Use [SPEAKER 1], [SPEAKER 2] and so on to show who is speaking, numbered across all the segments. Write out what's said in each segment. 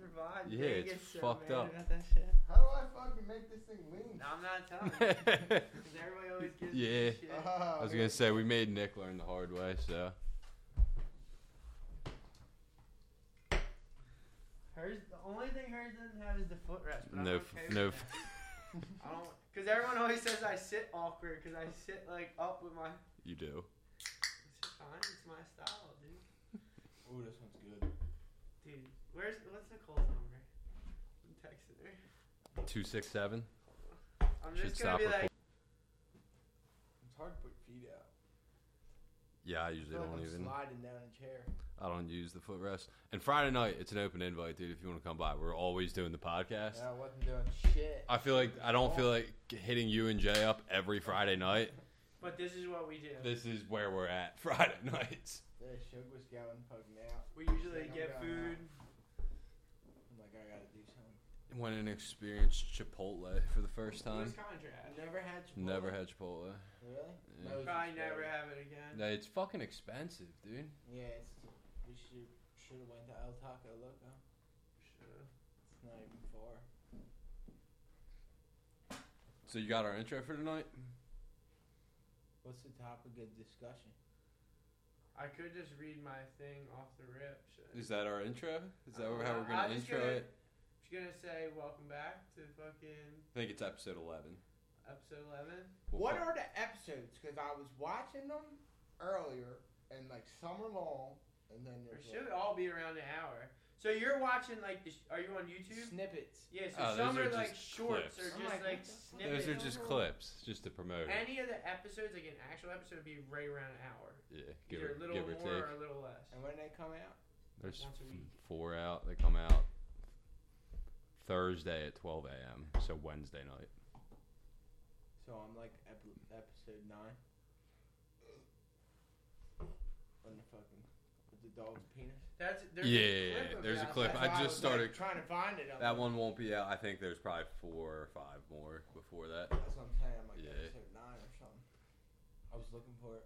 [SPEAKER 1] provide.
[SPEAKER 2] Yeah,
[SPEAKER 1] Vegas
[SPEAKER 2] it's
[SPEAKER 1] so
[SPEAKER 2] fucked
[SPEAKER 1] mad
[SPEAKER 2] up.
[SPEAKER 1] About that shit.
[SPEAKER 3] How do I fucking make this thing lean?
[SPEAKER 1] No, I'm not telling you. 'cause everybody always gives me
[SPEAKER 2] Yeah.
[SPEAKER 1] shit.
[SPEAKER 3] Ah,
[SPEAKER 2] I was
[SPEAKER 3] okay.
[SPEAKER 2] gonna say we made Nick learn the hard way, so
[SPEAKER 1] Hers, the only thing hers doesn't have is the footrest. But
[SPEAKER 2] no,
[SPEAKER 1] I'm
[SPEAKER 2] f-
[SPEAKER 1] okay
[SPEAKER 2] no.
[SPEAKER 1] With
[SPEAKER 2] f-
[SPEAKER 1] that. I don't, cause everyone always says I sit awkward, cause I sit like up with my.
[SPEAKER 2] You do.
[SPEAKER 1] It's fine. It's my style, dude.
[SPEAKER 3] Ooh, this one's good.
[SPEAKER 1] Dude, where's what's Nicole's number? I'm texting her.
[SPEAKER 2] Two six seven.
[SPEAKER 1] I'm
[SPEAKER 2] Should
[SPEAKER 1] just gonna
[SPEAKER 2] stop
[SPEAKER 1] be like,
[SPEAKER 2] recording.
[SPEAKER 3] It's hard to put feet out.
[SPEAKER 2] Yeah, I
[SPEAKER 3] I
[SPEAKER 2] usually
[SPEAKER 3] feel like
[SPEAKER 2] don't
[SPEAKER 3] I'm
[SPEAKER 2] even.
[SPEAKER 3] sliding down a chair.
[SPEAKER 2] I don't use the footrest. And Friday night, it's an open invite, dude. If you want to come by, we're always doing the podcast.
[SPEAKER 3] Yeah, I wasn't doing shit.
[SPEAKER 2] I feel like I don't feel like hitting you and Jay up every Friday night.
[SPEAKER 1] but this is what we do.
[SPEAKER 2] This is where we're at Friday nights.
[SPEAKER 3] The sugar was going fucking out.
[SPEAKER 1] We usually
[SPEAKER 3] Yeah, I'm
[SPEAKER 1] get
[SPEAKER 3] going
[SPEAKER 1] food.
[SPEAKER 3] out. I'm like, I gotta do something.
[SPEAKER 2] Went and experienced Chipotle for the first
[SPEAKER 1] It was
[SPEAKER 2] time.
[SPEAKER 1] kind of trash.
[SPEAKER 3] Never had Chipotle?
[SPEAKER 2] Never had Chipotle.
[SPEAKER 3] Really?
[SPEAKER 2] Yeah.
[SPEAKER 3] Moses
[SPEAKER 1] Probably
[SPEAKER 3] did.
[SPEAKER 1] never have it again.
[SPEAKER 2] No, it's fucking expensive, dude.
[SPEAKER 3] Yeah, it's, we should should have went to El Taco Loco.
[SPEAKER 1] Should've.
[SPEAKER 3] It's not even far.
[SPEAKER 2] So you got our intro for tonight?
[SPEAKER 3] What's the topic of discussion?
[SPEAKER 1] I could just read my thing off the rip. should I?
[SPEAKER 2] Is that our intro? Is that
[SPEAKER 1] Uh,
[SPEAKER 2] how we're
[SPEAKER 1] I'm
[SPEAKER 2] gonna
[SPEAKER 1] just
[SPEAKER 2] intro
[SPEAKER 1] gonna-
[SPEAKER 2] it?
[SPEAKER 1] She's gonna say welcome back to fucking
[SPEAKER 2] I think it's episode 11
[SPEAKER 1] episode eleven.
[SPEAKER 2] We'll
[SPEAKER 3] What
[SPEAKER 2] put-
[SPEAKER 3] are the episodes? Because I was watching them earlier, and like some are long, and then
[SPEAKER 1] It
[SPEAKER 3] there's
[SPEAKER 1] should
[SPEAKER 3] like,
[SPEAKER 1] all be around an hour. So you're watching like the sh- are you on YouTube?
[SPEAKER 3] snippets.
[SPEAKER 1] Yeah, so
[SPEAKER 2] Oh,
[SPEAKER 1] some
[SPEAKER 2] those
[SPEAKER 1] are,
[SPEAKER 2] are
[SPEAKER 1] like
[SPEAKER 2] just
[SPEAKER 1] shorts
[SPEAKER 2] clips.
[SPEAKER 1] or
[SPEAKER 3] I'm
[SPEAKER 1] just
[SPEAKER 3] like,
[SPEAKER 1] like
[SPEAKER 3] what the fuck?
[SPEAKER 1] snippets.
[SPEAKER 2] Those are just clips, just to promote. it.
[SPEAKER 1] Any of the episodes, like an actual episode, would be right around an hour.
[SPEAKER 2] Yeah, give
[SPEAKER 1] Either
[SPEAKER 2] or,
[SPEAKER 1] a little
[SPEAKER 2] give or
[SPEAKER 1] more
[SPEAKER 2] take.
[SPEAKER 1] or a little less.
[SPEAKER 3] And when they come out,
[SPEAKER 2] There's
[SPEAKER 1] once a
[SPEAKER 3] mm.
[SPEAKER 1] week.
[SPEAKER 2] four out. They come out Thursday at 12 a.m. So Wednesday night.
[SPEAKER 3] so I'm like ep- episode nine. On the fucking with the dog's penis.
[SPEAKER 1] That's there's a
[SPEAKER 2] Yeah,
[SPEAKER 1] clip of
[SPEAKER 2] there's a
[SPEAKER 1] that.
[SPEAKER 2] clip.
[SPEAKER 3] That's
[SPEAKER 2] I
[SPEAKER 3] why
[SPEAKER 2] just
[SPEAKER 3] was,
[SPEAKER 2] started-
[SPEAKER 3] like, trying to find it. I'm
[SPEAKER 2] That
[SPEAKER 3] like,
[SPEAKER 2] one won't be out. I think there's probably four or five more before that.
[SPEAKER 3] That's what I'm saying. I'm like
[SPEAKER 2] Yeah.
[SPEAKER 3] episode nine or something. I was looking for it.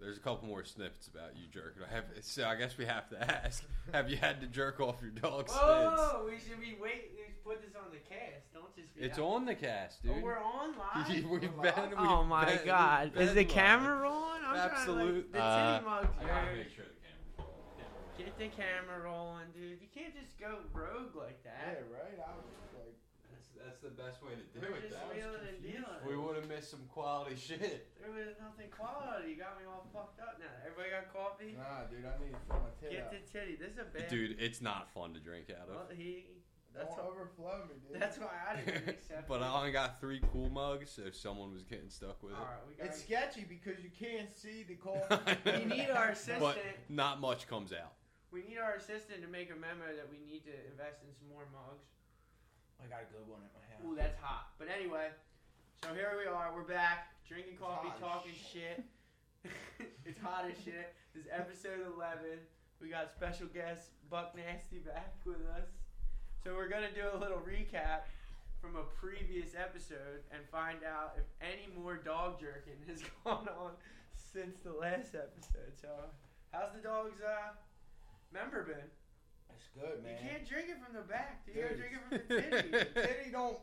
[SPEAKER 2] There's a couple more snippets about you jerking. I have, so I guess we have to ask: Have you had to jerk off your dog's snits?
[SPEAKER 1] Whoa! We should be wait. we should Put this on the cast. Don't just. Be
[SPEAKER 2] It's
[SPEAKER 1] out.
[SPEAKER 2] on the cast, dude.
[SPEAKER 1] Oh, we're on live.
[SPEAKER 2] we've been.
[SPEAKER 3] We're
[SPEAKER 2] We've
[SPEAKER 3] live.
[SPEAKER 1] oh my
[SPEAKER 2] been- we've
[SPEAKER 1] God! Is
[SPEAKER 2] been
[SPEAKER 1] the
[SPEAKER 2] live.
[SPEAKER 1] camera rolling? I'm
[SPEAKER 2] Absolute-
[SPEAKER 1] Trying
[SPEAKER 2] uh,
[SPEAKER 1] to, like, the
[SPEAKER 2] I
[SPEAKER 1] titty
[SPEAKER 2] gotta
[SPEAKER 1] mugs.
[SPEAKER 2] make sure the camera.
[SPEAKER 1] Get the camera rolling, dude. You can't just go rogue like
[SPEAKER 3] Yeah,
[SPEAKER 1] that.
[SPEAKER 3] right. I was just like,
[SPEAKER 2] That's, that's the best way to do
[SPEAKER 1] We're
[SPEAKER 2] it.
[SPEAKER 1] just
[SPEAKER 2] though.
[SPEAKER 1] wheeling and
[SPEAKER 3] confused.
[SPEAKER 1] dealing.
[SPEAKER 2] We would have missed some quality shit.
[SPEAKER 1] There was nothing quality. You got me all fucked up now. Everybody got coffee?
[SPEAKER 3] nah, dude. I need to fill my tit
[SPEAKER 1] Get
[SPEAKER 3] out.
[SPEAKER 1] the titty. This is a bad.
[SPEAKER 2] Dude, it's not fun to drink out
[SPEAKER 1] Well,
[SPEAKER 2] of.
[SPEAKER 1] he, that's
[SPEAKER 3] That's
[SPEAKER 1] all-
[SPEAKER 3] overflow me, dude.
[SPEAKER 1] that's why I didn't accept
[SPEAKER 2] but
[SPEAKER 1] it.
[SPEAKER 2] I only got three cool mugs, so someone was getting stuck with
[SPEAKER 1] All right, we got
[SPEAKER 3] It's sketchy because you can't see the call.
[SPEAKER 2] it.
[SPEAKER 1] We need our
[SPEAKER 2] but
[SPEAKER 1] assistant.
[SPEAKER 2] not much comes out.
[SPEAKER 1] we need our assistant to make a memo that we need to invest in some more mugs.
[SPEAKER 3] I got a good one at my house.
[SPEAKER 1] Ooh, that's hot. But anyway, so here we are. We're back drinking
[SPEAKER 3] It's
[SPEAKER 1] coffee,
[SPEAKER 3] hot as
[SPEAKER 1] talking
[SPEAKER 3] shit.
[SPEAKER 1] shit. it's hot as shit. This is episode 11. We got special guest Buck Nasty back with us. So we're going to do a little recap from a previous episode and find out if any more dog jerking has gone on since the last episode. So, how's the dog's uh, member been?
[SPEAKER 3] That's good, man.
[SPEAKER 1] You can't drink it from the back, dude. You gotta
[SPEAKER 3] Dude.
[SPEAKER 1] drink it from the titty.
[SPEAKER 3] Teddy don't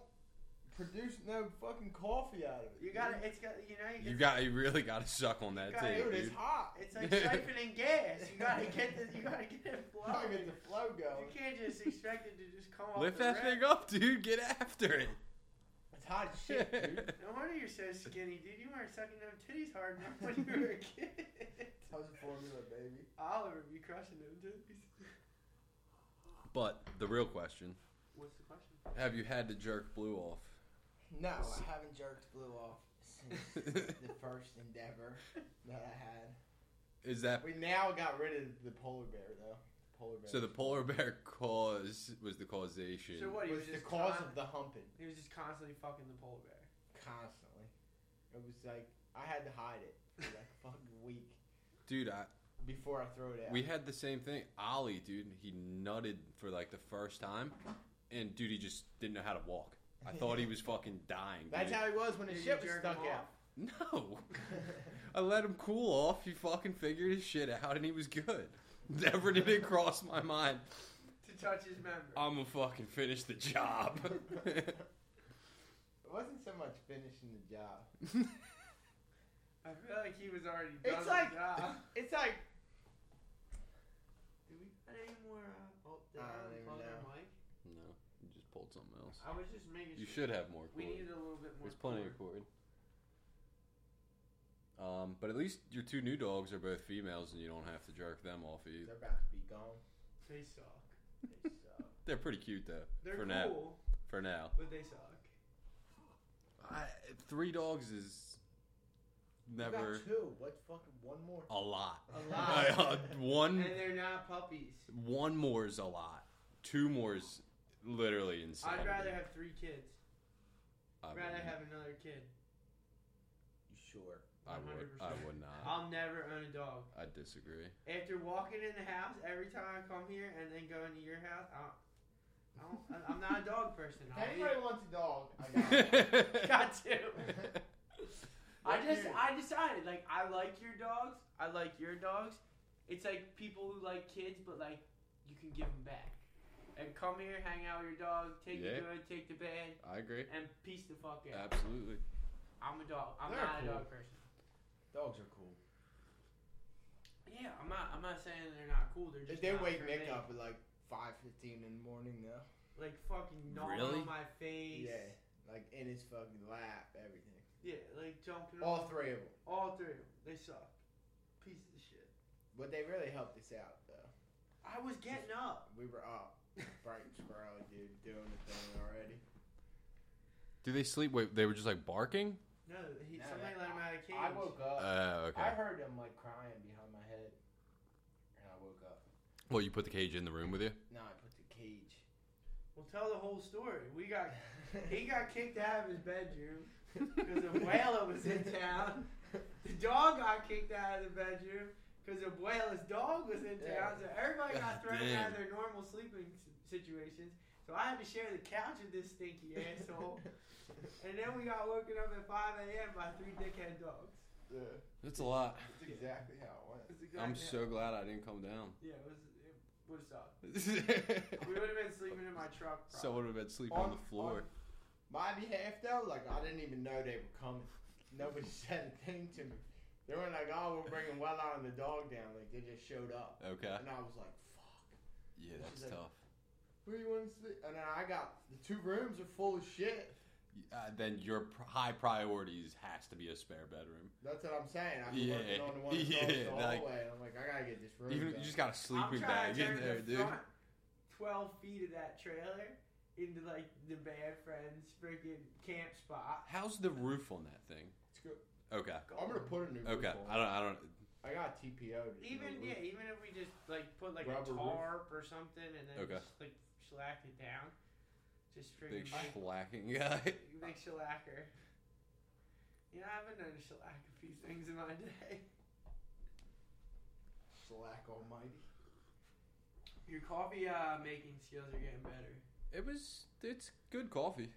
[SPEAKER 3] produce no fucking coffee out of it.
[SPEAKER 1] You gotta, it's got, you know, it's-
[SPEAKER 2] You got you really got to suck on
[SPEAKER 1] You
[SPEAKER 2] that
[SPEAKER 1] gotta-
[SPEAKER 3] dude.
[SPEAKER 2] too,
[SPEAKER 3] Dude,
[SPEAKER 2] dude.
[SPEAKER 3] it's hot.
[SPEAKER 1] It's like siphoning gas. You gotta get the, you gotta get it
[SPEAKER 3] You gotta
[SPEAKER 1] flowing.
[SPEAKER 3] get the flow
[SPEAKER 1] You
[SPEAKER 3] going.
[SPEAKER 1] can't just expect it to just come off
[SPEAKER 2] Lift
[SPEAKER 1] the rack.
[SPEAKER 2] that thing up, dude. Get after it.
[SPEAKER 3] It's hot as shit, dude.
[SPEAKER 1] No wonder you're so skinny, dude. You weren't sucking them titties hard enough when you were a kid.
[SPEAKER 3] That was a formula, baby.
[SPEAKER 1] Oliver be crushing them titties.
[SPEAKER 2] but the real question:
[SPEAKER 1] What's the question?
[SPEAKER 2] Have you had to jerk blue off?
[SPEAKER 3] No, I haven't jerked blue off since the first endeavor that I
[SPEAKER 2] Is that
[SPEAKER 3] had. We now got rid of the polar bear, though. The polar bear.
[SPEAKER 2] so? The polar bear cause was the causation.
[SPEAKER 1] So what? He was,
[SPEAKER 3] was the
[SPEAKER 1] just
[SPEAKER 3] cause
[SPEAKER 1] con-
[SPEAKER 3] of the humping.
[SPEAKER 1] He was just constantly fucking the polar bear.
[SPEAKER 3] constantly. It was like I had to hide it for like a fucking week
[SPEAKER 2] dude? I,
[SPEAKER 3] before I throw it out.
[SPEAKER 2] we had the same thing. Ollie, dude, he nutted for like the first time, and dude, he just didn't know how to walk. I thought he was fucking dying.
[SPEAKER 3] That's
[SPEAKER 2] dude.
[SPEAKER 3] how he was when his
[SPEAKER 1] Did
[SPEAKER 3] shit
[SPEAKER 1] you
[SPEAKER 3] was
[SPEAKER 1] jerk
[SPEAKER 3] stuck
[SPEAKER 1] him
[SPEAKER 3] out.
[SPEAKER 2] no. I let him cool off. He fucking figured his shit out, and he was good. Never did it cross my mind.
[SPEAKER 1] To touch his member.
[SPEAKER 3] Uh,
[SPEAKER 2] I'm gonna fucking finish the job.
[SPEAKER 3] It wasn't so much finishing the job.
[SPEAKER 1] I feel like he was already done.
[SPEAKER 3] It's
[SPEAKER 1] with
[SPEAKER 3] like-
[SPEAKER 1] the job.
[SPEAKER 3] It's like
[SPEAKER 1] Do we got any more? Uh, oh, did
[SPEAKER 3] I
[SPEAKER 1] I
[SPEAKER 3] don't even
[SPEAKER 1] unplug our
[SPEAKER 3] know.
[SPEAKER 1] mic?
[SPEAKER 2] No, you just pulled something else.
[SPEAKER 1] I was just making
[SPEAKER 2] You
[SPEAKER 1] sure.
[SPEAKER 2] should have more
[SPEAKER 1] We
[SPEAKER 2] cord.
[SPEAKER 1] needed a little bit more.
[SPEAKER 2] There's plenty
[SPEAKER 1] cord.
[SPEAKER 2] of cord. Um, but at least your two new dogs are both females, and you don't have to jerk them off either.
[SPEAKER 3] they're about to be gone.
[SPEAKER 1] They suck. They suck.
[SPEAKER 2] They're pretty cute though.
[SPEAKER 1] They're
[SPEAKER 2] for
[SPEAKER 1] cool,
[SPEAKER 2] now, for now,
[SPEAKER 1] but they suck.
[SPEAKER 2] I, three dogs is
[SPEAKER 3] You
[SPEAKER 2] never
[SPEAKER 3] got two. What fucking one more?
[SPEAKER 2] a lot.
[SPEAKER 1] A
[SPEAKER 2] I, uh,
[SPEAKER 3] lot.
[SPEAKER 2] one,
[SPEAKER 1] And they're not puppies.
[SPEAKER 2] one more is a lot. Two more is literally insane.
[SPEAKER 1] I'd rather have three kids.
[SPEAKER 2] I
[SPEAKER 1] I'd
[SPEAKER 2] would,
[SPEAKER 1] rather have another kid.
[SPEAKER 3] You sure?
[SPEAKER 2] I would. I
[SPEAKER 1] 100%.
[SPEAKER 2] would not.
[SPEAKER 1] I'll never own a dog.
[SPEAKER 2] I disagree.
[SPEAKER 1] After walking in the house every time I come here and then going to your house, I don't, I don't, I'm not a dog person.
[SPEAKER 3] If
[SPEAKER 1] I
[SPEAKER 3] anybody wants a dog, I got
[SPEAKER 2] God
[SPEAKER 3] it.
[SPEAKER 1] got to. I just I decided like I like your dogs. I like your dogs. It's like people who like kids, but like you can give them back. And come here, hang out with your dog, take
[SPEAKER 2] Yeah.
[SPEAKER 1] the good, take the bad,
[SPEAKER 2] I agree.
[SPEAKER 1] and peace the fuck out.
[SPEAKER 2] Absolutely.
[SPEAKER 1] I'm a dog. I'm
[SPEAKER 3] They're
[SPEAKER 1] not
[SPEAKER 3] cool.
[SPEAKER 1] a dog person.
[SPEAKER 3] Dogs are cool.
[SPEAKER 1] Yeah, I'm not. I'm not saying they're not cool. They're
[SPEAKER 3] If
[SPEAKER 1] just
[SPEAKER 3] they
[SPEAKER 1] not
[SPEAKER 3] wake
[SPEAKER 1] for
[SPEAKER 3] Nick
[SPEAKER 1] me.
[SPEAKER 3] up at like five fifteen in the morning though.
[SPEAKER 1] like fucking gnawing
[SPEAKER 2] Really?
[SPEAKER 1] on my face.
[SPEAKER 3] Yeah. Like in his fucking lap, everything.
[SPEAKER 1] Yeah, like jumping
[SPEAKER 3] All
[SPEAKER 1] on
[SPEAKER 3] three of them.
[SPEAKER 1] all three of them. They suck. Piece of shit.
[SPEAKER 3] But they really helped us out though.
[SPEAKER 1] I was getting up.
[SPEAKER 3] We were up, bright and early, dude, doing the thing already.
[SPEAKER 2] Do they sleep? Wait, they were just like barking.
[SPEAKER 1] No, he,
[SPEAKER 3] No,
[SPEAKER 1] somebody
[SPEAKER 3] that-
[SPEAKER 1] let him out of the cage.
[SPEAKER 3] I woke up.
[SPEAKER 2] Oh, okay.
[SPEAKER 3] I heard him like crying behind my head, and I woke up.
[SPEAKER 2] Well, you put the cage in the room with you.
[SPEAKER 3] No, I put the cage.
[SPEAKER 1] Well, tell the whole story. We got he got kicked out of his bedroom because Abuela was in town. The dog got kicked out of the bedroom because Abuela's dog was in town. So everybody got thrown out of their normal sleeping s- situations. So I had to share the couch with this stinky asshole. And then we got woken up at 5 a.m. by three dickhead dogs.
[SPEAKER 3] Yeah,
[SPEAKER 2] That's a lot.
[SPEAKER 3] that's exactly how it went.
[SPEAKER 1] That's exactly
[SPEAKER 2] I'm so glad I didn't come down.
[SPEAKER 1] Yeah, it was. It would have sucked. We would have been sleeping in my truck. Probably.
[SPEAKER 2] Someone would have been sleeping on the floor.
[SPEAKER 3] on my behalf, though, like I didn't even know they were coming. Nobody said a thing to me. They were like, "Oh, we're bringing well out and the dog down." Like they just showed up,
[SPEAKER 2] Okay.
[SPEAKER 3] and I was like, "Fuck."
[SPEAKER 2] Yeah, that's
[SPEAKER 3] She's like-
[SPEAKER 2] tough.
[SPEAKER 3] Where you want to sleep? And then I got the two rooms are full of shit.
[SPEAKER 2] Uh, then your pr- high priorities has to be a spare bedroom.
[SPEAKER 3] That's what I'm saying. I'm
[SPEAKER 2] Yeah,
[SPEAKER 3] working on the one that's
[SPEAKER 2] yeah,
[SPEAKER 3] across the
[SPEAKER 2] like-
[SPEAKER 3] hallway. and I'm like, I gotta get this room.
[SPEAKER 2] Even if
[SPEAKER 3] done.
[SPEAKER 2] you just got a sleeping bag in there, dude.
[SPEAKER 1] front 12 feet of that trailer into like the bad friend's freaking camp spot.
[SPEAKER 2] How's the roof on that thing?
[SPEAKER 3] It's good.
[SPEAKER 2] Okay.
[SPEAKER 3] I'm gonna put a new
[SPEAKER 2] Okay.
[SPEAKER 3] roof on.
[SPEAKER 2] I don't. I don't.
[SPEAKER 3] I got TPO.
[SPEAKER 1] Even yeah, even if we just like put like
[SPEAKER 3] Rubber
[SPEAKER 1] a
[SPEAKER 3] roof.
[SPEAKER 1] tarp or something and then
[SPEAKER 2] Okay.
[SPEAKER 1] just like shellac it down. Just
[SPEAKER 2] Big
[SPEAKER 1] freaking make,
[SPEAKER 2] schlacking guy.
[SPEAKER 1] make shellacker. You know, I've been known to shellac a few things in my day.
[SPEAKER 3] Slack Almighty.
[SPEAKER 1] Your coffee uh, making skills are getting better.
[SPEAKER 2] It was. It's good coffee.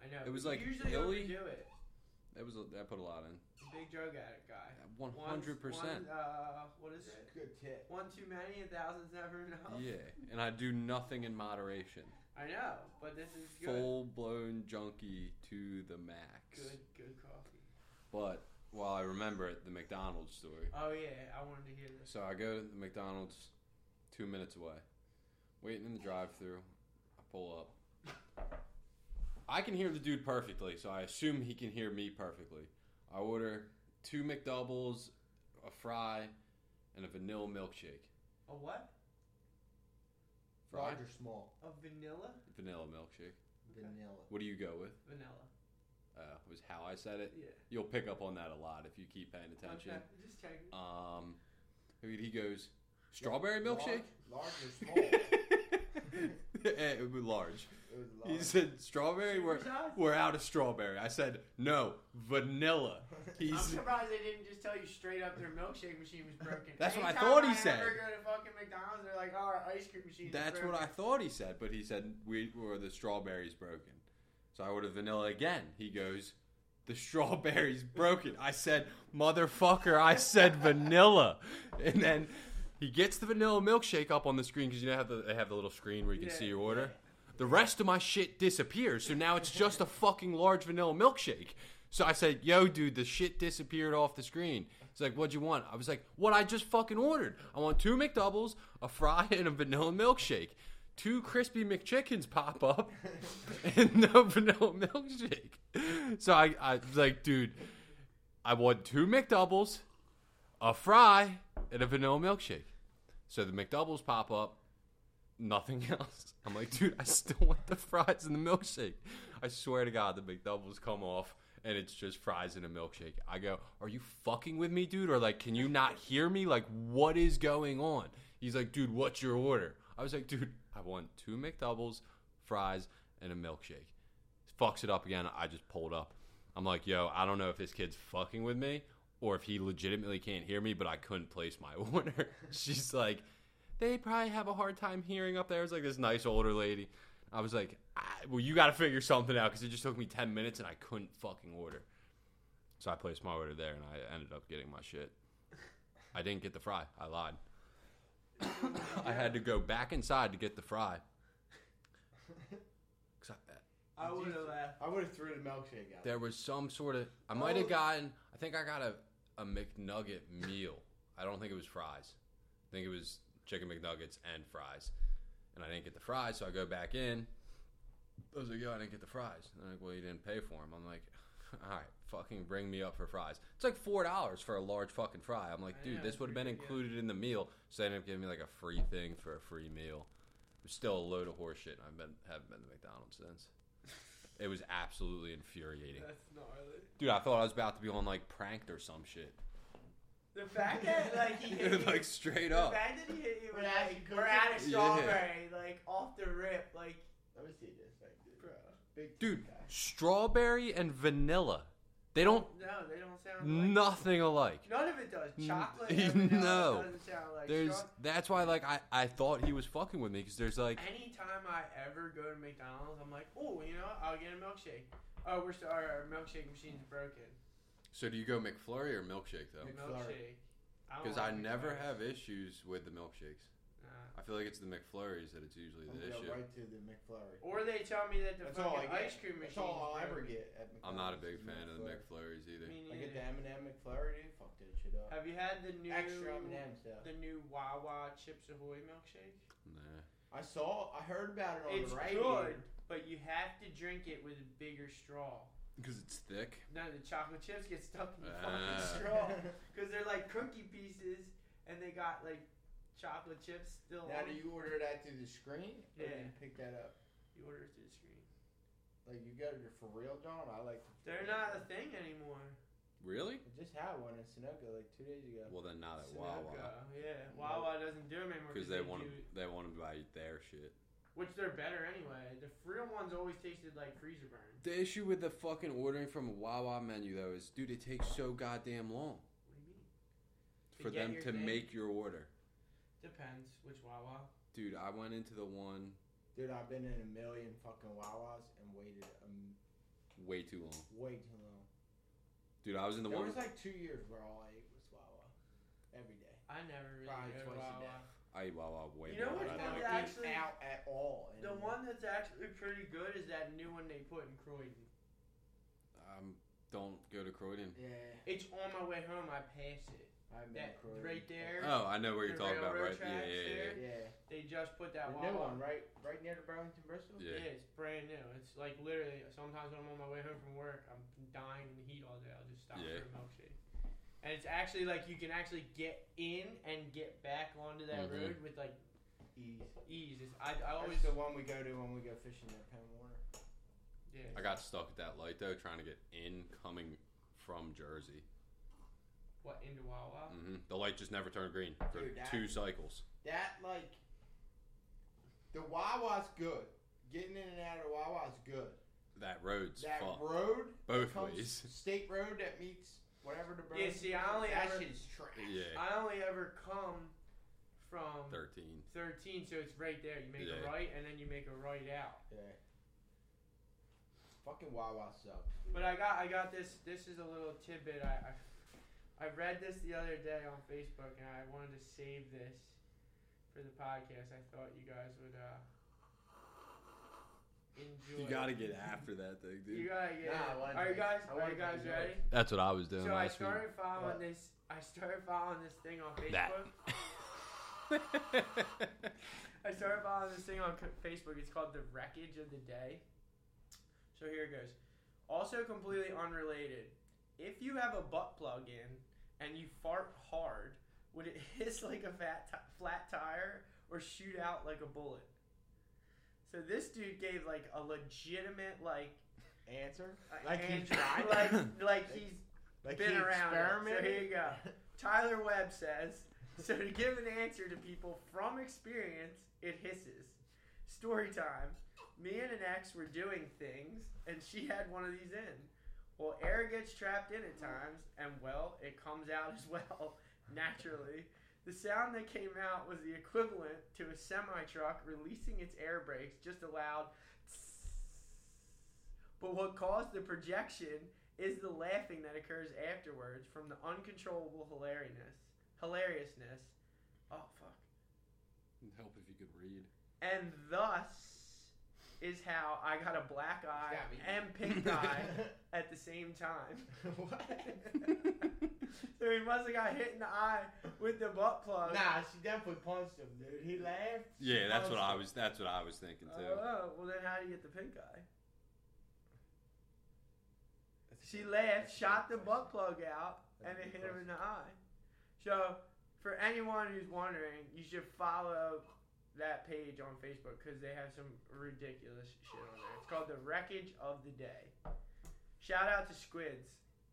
[SPEAKER 1] I know.
[SPEAKER 2] It was,
[SPEAKER 1] but
[SPEAKER 2] like,
[SPEAKER 1] you usually
[SPEAKER 2] hilly.
[SPEAKER 1] overdo it.
[SPEAKER 2] That was. A, I put a lot in.
[SPEAKER 1] Big drug addict guy.
[SPEAKER 2] One
[SPEAKER 1] One-
[SPEAKER 2] hundred percent.
[SPEAKER 1] one, Uh, what is it?
[SPEAKER 3] Good tip.
[SPEAKER 1] One too many, a thousand's never enough.
[SPEAKER 2] Yeah, and I do nothing in moderation.
[SPEAKER 1] I know, but this is good.
[SPEAKER 2] Full blown junkie to the max.
[SPEAKER 1] Good, good coffee.
[SPEAKER 2] But while I remember it, the McDonald's story.
[SPEAKER 1] Oh yeah, I wanted to hear this.
[SPEAKER 2] So I go to the McDonald's, two minutes away, waiting in the drive-through. I pull up. I can hear the dude perfectly, so I assume he can hear me perfectly. I order two McDoubles, a fry, and a vanilla milkshake.
[SPEAKER 1] A what?
[SPEAKER 2] Fry,
[SPEAKER 3] Roger Small.
[SPEAKER 1] A vanilla?
[SPEAKER 2] vanilla milkshake.
[SPEAKER 1] Okay.
[SPEAKER 3] Vanilla.
[SPEAKER 2] What do you go with?
[SPEAKER 1] Vanilla.
[SPEAKER 2] Uh, was how I said it.
[SPEAKER 1] Yeah.
[SPEAKER 2] You'll pick up on that a lot if you keep paying attention.
[SPEAKER 1] Okay, Just checking.
[SPEAKER 2] Um, I mean, he goes strawberry milkshake.
[SPEAKER 3] Large, large or small. it
[SPEAKER 2] Eh, it was large.
[SPEAKER 3] was large.
[SPEAKER 2] He said strawberry. We're,
[SPEAKER 1] Supersize?
[SPEAKER 2] we're out of strawberry. I said no vanilla.
[SPEAKER 1] I'm
[SPEAKER 2] He's
[SPEAKER 1] surprised they didn't just tell you straight up their milkshake machine was broken.
[SPEAKER 2] That's what I
[SPEAKER 1] Anytime
[SPEAKER 2] thought he
[SPEAKER 1] I
[SPEAKER 2] said.
[SPEAKER 1] Ever go to fucking McDonald's, they're like, "Oh, our ice cream machine." is
[SPEAKER 2] that's what
[SPEAKER 1] broken."
[SPEAKER 2] I thought he said, but he said we were the strawberries broken. So I ordered vanilla again. He goes the strawberries broken. I said motherfucker. I said vanilla, and then He gets the vanilla milkshake up on the screen because you know how the, they have the little screen where you can
[SPEAKER 1] Yeah,
[SPEAKER 2] see your order. The rest of my shit disappears, so now it's just a fucking large vanilla milkshake. So I said, "Yo, dude, the shit disappeared off the screen." He's like, "What'd you want?" I was like, "What I just fucking ordered. I want two McDoubles, a fry, and a vanilla milkshake." Two crispy McChickens pop up, and no vanilla milkshake. So I, I was like, "Dude, I want two McDoubles, a fry, and a vanilla milkshake. So the McDoubles pop up, nothing else. I'm like, dude, I still want the fries and the milkshake. I swear to God, the McDoubles come off and it's just fries and a milkshake. I go, are you fucking with me, dude? Or like, can you not hear me? Like, what is going on? He's like, dude, what's your order? I was like, dude, I want two McDoubles, fries, and a milkshake fucks it up again. I just pulled up. I'm like, yo, I don't know if this kid's fucking with me or if he legitimately can't hear me, but I couldn't place my order. She's like, they probably have a hard time hearing up there. It's like this nice older lady. I was like, I, well, you got to figure something out because it just took me 10 minutes and I couldn't fucking order. So I placed my order there and I ended up getting my shit. I didn't get the fry. I lied. I had to go back inside to get the fry. 'Cause I-
[SPEAKER 1] I would have left.
[SPEAKER 3] I would have threw the milkshake out.
[SPEAKER 2] there was some sort of. I might
[SPEAKER 3] Oh.
[SPEAKER 2] have gotten. I think I got a, a McNugget meal. I don't think it was fries. I think it was chicken McNuggets and fries. And I didn't get the fries, so I go back in. I was like, yo, I didn't get the fries. And they're like, well, you didn't pay for them. I'm like, all right, fucking bring me up for fries. It's like $4 for a large fucking fry. I'm like,
[SPEAKER 1] I
[SPEAKER 2] dude,
[SPEAKER 1] know,
[SPEAKER 2] this would have been
[SPEAKER 1] pretty good.
[SPEAKER 2] included in the meal. So they ended up giving me like a free thing for a free meal. It was still a load of horseshit, and I've been, haven't been to McDonald's since. It was absolutely infuriating.
[SPEAKER 1] That's gnarly.
[SPEAKER 2] Dude, I thought I was about to be on like pranked or some shit.
[SPEAKER 1] The fact that like he hit
[SPEAKER 2] It was,
[SPEAKER 1] you,
[SPEAKER 2] like straight
[SPEAKER 1] the
[SPEAKER 2] up.
[SPEAKER 1] fact that he hit you with
[SPEAKER 3] Yeah,
[SPEAKER 1] like,
[SPEAKER 3] he cooked
[SPEAKER 1] we're out of
[SPEAKER 2] it.
[SPEAKER 1] strawberry, like off the rip, like
[SPEAKER 3] Let me see this. Like,
[SPEAKER 1] bro.
[SPEAKER 3] dude. Big
[SPEAKER 2] Dude,
[SPEAKER 3] guy.
[SPEAKER 2] strawberry and vanilla. They don't
[SPEAKER 1] No, they don't sound. Like,
[SPEAKER 2] nothing alike.
[SPEAKER 1] None of it does.
[SPEAKER 2] N-
[SPEAKER 1] Chocolate. everything else
[SPEAKER 2] no.
[SPEAKER 1] Doesn't sound like
[SPEAKER 2] There's
[SPEAKER 1] straw-
[SPEAKER 2] that's why like I I thought he was fucking with me because there's like
[SPEAKER 1] Anytime I ever go to McDonald's, I'm like, oh, you know, what? I'll get a milkshake. Oh, we're sorry, our milkshake machine's broken.
[SPEAKER 2] so do you go McFlurry or milkshake though?
[SPEAKER 1] Milkshake. don't
[SPEAKER 2] Because I
[SPEAKER 1] like
[SPEAKER 2] never
[SPEAKER 1] McDonald's.
[SPEAKER 2] have issues with the milkshakes.
[SPEAKER 1] Nah.
[SPEAKER 2] I feel like it's the McFlurries that it's usually
[SPEAKER 3] I'm
[SPEAKER 2] the
[SPEAKER 3] gonna
[SPEAKER 2] issue.
[SPEAKER 3] go right to the McFlurry.
[SPEAKER 1] Or they tell me that the
[SPEAKER 3] That's all I
[SPEAKER 1] fucking
[SPEAKER 3] get.
[SPEAKER 1] ice cream machine.
[SPEAKER 3] That's all I'll ever get at McDonald's.
[SPEAKER 2] I'm not a big
[SPEAKER 3] is
[SPEAKER 2] fan of the McFlurries either.
[SPEAKER 1] Me
[SPEAKER 3] I get the
[SPEAKER 1] neither.
[SPEAKER 3] M&M McFlurry, dude. Fuck that shit up.
[SPEAKER 1] Have you had the new
[SPEAKER 3] Extra M&M's, though.
[SPEAKER 1] the new Wawa Chips Ahoy milkshake?
[SPEAKER 2] Nah.
[SPEAKER 3] I saw, I heard about it on
[SPEAKER 1] It's
[SPEAKER 3] the radio.
[SPEAKER 1] good, but you have to drink it with a bigger straw.
[SPEAKER 2] Because it's thick.
[SPEAKER 1] No, the chocolate chips get stuck in the
[SPEAKER 2] Ah.
[SPEAKER 1] fucking straw because they're like cookie pieces, and they got like chocolate chips still. on
[SPEAKER 3] now, do
[SPEAKER 1] it.
[SPEAKER 3] you order that through the screen? Or do
[SPEAKER 1] Yeah.
[SPEAKER 3] you pick that up?
[SPEAKER 1] You order it through the screen.
[SPEAKER 3] Like, you got it for real, John? I like the
[SPEAKER 1] They're not a thing anymore.
[SPEAKER 2] Really?
[SPEAKER 3] I just had one in Sunoco like two days ago.
[SPEAKER 2] Well, then not at Wawa
[SPEAKER 1] Sunoco, Yeah, Wawa doesn't do them anymore
[SPEAKER 2] because they want
[SPEAKER 1] do,
[SPEAKER 2] they want to buy their shit.
[SPEAKER 1] which they're better anyway. The real ones always tasted like freezer burn.
[SPEAKER 2] The issue with the fucking ordering from a Wawa menu though is, dude, it takes so goddamn long
[SPEAKER 1] What do you mean? To
[SPEAKER 2] for
[SPEAKER 1] get
[SPEAKER 2] them
[SPEAKER 1] your
[SPEAKER 2] to
[SPEAKER 1] thing?
[SPEAKER 2] make your order.
[SPEAKER 1] Depends which Wawa.
[SPEAKER 2] Dude, I went into the one
[SPEAKER 3] Dude, I've been in a million fucking Wawas and waited um,
[SPEAKER 2] way too long.
[SPEAKER 3] way too long.
[SPEAKER 2] Dude, I was in the
[SPEAKER 3] there
[SPEAKER 2] one.
[SPEAKER 3] was like two years where all I ate was Wawa every day.
[SPEAKER 1] I never really
[SPEAKER 3] Probably
[SPEAKER 1] go to
[SPEAKER 3] twice a
[SPEAKER 1] Wawa.
[SPEAKER 3] day.
[SPEAKER 2] I ate Wawa way
[SPEAKER 1] You
[SPEAKER 2] more
[SPEAKER 1] know what one
[SPEAKER 2] than I
[SPEAKER 3] I
[SPEAKER 2] like
[SPEAKER 1] that
[SPEAKER 3] don't
[SPEAKER 2] it.
[SPEAKER 1] actually-
[SPEAKER 3] eat out at all.
[SPEAKER 1] The
[SPEAKER 3] anymore.
[SPEAKER 1] one that's actually pretty good is that new one they put in Croydon.
[SPEAKER 2] Um, don't go to Croydon.
[SPEAKER 3] Yeah,
[SPEAKER 1] It's on my way home. I passed it.
[SPEAKER 3] I've been
[SPEAKER 1] That
[SPEAKER 3] to Croydon.
[SPEAKER 1] right there.
[SPEAKER 2] Oh, I know what
[SPEAKER 1] The
[SPEAKER 2] you're talking about,
[SPEAKER 1] railroad
[SPEAKER 2] right? Yeah,
[SPEAKER 1] tracks
[SPEAKER 2] yeah, yeah.
[SPEAKER 1] there.
[SPEAKER 3] Yeah,
[SPEAKER 1] They just put that
[SPEAKER 3] the
[SPEAKER 1] Wawa.
[SPEAKER 3] new one right, right near the Burlington Bristol.
[SPEAKER 2] Yeah.
[SPEAKER 1] Yeah, it's brand new. It's like literally sometimes when I'm on my way home from work, I'm dying in the heat all day. I'll just stop
[SPEAKER 2] Yeah.
[SPEAKER 1] for a milkshake. And it's actually like you can actually get in and get back onto that
[SPEAKER 2] Mhm.
[SPEAKER 1] road with like
[SPEAKER 3] Ease.
[SPEAKER 1] ease. It's, I, I always
[SPEAKER 3] That's the one we go to when we go fishing at Penn Warner.
[SPEAKER 1] yeah.
[SPEAKER 2] I got stuck at that light though, trying to get in coming from Jersey.
[SPEAKER 1] what into Wawa.
[SPEAKER 2] hmm The light just never turned green for
[SPEAKER 3] Dude, that-
[SPEAKER 2] two cycles.
[SPEAKER 3] That like the Wawa's good. Getting in and out of Wawa's good.
[SPEAKER 2] That road's
[SPEAKER 3] that
[SPEAKER 2] fucked.
[SPEAKER 3] road
[SPEAKER 2] Both
[SPEAKER 3] comes
[SPEAKER 2] ways.
[SPEAKER 3] State road that meets whatever the
[SPEAKER 1] Yeah,
[SPEAKER 3] Burlington.
[SPEAKER 1] see, I only
[SPEAKER 3] that
[SPEAKER 1] ever-
[SPEAKER 3] shit is trash.
[SPEAKER 2] Yeah,
[SPEAKER 1] I only ever come from
[SPEAKER 2] thirteen.
[SPEAKER 1] 13, so it's right there. You make
[SPEAKER 2] Yeah.
[SPEAKER 1] a right and then you make a right out.
[SPEAKER 3] Yeah. Fucking Wawa sucks.
[SPEAKER 1] But I got I got this. This is a little tidbit. I, I I read this the other day on Facebook, and I wanted to save this for the podcast. I thought you guys would uh, enjoy.
[SPEAKER 2] You gotta get after that thing, dude.
[SPEAKER 1] You gotta get.
[SPEAKER 3] Nah, I wanted
[SPEAKER 1] are you
[SPEAKER 3] to-
[SPEAKER 1] guys?
[SPEAKER 3] I
[SPEAKER 1] Are
[SPEAKER 3] wanted
[SPEAKER 1] you
[SPEAKER 3] to
[SPEAKER 1] guys
[SPEAKER 3] enjoy
[SPEAKER 1] ready?
[SPEAKER 3] it.
[SPEAKER 2] That's what I was doing
[SPEAKER 1] So I
[SPEAKER 2] last
[SPEAKER 1] started following
[SPEAKER 3] What?
[SPEAKER 1] this. I started following this thing on Facebook.
[SPEAKER 2] That. week.
[SPEAKER 1] I started following this thing on co- Facebook. It's called the wreckage of the day. So here it goes. Also completely unrelated. If you have a butt plug in and you fart hard, would it hiss like a fat ti flat tire or shoot out like a bullet? So this dude gave like a legitimate like
[SPEAKER 3] Answer?
[SPEAKER 1] a-
[SPEAKER 3] Like he
[SPEAKER 1] answer.
[SPEAKER 3] tried?
[SPEAKER 1] like like he's
[SPEAKER 3] Like
[SPEAKER 1] Been
[SPEAKER 3] he
[SPEAKER 1] around it, so
[SPEAKER 3] experimented?
[SPEAKER 1] here you go. Tyler Webb says, so to give an answer to people from experience, it hisses. Story time. Me and an ex were doing things, and she had one of these in. Well, air gets trapped in at times, and well, it comes out as well, naturally. The sound that came out was the equivalent to a semi truck releasing its air brakes, just a loud. But what caused the projection is the laughing that occurs afterwards from the uncontrollable hilariousness, hilariousness. Oh fuck.
[SPEAKER 2] Help if you could read.
[SPEAKER 1] And thus is how I got a black eye
[SPEAKER 3] got me.
[SPEAKER 1] and pink eye at the same time.
[SPEAKER 3] what?
[SPEAKER 1] So he must have got hit in the eye with the butt plug.
[SPEAKER 3] nah, she definitely punched him, dude. He laughed. She
[SPEAKER 2] Yeah, that's what
[SPEAKER 3] punched
[SPEAKER 2] I
[SPEAKER 3] him.
[SPEAKER 2] was. That's what I was thinking too.
[SPEAKER 1] Oh, well then how do you get the pink eye?
[SPEAKER 3] That's-
[SPEAKER 1] She laughed,
[SPEAKER 3] that's a
[SPEAKER 1] shot the
[SPEAKER 3] good
[SPEAKER 1] butt plug out,
[SPEAKER 3] That's
[SPEAKER 1] and
[SPEAKER 3] a
[SPEAKER 1] it
[SPEAKER 3] good
[SPEAKER 1] hit her in the eye. So, for anyone who's wondering, you should follow that page on Facebook because they have some ridiculous shit on there. It's called The Wreckage of the Day. Shout out to Squids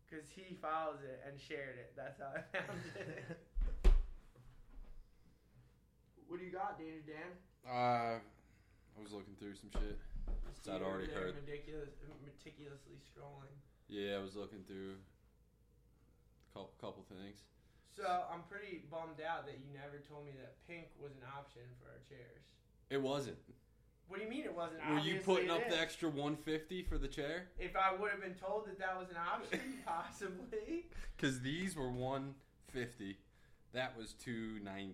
[SPEAKER 1] because he follows it and shared it. That's how I found it.
[SPEAKER 3] question.
[SPEAKER 1] what do you got, Danger Dan?
[SPEAKER 2] Uh, I was looking through some shit. So I'd
[SPEAKER 1] You
[SPEAKER 2] already
[SPEAKER 1] over there
[SPEAKER 2] heard.
[SPEAKER 1] Meticulous, meticulously scrolling.
[SPEAKER 2] Yeah, I was looking through a couple, couple things.
[SPEAKER 1] So, I'm pretty bummed out that you never told me that pink was an option for our chairs.
[SPEAKER 2] It wasn't.
[SPEAKER 1] What do you mean it wasn't?
[SPEAKER 2] Were you putting
[SPEAKER 1] it
[SPEAKER 2] up the
[SPEAKER 1] is.
[SPEAKER 2] extra 150 for the chair?
[SPEAKER 1] If I would have been told that that was an option, possibly.
[SPEAKER 2] Because these were 150. That was 290.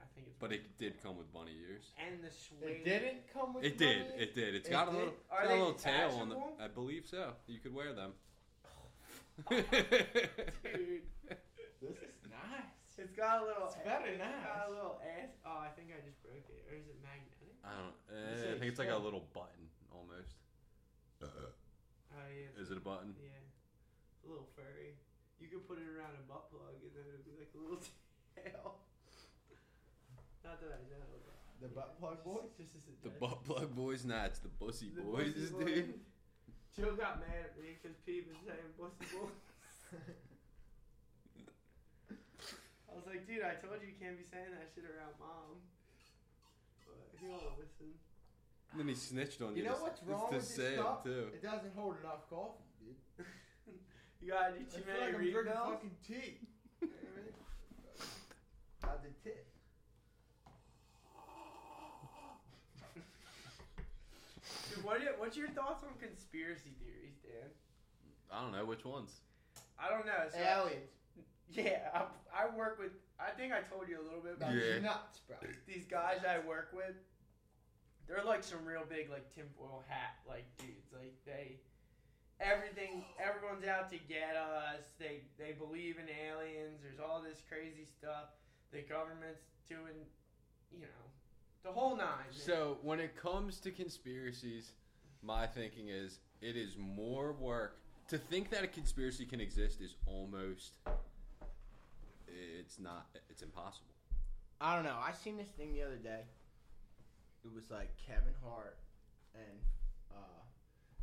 [SPEAKER 1] I think it's.
[SPEAKER 2] But it did come with bunny ears.
[SPEAKER 1] and the suede.
[SPEAKER 3] It didn't come with
[SPEAKER 2] It did.
[SPEAKER 3] money?
[SPEAKER 2] It did. It's
[SPEAKER 3] It
[SPEAKER 2] got a
[SPEAKER 3] did?
[SPEAKER 2] little, it's
[SPEAKER 1] Are
[SPEAKER 2] got a
[SPEAKER 1] they
[SPEAKER 2] little tail on the.
[SPEAKER 1] detachable?
[SPEAKER 2] I believe so. You could wear them.
[SPEAKER 1] Dude,
[SPEAKER 3] This is nice.
[SPEAKER 1] it's got a little.
[SPEAKER 3] It's
[SPEAKER 1] it's
[SPEAKER 3] very
[SPEAKER 1] Got a
[SPEAKER 3] nice.
[SPEAKER 1] little ass. Oh, I think I just broke it. Or is it magnetic?
[SPEAKER 2] I don't.
[SPEAKER 3] It's
[SPEAKER 2] eh, I
[SPEAKER 3] a
[SPEAKER 2] think it's like a
[SPEAKER 3] chair.
[SPEAKER 2] little button almost.
[SPEAKER 1] Oh yeah.
[SPEAKER 2] Is it a button?
[SPEAKER 1] Yeah. It's a little furry. You could put it around a butt plug, and then it'd be like a little tail. Not that I know. But
[SPEAKER 3] The butt plug boy?
[SPEAKER 1] Just, just as a
[SPEAKER 2] The
[SPEAKER 1] joke.
[SPEAKER 2] butt plug boys, nah, it's the bussy
[SPEAKER 1] The
[SPEAKER 2] boys,
[SPEAKER 1] Bussy
[SPEAKER 2] dude.
[SPEAKER 1] Boys. Joe got mad at me because Pete was saying "bussy boy." I was like, dude, I told you you can't be saying that shit around mom. But he won't listen.
[SPEAKER 2] And then he snitched on you.
[SPEAKER 3] You know
[SPEAKER 2] to-
[SPEAKER 3] what's
[SPEAKER 2] to
[SPEAKER 3] wrong with
[SPEAKER 2] say
[SPEAKER 3] this
[SPEAKER 2] it,
[SPEAKER 3] stuff?
[SPEAKER 2] too.
[SPEAKER 3] It doesn't hold enough coffee, dude.
[SPEAKER 1] You gotta do too
[SPEAKER 3] I feel
[SPEAKER 1] many
[SPEAKER 3] like I'm drinking
[SPEAKER 1] refills.
[SPEAKER 3] fucking tea. Out the tip.
[SPEAKER 1] Dude, what are, what's your thoughts on conspiracy theories, Dan?
[SPEAKER 2] I don't know which ones.
[SPEAKER 1] I don't know. So I-
[SPEAKER 3] Aliens.
[SPEAKER 1] yeah, I, I work with. I think I told you a little bit about
[SPEAKER 3] That's
[SPEAKER 2] Yeah.
[SPEAKER 3] nuts, bro.
[SPEAKER 1] these guys I work with, they're like some real big like tinfoil hat like dudes. Like they, everything, everyone's out to get us. They they believe in aliens. There's all this crazy stuff. The government's doing, you know, the whole nine. man.
[SPEAKER 2] So when it comes to conspiracies, my thinking is it is more work to think that a conspiracy can exist is almost it's not it's impossible.
[SPEAKER 3] I don't know. I seen this thing the other day. It was like Kevin Hart and uh,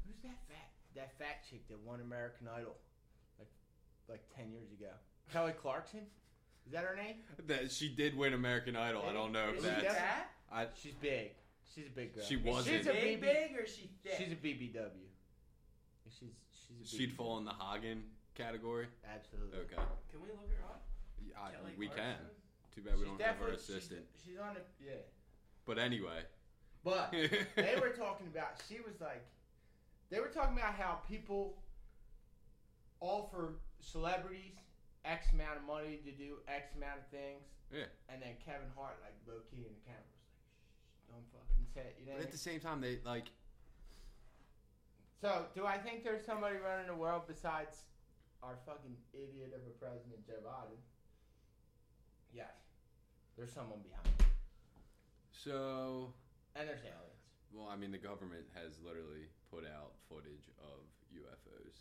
[SPEAKER 3] who's that fat that fat chick that won American Idol like like ten years ago? Kelly Clarkson. Is that her name?
[SPEAKER 2] That she did win American Idol. I don't know
[SPEAKER 1] Is
[SPEAKER 2] if
[SPEAKER 1] she
[SPEAKER 3] that's-
[SPEAKER 2] that
[SPEAKER 1] fat?
[SPEAKER 2] I
[SPEAKER 3] She's big. She's a big girl.
[SPEAKER 2] she
[SPEAKER 3] She's
[SPEAKER 1] She's
[SPEAKER 2] wasn't.
[SPEAKER 1] a
[SPEAKER 3] She's a
[SPEAKER 1] big,
[SPEAKER 3] BB
[SPEAKER 1] big, or is she thick?
[SPEAKER 3] a BBW. She's she's. A
[SPEAKER 2] She'd
[SPEAKER 3] BBW.
[SPEAKER 2] fall in the Hagen category.
[SPEAKER 3] Absolutely.
[SPEAKER 2] Okay,
[SPEAKER 1] Can we look her up?
[SPEAKER 2] I,
[SPEAKER 1] Kelly
[SPEAKER 2] we can.
[SPEAKER 1] Clarkson?
[SPEAKER 2] Too bad we
[SPEAKER 3] She's
[SPEAKER 2] don't have her
[SPEAKER 3] definitely-
[SPEAKER 2] assistant.
[SPEAKER 3] She's, she's on the yeah.
[SPEAKER 2] But anyway,
[SPEAKER 3] But they were talking about she was like they were talking about how people offer celebrities X amount of money to do X amount of things.
[SPEAKER 2] Yeah.
[SPEAKER 3] And then Kevin Hart, like low key in the camera, was like, Shh, "Don't fucking say it." You know.
[SPEAKER 2] But
[SPEAKER 3] what I
[SPEAKER 2] at the same time, they like
[SPEAKER 3] So, do I think there's somebody running the world besides our fucking idiot of a president, Joe Biden? Yes. There's someone behind. him.
[SPEAKER 2] so.
[SPEAKER 3] And there's aliens.
[SPEAKER 2] Well, I mean, the government has literally put out footage of UFOs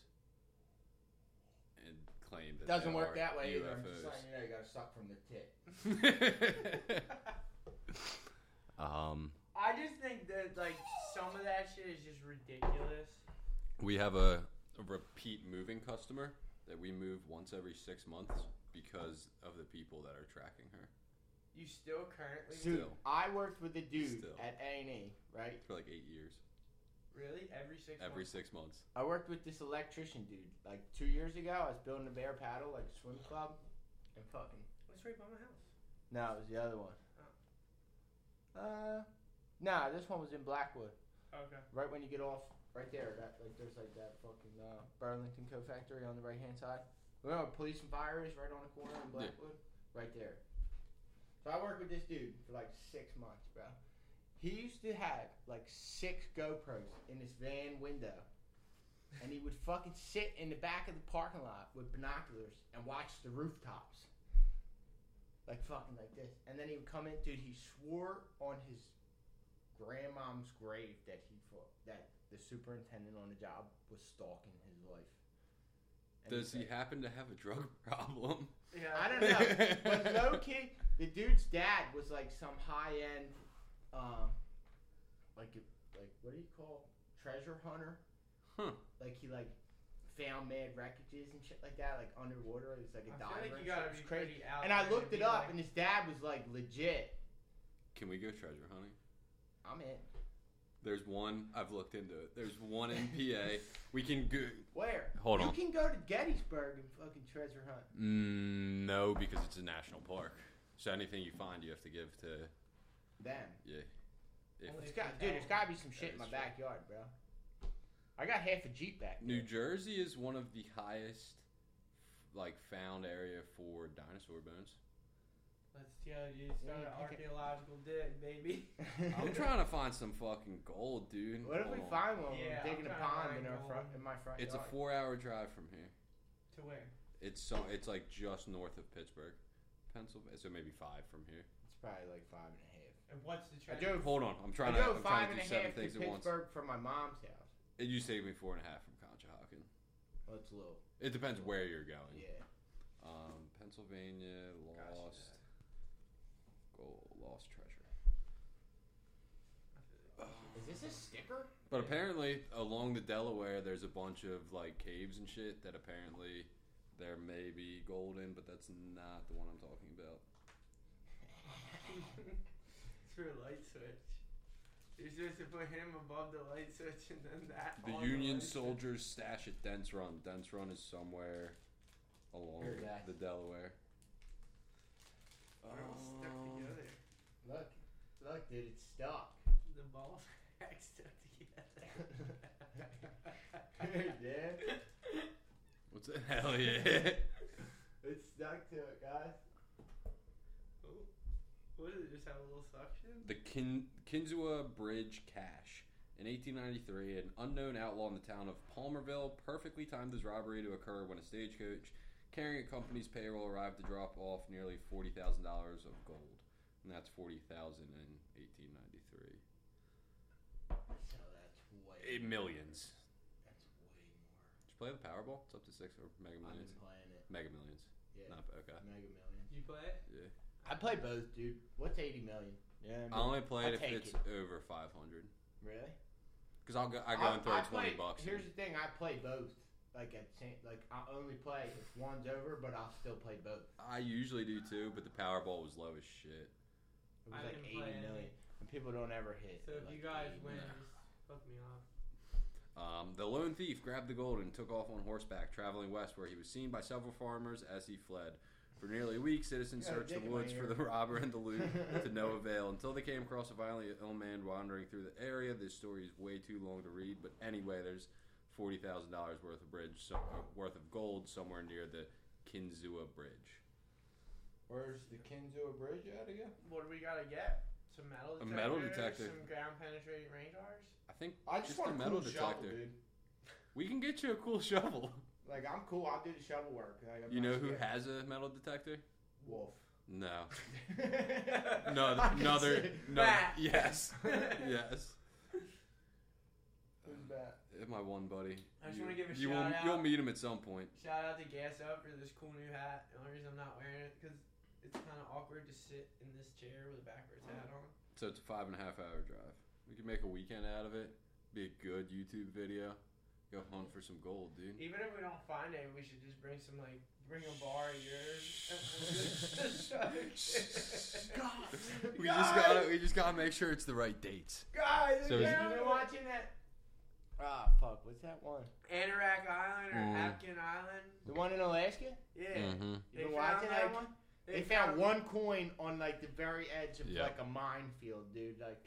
[SPEAKER 2] and claimed that
[SPEAKER 3] Doesn't
[SPEAKER 2] they
[SPEAKER 3] work
[SPEAKER 2] are
[SPEAKER 3] that way either. I'm just
[SPEAKER 2] UFOs.
[SPEAKER 3] saying, you know, you gotta suck from the tit.
[SPEAKER 2] um,
[SPEAKER 1] I just think that like some of that shit is just ridiculous.
[SPEAKER 2] we have a, a repeat moving customer that we move once every six months because of the people that are tracking her
[SPEAKER 1] You still currently
[SPEAKER 2] Still.
[SPEAKER 3] Dude, I worked with a dude
[SPEAKER 2] Still.
[SPEAKER 3] at A&E, right?
[SPEAKER 2] for like eight years,
[SPEAKER 1] really every six
[SPEAKER 2] every
[SPEAKER 1] months?
[SPEAKER 2] six months.
[SPEAKER 3] I worked with this electrician dude like two years ago. I was building a bear paddle, like swim club, and fucking.
[SPEAKER 1] That's right by my house.
[SPEAKER 3] No, it was the other one. Uh, no, this one was in Blackwood.
[SPEAKER 1] Okay.
[SPEAKER 3] Right when you get off, right there, that like there's like that fucking uh, Burlington Co Factory on the right hand side. Remember police and fire is right on the corner in
[SPEAKER 2] Yeah.
[SPEAKER 3] Blackwood, right there. So I worked with this dude for like six months, bro. He used to have like six GoPros in his van window, and he would fucking sit in the back of the parking lot with binoculars and watch the rooftops, like fucking like this. And then he would come in, dude. He swore on his grandmom's grave that he fu- that the superintendent on the job was stalking his wife. And
[SPEAKER 2] Does
[SPEAKER 3] he's
[SPEAKER 2] he happen to have a drug problem?
[SPEAKER 1] Yeah.
[SPEAKER 3] I don't know. But low key, the dude's dad was like some high end, um, like a- like what do you call treasure hunter?
[SPEAKER 2] Huh.
[SPEAKER 3] Like he like found mad wreckages and shit like that, like underwater. He was like a
[SPEAKER 1] I
[SPEAKER 3] diver.
[SPEAKER 1] feel like you
[SPEAKER 3] and
[SPEAKER 1] gotta
[SPEAKER 3] shit. It
[SPEAKER 1] be
[SPEAKER 3] was crazy.
[SPEAKER 1] pretty out.
[SPEAKER 3] And I
[SPEAKER 1] there to
[SPEAKER 3] looked it
[SPEAKER 1] be
[SPEAKER 3] up,
[SPEAKER 1] like-
[SPEAKER 3] and his dad was like legit.
[SPEAKER 2] Can we go treasure hunting?
[SPEAKER 3] I'm in.
[SPEAKER 2] There's one. I've looked into it. There's one in PA. We can go.
[SPEAKER 3] Where?
[SPEAKER 2] Hold
[SPEAKER 3] you
[SPEAKER 2] on.
[SPEAKER 3] can go to Gettysburg and fucking treasure hunt.
[SPEAKER 2] Mm, no, because it's a national park. So anything you find, you have to give to.
[SPEAKER 3] Them.
[SPEAKER 2] Yeah. If
[SPEAKER 1] Only-
[SPEAKER 3] It's got, dude, there's gotta be some shit in
[SPEAKER 2] is
[SPEAKER 3] my
[SPEAKER 2] true.
[SPEAKER 3] backyard, bro. I got half a Jeep back.
[SPEAKER 2] New
[SPEAKER 3] there.
[SPEAKER 2] Jersey is one of the highest, like, found area for dinosaur bones.
[SPEAKER 1] Let's go. You just done an
[SPEAKER 3] Yeah, okay.
[SPEAKER 1] archaeological dig, baby.
[SPEAKER 2] I'm trying to find some fucking gold, dude.
[SPEAKER 3] What if we
[SPEAKER 2] Hold on.
[SPEAKER 3] find one?
[SPEAKER 1] Yeah,
[SPEAKER 3] we're
[SPEAKER 1] I'm
[SPEAKER 3] digging a
[SPEAKER 1] trying to
[SPEAKER 3] pond
[SPEAKER 1] find
[SPEAKER 3] in our
[SPEAKER 1] gold.
[SPEAKER 3] front in my front
[SPEAKER 2] Oh. It's a
[SPEAKER 3] yard.
[SPEAKER 2] four-hour drive from here.
[SPEAKER 1] to where?
[SPEAKER 2] It's so. It's like just north of Pittsburgh, Pennsylvania. So maybe five from here.
[SPEAKER 3] it's probably like five and a half.
[SPEAKER 1] And what's the
[SPEAKER 3] I
[SPEAKER 1] treasure?
[SPEAKER 3] drove.
[SPEAKER 2] Hold on, I'm
[SPEAKER 3] I
[SPEAKER 2] trying to. I'm
[SPEAKER 3] drove five
[SPEAKER 2] trying to do
[SPEAKER 3] and a
[SPEAKER 2] seven
[SPEAKER 3] half to
[SPEAKER 2] things at once.
[SPEAKER 3] Pittsburgh from my mom's house.
[SPEAKER 2] It used to take me four and a half from Conshohocken. Oh,
[SPEAKER 3] Well, it's a little.
[SPEAKER 2] It depends where you're going.
[SPEAKER 3] Yeah.
[SPEAKER 2] Um, Pennsylvania
[SPEAKER 3] Gotcha.
[SPEAKER 2] lost gold, lost treasure.
[SPEAKER 3] Is this a sticker?
[SPEAKER 2] But apparently, along the Delaware, there's a bunch of like caves and shit that apparently there may be gold in, but that's not the one I'm talking about.
[SPEAKER 1] it's for a light switch. You're supposed to put him above the light switch and then that.
[SPEAKER 3] Oh,
[SPEAKER 1] on
[SPEAKER 2] The Union
[SPEAKER 1] light switch.
[SPEAKER 2] soldiers stash at Dents Run. Dents Run is somewhere along
[SPEAKER 3] Heard that.
[SPEAKER 2] the Delaware.
[SPEAKER 1] They're all stuck
[SPEAKER 2] Um,
[SPEAKER 1] together.
[SPEAKER 3] Look, look, dude, it's stuck.
[SPEAKER 1] The ball sack's stuck together.
[SPEAKER 3] Dude, yeah.
[SPEAKER 2] What's it? Hell yeah!
[SPEAKER 3] It's stuck to it, guys.
[SPEAKER 1] Oh, what did it just have a little suction?
[SPEAKER 2] the Kin- Kinzua Bridge Cache. In 1893, an unknown outlaw in the town of Palmerville perfectly timed his robbery to occur when a stagecoach carrying a company's payroll arrived to drop off nearly $40,000 of gold. And that's 40000 in 1893.
[SPEAKER 3] So that's way.
[SPEAKER 2] Eight millions.
[SPEAKER 3] That's way more.
[SPEAKER 2] Did you play the Powerball? It's up to six or Mega
[SPEAKER 3] I've
[SPEAKER 2] Millions.
[SPEAKER 3] been playing it.
[SPEAKER 2] Mega Millions.
[SPEAKER 3] Yeah.
[SPEAKER 2] Not okay.
[SPEAKER 3] Mega Million.
[SPEAKER 1] You play it?
[SPEAKER 2] Yeah.
[SPEAKER 3] I play both, dude. What's eighty million? Yeah.
[SPEAKER 2] I only play
[SPEAKER 3] I'll
[SPEAKER 2] it if it's
[SPEAKER 3] take it.
[SPEAKER 2] over 500.
[SPEAKER 3] really?
[SPEAKER 2] Because I'll go, I go and throw 20
[SPEAKER 3] play-
[SPEAKER 2] bucks. in.
[SPEAKER 3] Here's the thing: I play both. Like at same, like I only play if one's over, but I'll still play both.
[SPEAKER 2] I usually do too, but the Powerball was low as shit.
[SPEAKER 3] It
[SPEAKER 1] I
[SPEAKER 3] was like
[SPEAKER 1] didn't
[SPEAKER 3] eighty
[SPEAKER 1] play any.
[SPEAKER 3] million, and people don't ever hit.
[SPEAKER 1] So if
[SPEAKER 3] like
[SPEAKER 1] you guys
[SPEAKER 3] 80
[SPEAKER 1] win,
[SPEAKER 3] million.
[SPEAKER 1] just fuck me off.
[SPEAKER 2] Um, the lone thief grabbed the gold and took off on horseback, traveling west, where he was seen by several farmers as he fled. For nearly a week, citizens
[SPEAKER 3] Yeah,
[SPEAKER 2] searched the
[SPEAKER 3] dick in my
[SPEAKER 2] woods for
[SPEAKER 3] ear.
[SPEAKER 2] the robber and the loot to no avail until they came across a violently ill man wandering through the area. This story is way too long to read, but anyway, there's forty thousand dollars worth of bridge, so, uh, worth of gold somewhere near the Kinzua Bridge.
[SPEAKER 3] Where's the Kinzua Bridge at again?
[SPEAKER 1] What do we gotta get? Some metal
[SPEAKER 2] A
[SPEAKER 1] detectors,
[SPEAKER 2] metal detector.
[SPEAKER 1] some ground penetrating radars.
[SPEAKER 2] I think
[SPEAKER 3] I just,
[SPEAKER 2] Just
[SPEAKER 3] want
[SPEAKER 2] a
[SPEAKER 3] a
[SPEAKER 2] metal
[SPEAKER 3] cool
[SPEAKER 2] detector.
[SPEAKER 3] shovel, dude.
[SPEAKER 2] we can get you a cool shovel.
[SPEAKER 3] Like I'm cool. I'll do the shovel work. Like, I'm
[SPEAKER 2] You
[SPEAKER 3] not
[SPEAKER 2] know who
[SPEAKER 3] scared.
[SPEAKER 2] has a metal detector?
[SPEAKER 3] Wolf.
[SPEAKER 2] No. No,
[SPEAKER 3] I can
[SPEAKER 2] another.
[SPEAKER 3] see.
[SPEAKER 2] No.
[SPEAKER 1] Bat.
[SPEAKER 2] Yes. yes.
[SPEAKER 3] Who's that?
[SPEAKER 2] Uh, My one buddy.
[SPEAKER 1] I just
[SPEAKER 2] You-
[SPEAKER 1] wanna give a
[SPEAKER 2] you will,
[SPEAKER 1] shout
[SPEAKER 2] You'll
[SPEAKER 1] out.
[SPEAKER 2] meet him at some point.
[SPEAKER 1] Shout out to Gas Up for this cool new hat. The only reason I'm not wearing it because it's kind of awkward to sit in this chair with a backwards hat on.
[SPEAKER 2] So it's a five and a half hour drive. We could make a weekend out of it. Be a good YouTube video. Go hunt for some gold, dude.
[SPEAKER 1] Even if we don't find any, we should just bring some like bring a bar of yours. And we'll just show it.
[SPEAKER 3] God.
[SPEAKER 2] We just
[SPEAKER 1] Guys!
[SPEAKER 2] gotta. We just gotta make sure it's the right dates.
[SPEAKER 1] Guys,
[SPEAKER 2] So
[SPEAKER 1] have
[SPEAKER 2] is-
[SPEAKER 1] you been watching that
[SPEAKER 3] Ah, fuck. What's that one?
[SPEAKER 1] Anorak Island or
[SPEAKER 2] Mm.
[SPEAKER 1] Apkin Island?
[SPEAKER 3] The one in Alaska?
[SPEAKER 1] Yeah.
[SPEAKER 2] Mm-hmm.
[SPEAKER 3] You
[SPEAKER 1] They found
[SPEAKER 3] been watching
[SPEAKER 1] that
[SPEAKER 3] that
[SPEAKER 1] one?
[SPEAKER 3] one? They, found one coin on like the very edge of
[SPEAKER 2] Yeah.
[SPEAKER 3] like a minefield, dude. Like,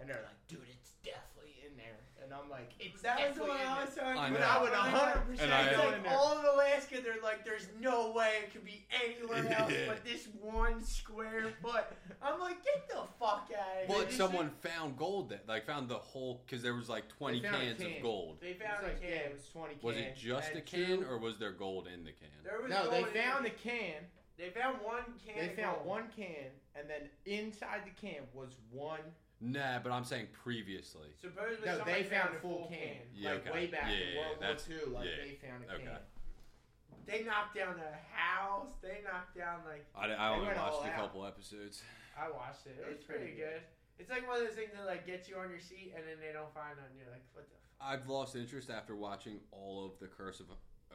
[SPEAKER 3] and they're like, dude, it's definitely in there. And I'm like, it's
[SPEAKER 1] That was the
[SPEAKER 3] definitely
[SPEAKER 1] one
[SPEAKER 3] in
[SPEAKER 1] I
[SPEAKER 3] there.
[SPEAKER 1] was talking
[SPEAKER 2] I
[SPEAKER 1] about.
[SPEAKER 2] know.
[SPEAKER 3] But I would
[SPEAKER 1] When they
[SPEAKER 3] 100
[SPEAKER 1] went-
[SPEAKER 3] percent
[SPEAKER 2] And I-
[SPEAKER 1] it's
[SPEAKER 3] go
[SPEAKER 1] like
[SPEAKER 3] in there.
[SPEAKER 1] all of Alaska, they're like, there's no way it could be anywhere else but this one square foot. I'm like, get the fuck out of here.
[SPEAKER 2] Well,
[SPEAKER 1] This
[SPEAKER 2] someone found gold that like found the whole because there was like twenty
[SPEAKER 3] They found a
[SPEAKER 2] cans of
[SPEAKER 3] can.
[SPEAKER 2] gold.
[SPEAKER 1] is- they
[SPEAKER 3] It was
[SPEAKER 1] found a
[SPEAKER 3] like, yeah,
[SPEAKER 1] can.
[SPEAKER 3] it was 20
[SPEAKER 2] Was
[SPEAKER 3] can.
[SPEAKER 2] it just
[SPEAKER 1] had
[SPEAKER 2] a can
[SPEAKER 1] two.
[SPEAKER 2] or was there gold in the can?
[SPEAKER 1] There was
[SPEAKER 3] No, they
[SPEAKER 1] gold in
[SPEAKER 3] found
[SPEAKER 1] it.
[SPEAKER 3] the can.
[SPEAKER 1] They found one can.
[SPEAKER 3] They
[SPEAKER 1] of
[SPEAKER 3] found
[SPEAKER 1] gold.
[SPEAKER 3] one can, and then inside the can was one.
[SPEAKER 2] Nah, but I'm saying previously.
[SPEAKER 1] Supposedly,
[SPEAKER 3] No,
[SPEAKER 1] somebody
[SPEAKER 3] they found
[SPEAKER 1] a
[SPEAKER 3] a full can.
[SPEAKER 2] Yeah,
[SPEAKER 3] like
[SPEAKER 2] okay.
[SPEAKER 3] way back
[SPEAKER 2] Yeah,
[SPEAKER 3] in World
[SPEAKER 2] that's-
[SPEAKER 3] War II, like
[SPEAKER 2] yeah.
[SPEAKER 3] they found a
[SPEAKER 2] Okay.
[SPEAKER 3] can.
[SPEAKER 1] They knocked down a house. They knocked down like
[SPEAKER 2] I, I only
[SPEAKER 3] went all
[SPEAKER 2] watched a
[SPEAKER 3] out.
[SPEAKER 2] couple episodes.
[SPEAKER 1] I watched it. It was pretty good. It's like one of those things that like gets you on your seat and then they don't find nothing. You're like, what the. F-?
[SPEAKER 2] I've lost interest after watching all of the Curse of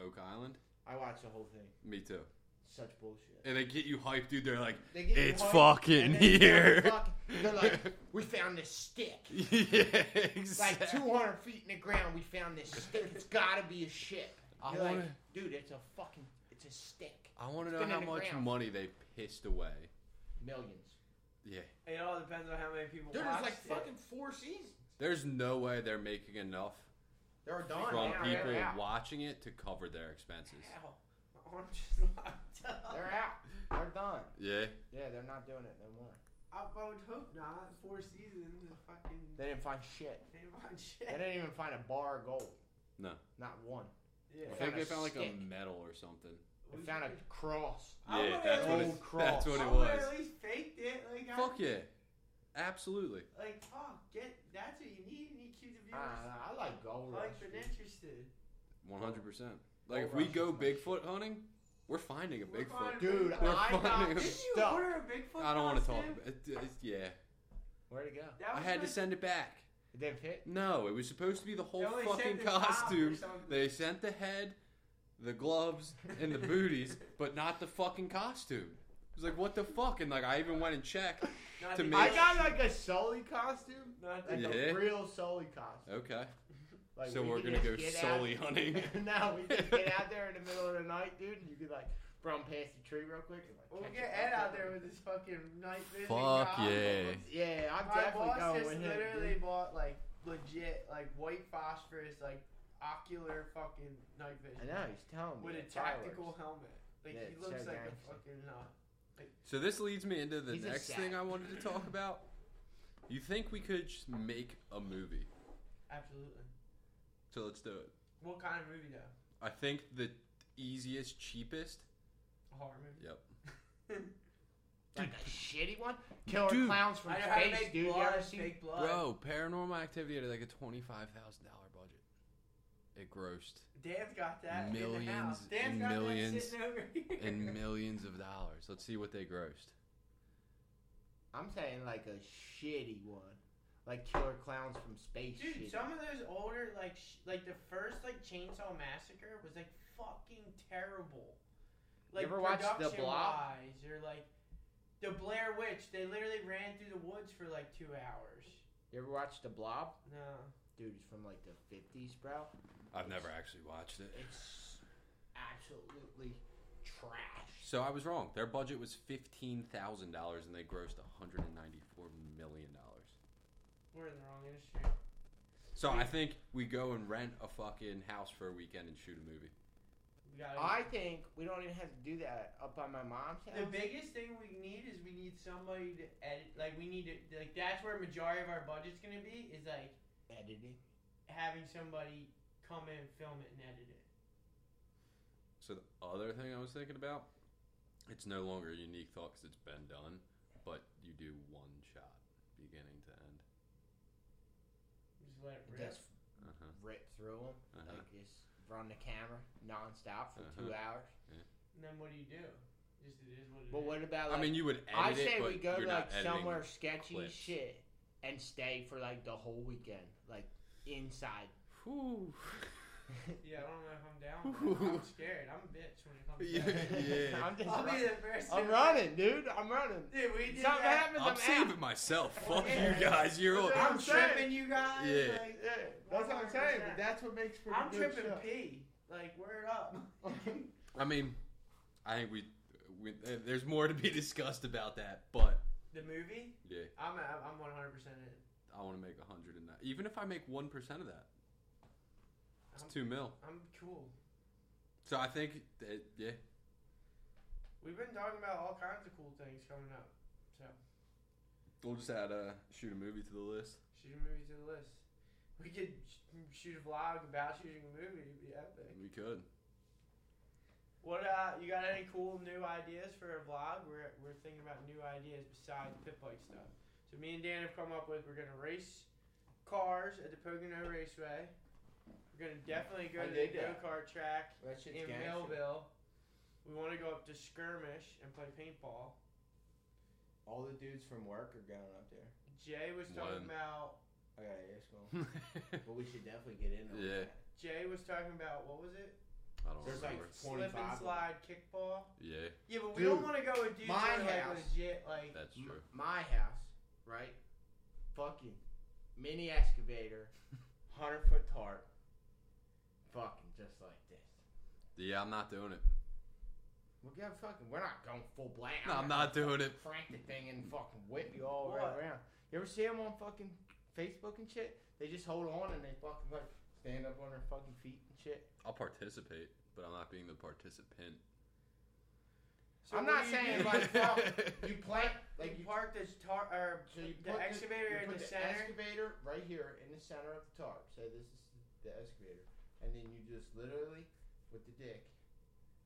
[SPEAKER 2] Oak Island.
[SPEAKER 3] I watched the whole thing.
[SPEAKER 2] Me too.
[SPEAKER 3] Such bullshit.
[SPEAKER 2] And they get you hyped, dude. They're like,
[SPEAKER 3] They get you
[SPEAKER 2] It's
[SPEAKER 3] hyped,
[SPEAKER 2] fucking
[SPEAKER 3] and then they
[SPEAKER 2] here.
[SPEAKER 3] fucking- they're like, we found this stick.
[SPEAKER 2] yeah,
[SPEAKER 3] Like
[SPEAKER 2] exactly.
[SPEAKER 3] 200 feet in the ground, we found this stick. It's gotta be a ship.
[SPEAKER 2] I
[SPEAKER 3] You're like,
[SPEAKER 2] wanna-
[SPEAKER 3] dude, it's a fucking, it's a stick.
[SPEAKER 2] I want to
[SPEAKER 3] It's
[SPEAKER 2] know
[SPEAKER 3] been
[SPEAKER 2] how
[SPEAKER 3] in the
[SPEAKER 2] much
[SPEAKER 3] ground.
[SPEAKER 2] money they pissed away.
[SPEAKER 3] Millions.
[SPEAKER 2] Yeah,
[SPEAKER 1] It all depends on how many people
[SPEAKER 3] Dude,
[SPEAKER 1] watched
[SPEAKER 3] there's like
[SPEAKER 1] it.
[SPEAKER 3] fucking four seasons.
[SPEAKER 2] there's no way they're making enough
[SPEAKER 3] They're
[SPEAKER 1] Gone
[SPEAKER 2] from
[SPEAKER 3] done.
[SPEAKER 1] now,
[SPEAKER 2] people
[SPEAKER 3] They're out.
[SPEAKER 2] watching it to cover their expenses.
[SPEAKER 1] Ow. My arm just locked up.
[SPEAKER 3] They're out. They're done.
[SPEAKER 2] Yeah,
[SPEAKER 3] Yeah, they're not doing it no more.
[SPEAKER 1] I would hope not. Four seasons of fucking
[SPEAKER 3] They didn't find shit.
[SPEAKER 1] name on
[SPEAKER 3] They
[SPEAKER 1] shit.
[SPEAKER 3] didn't even find a bar of gold.
[SPEAKER 2] No.
[SPEAKER 3] Not one.
[SPEAKER 2] I
[SPEAKER 1] Yeah.
[SPEAKER 2] think
[SPEAKER 3] found
[SPEAKER 2] they
[SPEAKER 3] a
[SPEAKER 2] found like a
[SPEAKER 3] stick.
[SPEAKER 2] medal or something.
[SPEAKER 3] They found a cross.
[SPEAKER 1] I
[SPEAKER 2] yeah,
[SPEAKER 1] wanna
[SPEAKER 2] that's
[SPEAKER 1] at
[SPEAKER 2] what,
[SPEAKER 1] least-
[SPEAKER 2] it,
[SPEAKER 3] Gold
[SPEAKER 2] that's
[SPEAKER 3] cross.
[SPEAKER 2] what
[SPEAKER 1] I
[SPEAKER 2] it
[SPEAKER 1] would've
[SPEAKER 2] was.
[SPEAKER 1] at least faked it. Like,
[SPEAKER 2] Fuck
[SPEAKER 1] I,
[SPEAKER 2] yeah, absolutely.
[SPEAKER 1] like, fuck, get that's what you need. You need to keep the
[SPEAKER 3] I,
[SPEAKER 1] viewers
[SPEAKER 3] I like gold.
[SPEAKER 1] liked
[SPEAKER 3] rush,
[SPEAKER 1] and
[SPEAKER 3] dude.
[SPEAKER 1] interested.
[SPEAKER 2] One hundred percent. Like
[SPEAKER 3] Gold
[SPEAKER 2] if we
[SPEAKER 3] rush
[SPEAKER 2] go
[SPEAKER 3] is my shit.
[SPEAKER 2] Bigfoot hunting, we're finding a
[SPEAKER 1] We're
[SPEAKER 2] Bigfoot.
[SPEAKER 1] finding-
[SPEAKER 3] Dude,
[SPEAKER 1] We're
[SPEAKER 3] I
[SPEAKER 2] finding
[SPEAKER 3] got
[SPEAKER 2] a-
[SPEAKER 1] Did you
[SPEAKER 3] stuck.
[SPEAKER 1] order a Bigfoot?
[SPEAKER 2] I don't want to talk.
[SPEAKER 1] costume?
[SPEAKER 2] About it. It's- Yeah,
[SPEAKER 3] Where'd it go?
[SPEAKER 1] That
[SPEAKER 2] I
[SPEAKER 1] was
[SPEAKER 2] had to
[SPEAKER 1] supposed-
[SPEAKER 2] send it back.
[SPEAKER 3] It didn't fit.
[SPEAKER 2] No, it was supposed to be the
[SPEAKER 1] they
[SPEAKER 2] whole
[SPEAKER 1] only sent
[SPEAKER 2] fucking
[SPEAKER 1] the top or
[SPEAKER 2] costume.
[SPEAKER 1] something.
[SPEAKER 2] They sent the head, the gloves, and the booties, but not the fucking costume. It was like, what the fuck? And like, I even went and checked.
[SPEAKER 1] Not
[SPEAKER 2] to
[SPEAKER 1] the-
[SPEAKER 2] me-
[SPEAKER 3] I got like a Sully costume.
[SPEAKER 1] Not the-
[SPEAKER 3] Like
[SPEAKER 2] Yeah.
[SPEAKER 3] a real Sully costume.
[SPEAKER 2] Okay,
[SPEAKER 3] Like
[SPEAKER 2] so
[SPEAKER 3] we
[SPEAKER 2] we're
[SPEAKER 3] could
[SPEAKER 2] gonna go
[SPEAKER 3] just get
[SPEAKER 2] solely
[SPEAKER 3] out-
[SPEAKER 2] hunting.
[SPEAKER 3] no, we could get out there in the middle of the night, dude, and you could like run past the tree real quick. And, like,
[SPEAKER 1] We'll
[SPEAKER 3] catch
[SPEAKER 1] get
[SPEAKER 3] it.
[SPEAKER 1] Ed out there with his fucking night vision.
[SPEAKER 2] Fuck
[SPEAKER 1] goggles.
[SPEAKER 2] yeah.
[SPEAKER 3] Yeah, I'm
[SPEAKER 1] My
[SPEAKER 3] definitely
[SPEAKER 1] boss
[SPEAKER 3] going
[SPEAKER 1] just
[SPEAKER 3] with him.
[SPEAKER 1] literally
[SPEAKER 3] dude.
[SPEAKER 1] bought like legit like white phosphorus like ocular fucking night
[SPEAKER 3] I
[SPEAKER 1] vision
[SPEAKER 3] know he's telling me
[SPEAKER 1] with a
[SPEAKER 3] it's fireworks.
[SPEAKER 1] tactical helmet. Like
[SPEAKER 3] Yeah,
[SPEAKER 1] he
[SPEAKER 3] it's
[SPEAKER 1] looks
[SPEAKER 3] so
[SPEAKER 1] like
[SPEAKER 3] gangster.
[SPEAKER 1] a fucking nut.
[SPEAKER 2] So this leads me into the
[SPEAKER 3] He's a
[SPEAKER 2] next
[SPEAKER 3] sap.
[SPEAKER 2] thing I wanted to talk about. You think we could just make a movie?
[SPEAKER 1] Absolutely.
[SPEAKER 2] So let's do it.
[SPEAKER 1] What kind of movie though?
[SPEAKER 2] I think the easiest, cheapest.
[SPEAKER 1] A horror movie.
[SPEAKER 2] Yep.
[SPEAKER 3] Like a shitty one? Killer
[SPEAKER 2] Dude.
[SPEAKER 3] clowns from
[SPEAKER 1] I know how to
[SPEAKER 3] space,
[SPEAKER 1] make
[SPEAKER 3] dude. You
[SPEAKER 1] blood.
[SPEAKER 3] ever seen?
[SPEAKER 1] Fake blood.
[SPEAKER 2] Bro, Paranormal Activity had like a twenty-five thousand dollar budget. It grossed
[SPEAKER 1] Dan's got that. in the house.
[SPEAKER 2] Millions and
[SPEAKER 1] Dan's got
[SPEAKER 2] millions
[SPEAKER 1] that sitting over here.
[SPEAKER 2] and millions of dollars. Let's see what they grossed.
[SPEAKER 3] I'm saying like a shitty one. Like killer clowns from space
[SPEAKER 1] Dude,
[SPEAKER 3] shitty.
[SPEAKER 1] some of those older like sh- like the first like Chainsaw Massacre was like fucking terrible.
[SPEAKER 3] You
[SPEAKER 1] Like
[SPEAKER 3] ever watch The
[SPEAKER 1] production
[SPEAKER 3] Blob?
[SPEAKER 1] wise, or like the Blair Witch, they literally ran through the woods for like two hours.
[SPEAKER 3] You ever watch The Blob?
[SPEAKER 1] No,
[SPEAKER 3] Dude, it's from like the 50s, bro.
[SPEAKER 2] I've never actually watched it.
[SPEAKER 3] It's absolutely trash.
[SPEAKER 2] So I was wrong. Their budget was fifteen thousand dollars, and they grossed one hundred and ninety-four million dollars.
[SPEAKER 1] we're in the wrong industry.
[SPEAKER 2] So I think we go and rent a fucking house for a weekend and shoot a movie.
[SPEAKER 1] We We gotta
[SPEAKER 3] I think we don't even have to do that up by my mom's house.
[SPEAKER 1] The biggest thing we need is we need somebody to edit. Like we need to like that's where majority of our budget's gonna be is like
[SPEAKER 3] Editing.
[SPEAKER 1] having somebody come in, film it, and edit it.
[SPEAKER 2] So the other thing I was thinking about, it's no longer a unique thought because it's been done, but you do one shot, beginning to end.
[SPEAKER 1] Just let it rip.
[SPEAKER 3] Just
[SPEAKER 2] Uh-huh.
[SPEAKER 3] rip through them.
[SPEAKER 2] Uh-huh.
[SPEAKER 3] Like just run the camera nonstop for two hours.
[SPEAKER 1] and then what do you do? Just it is what it is.
[SPEAKER 3] But what about? Like,
[SPEAKER 2] I mean, you would edit
[SPEAKER 3] I say
[SPEAKER 2] it, but
[SPEAKER 3] we go
[SPEAKER 2] you're
[SPEAKER 3] to
[SPEAKER 2] not
[SPEAKER 3] like
[SPEAKER 2] editing.
[SPEAKER 3] somewhere sketchy
[SPEAKER 2] clips.
[SPEAKER 3] shit and stay for like the whole weekend, like inside.
[SPEAKER 2] Whew.
[SPEAKER 1] Yeah, I don't know if I'm down. with it. I'm scared. I'm a bitch when it comes.
[SPEAKER 2] Yeah,
[SPEAKER 1] to that.
[SPEAKER 2] yeah.
[SPEAKER 3] I'm just.
[SPEAKER 1] I'll be
[SPEAKER 3] Run-
[SPEAKER 1] the first.
[SPEAKER 3] I'm
[SPEAKER 1] to-
[SPEAKER 3] running, dude. I'm running.
[SPEAKER 1] Dude, we did
[SPEAKER 3] Something
[SPEAKER 1] that.
[SPEAKER 3] happens. I'm,
[SPEAKER 2] I'm saving
[SPEAKER 3] out.
[SPEAKER 2] myself. Fuck
[SPEAKER 1] Yeah.
[SPEAKER 2] you guys. You're all.
[SPEAKER 1] I'm
[SPEAKER 3] I'm saying.
[SPEAKER 1] tripping you guys.
[SPEAKER 2] Yeah.
[SPEAKER 1] Like,
[SPEAKER 3] Yeah, that's what I'm saying. But that's what makes for a
[SPEAKER 1] I'm
[SPEAKER 3] good
[SPEAKER 1] tripping
[SPEAKER 3] show.
[SPEAKER 1] P. Like, word up.
[SPEAKER 2] I mean, I think we, we uh, there's more to be discussed about that, but
[SPEAKER 1] the movie?
[SPEAKER 2] yeah,
[SPEAKER 1] I'm I'm 100 percent in.
[SPEAKER 2] I want to make a hundred in that. Even if I make one percent of that, it's
[SPEAKER 3] Um,
[SPEAKER 1] I'm-
[SPEAKER 2] two mil.
[SPEAKER 1] I'm cool.
[SPEAKER 2] So I think, that, yeah,
[SPEAKER 1] We've been talking about all kinds of cool things coming up. So
[SPEAKER 2] we'll just add uh, shoot a movie to the list.
[SPEAKER 1] shoot a movie to the list. We could sh- shoot a vlog about shooting a movie. It'd be epic.
[SPEAKER 2] We could.
[SPEAKER 1] What uh, you got any cool new ideas for a vlog? We're we're thinking about new ideas besides pit bike stuff. So me and Dan have come up with we're gonna race cars at the Pocono Raceway. We're gonna definitely go to
[SPEAKER 3] I
[SPEAKER 1] the
[SPEAKER 3] dig
[SPEAKER 1] go
[SPEAKER 3] that.
[SPEAKER 1] kart track
[SPEAKER 3] That shit's
[SPEAKER 1] in
[SPEAKER 3] gangster.
[SPEAKER 1] Millville. We want to go up to Skirmish and play paintball.
[SPEAKER 3] All the dudes from work are going up there.
[SPEAKER 1] Jay was talking
[SPEAKER 2] One.
[SPEAKER 1] about
[SPEAKER 3] I got an school.
[SPEAKER 2] yeah,
[SPEAKER 3] But we should definitely get in on
[SPEAKER 2] Yeah.
[SPEAKER 3] that.
[SPEAKER 1] Jay was talking about what was it?
[SPEAKER 2] I don't
[SPEAKER 3] There's like
[SPEAKER 1] Slip
[SPEAKER 2] remember.
[SPEAKER 3] 25
[SPEAKER 1] and
[SPEAKER 3] of
[SPEAKER 1] slide kickball.
[SPEAKER 2] yeah,
[SPEAKER 1] Yeah, but we
[SPEAKER 3] Dude,
[SPEAKER 1] don't want to go with dudes
[SPEAKER 3] my
[SPEAKER 1] that are like
[SPEAKER 3] house.
[SPEAKER 1] legit like
[SPEAKER 2] that's
[SPEAKER 3] M-
[SPEAKER 2] true.
[SPEAKER 3] my house, right? Fucking mini excavator, hundred foot tarp. Fucking just like this.
[SPEAKER 2] Yeah, I'm not doing it.
[SPEAKER 3] We're gonna fucking. We're not going full blast.
[SPEAKER 2] No, I'm not doing it.
[SPEAKER 3] Crank the thing and fucking whip you all right
[SPEAKER 1] What?
[SPEAKER 3] around. You ever see them on fucking Facebook and shit? They just hold on and they fucking like stand up on their fucking feet and shit.
[SPEAKER 2] I'll participate, but I'm not being the participant.
[SPEAKER 1] So
[SPEAKER 3] I'm
[SPEAKER 1] what
[SPEAKER 3] not
[SPEAKER 1] do you
[SPEAKER 3] saying
[SPEAKER 1] do?
[SPEAKER 3] like fuck. You plant
[SPEAKER 1] Like
[SPEAKER 3] like
[SPEAKER 1] you
[SPEAKER 3] you
[SPEAKER 1] park this tar or
[SPEAKER 3] So you
[SPEAKER 1] the
[SPEAKER 3] put this-
[SPEAKER 1] excavator
[SPEAKER 3] you
[SPEAKER 1] in
[SPEAKER 3] put
[SPEAKER 1] the, center.
[SPEAKER 3] excavator right here in the center of the tarp. So this is the excavator, and then you just literally with the dick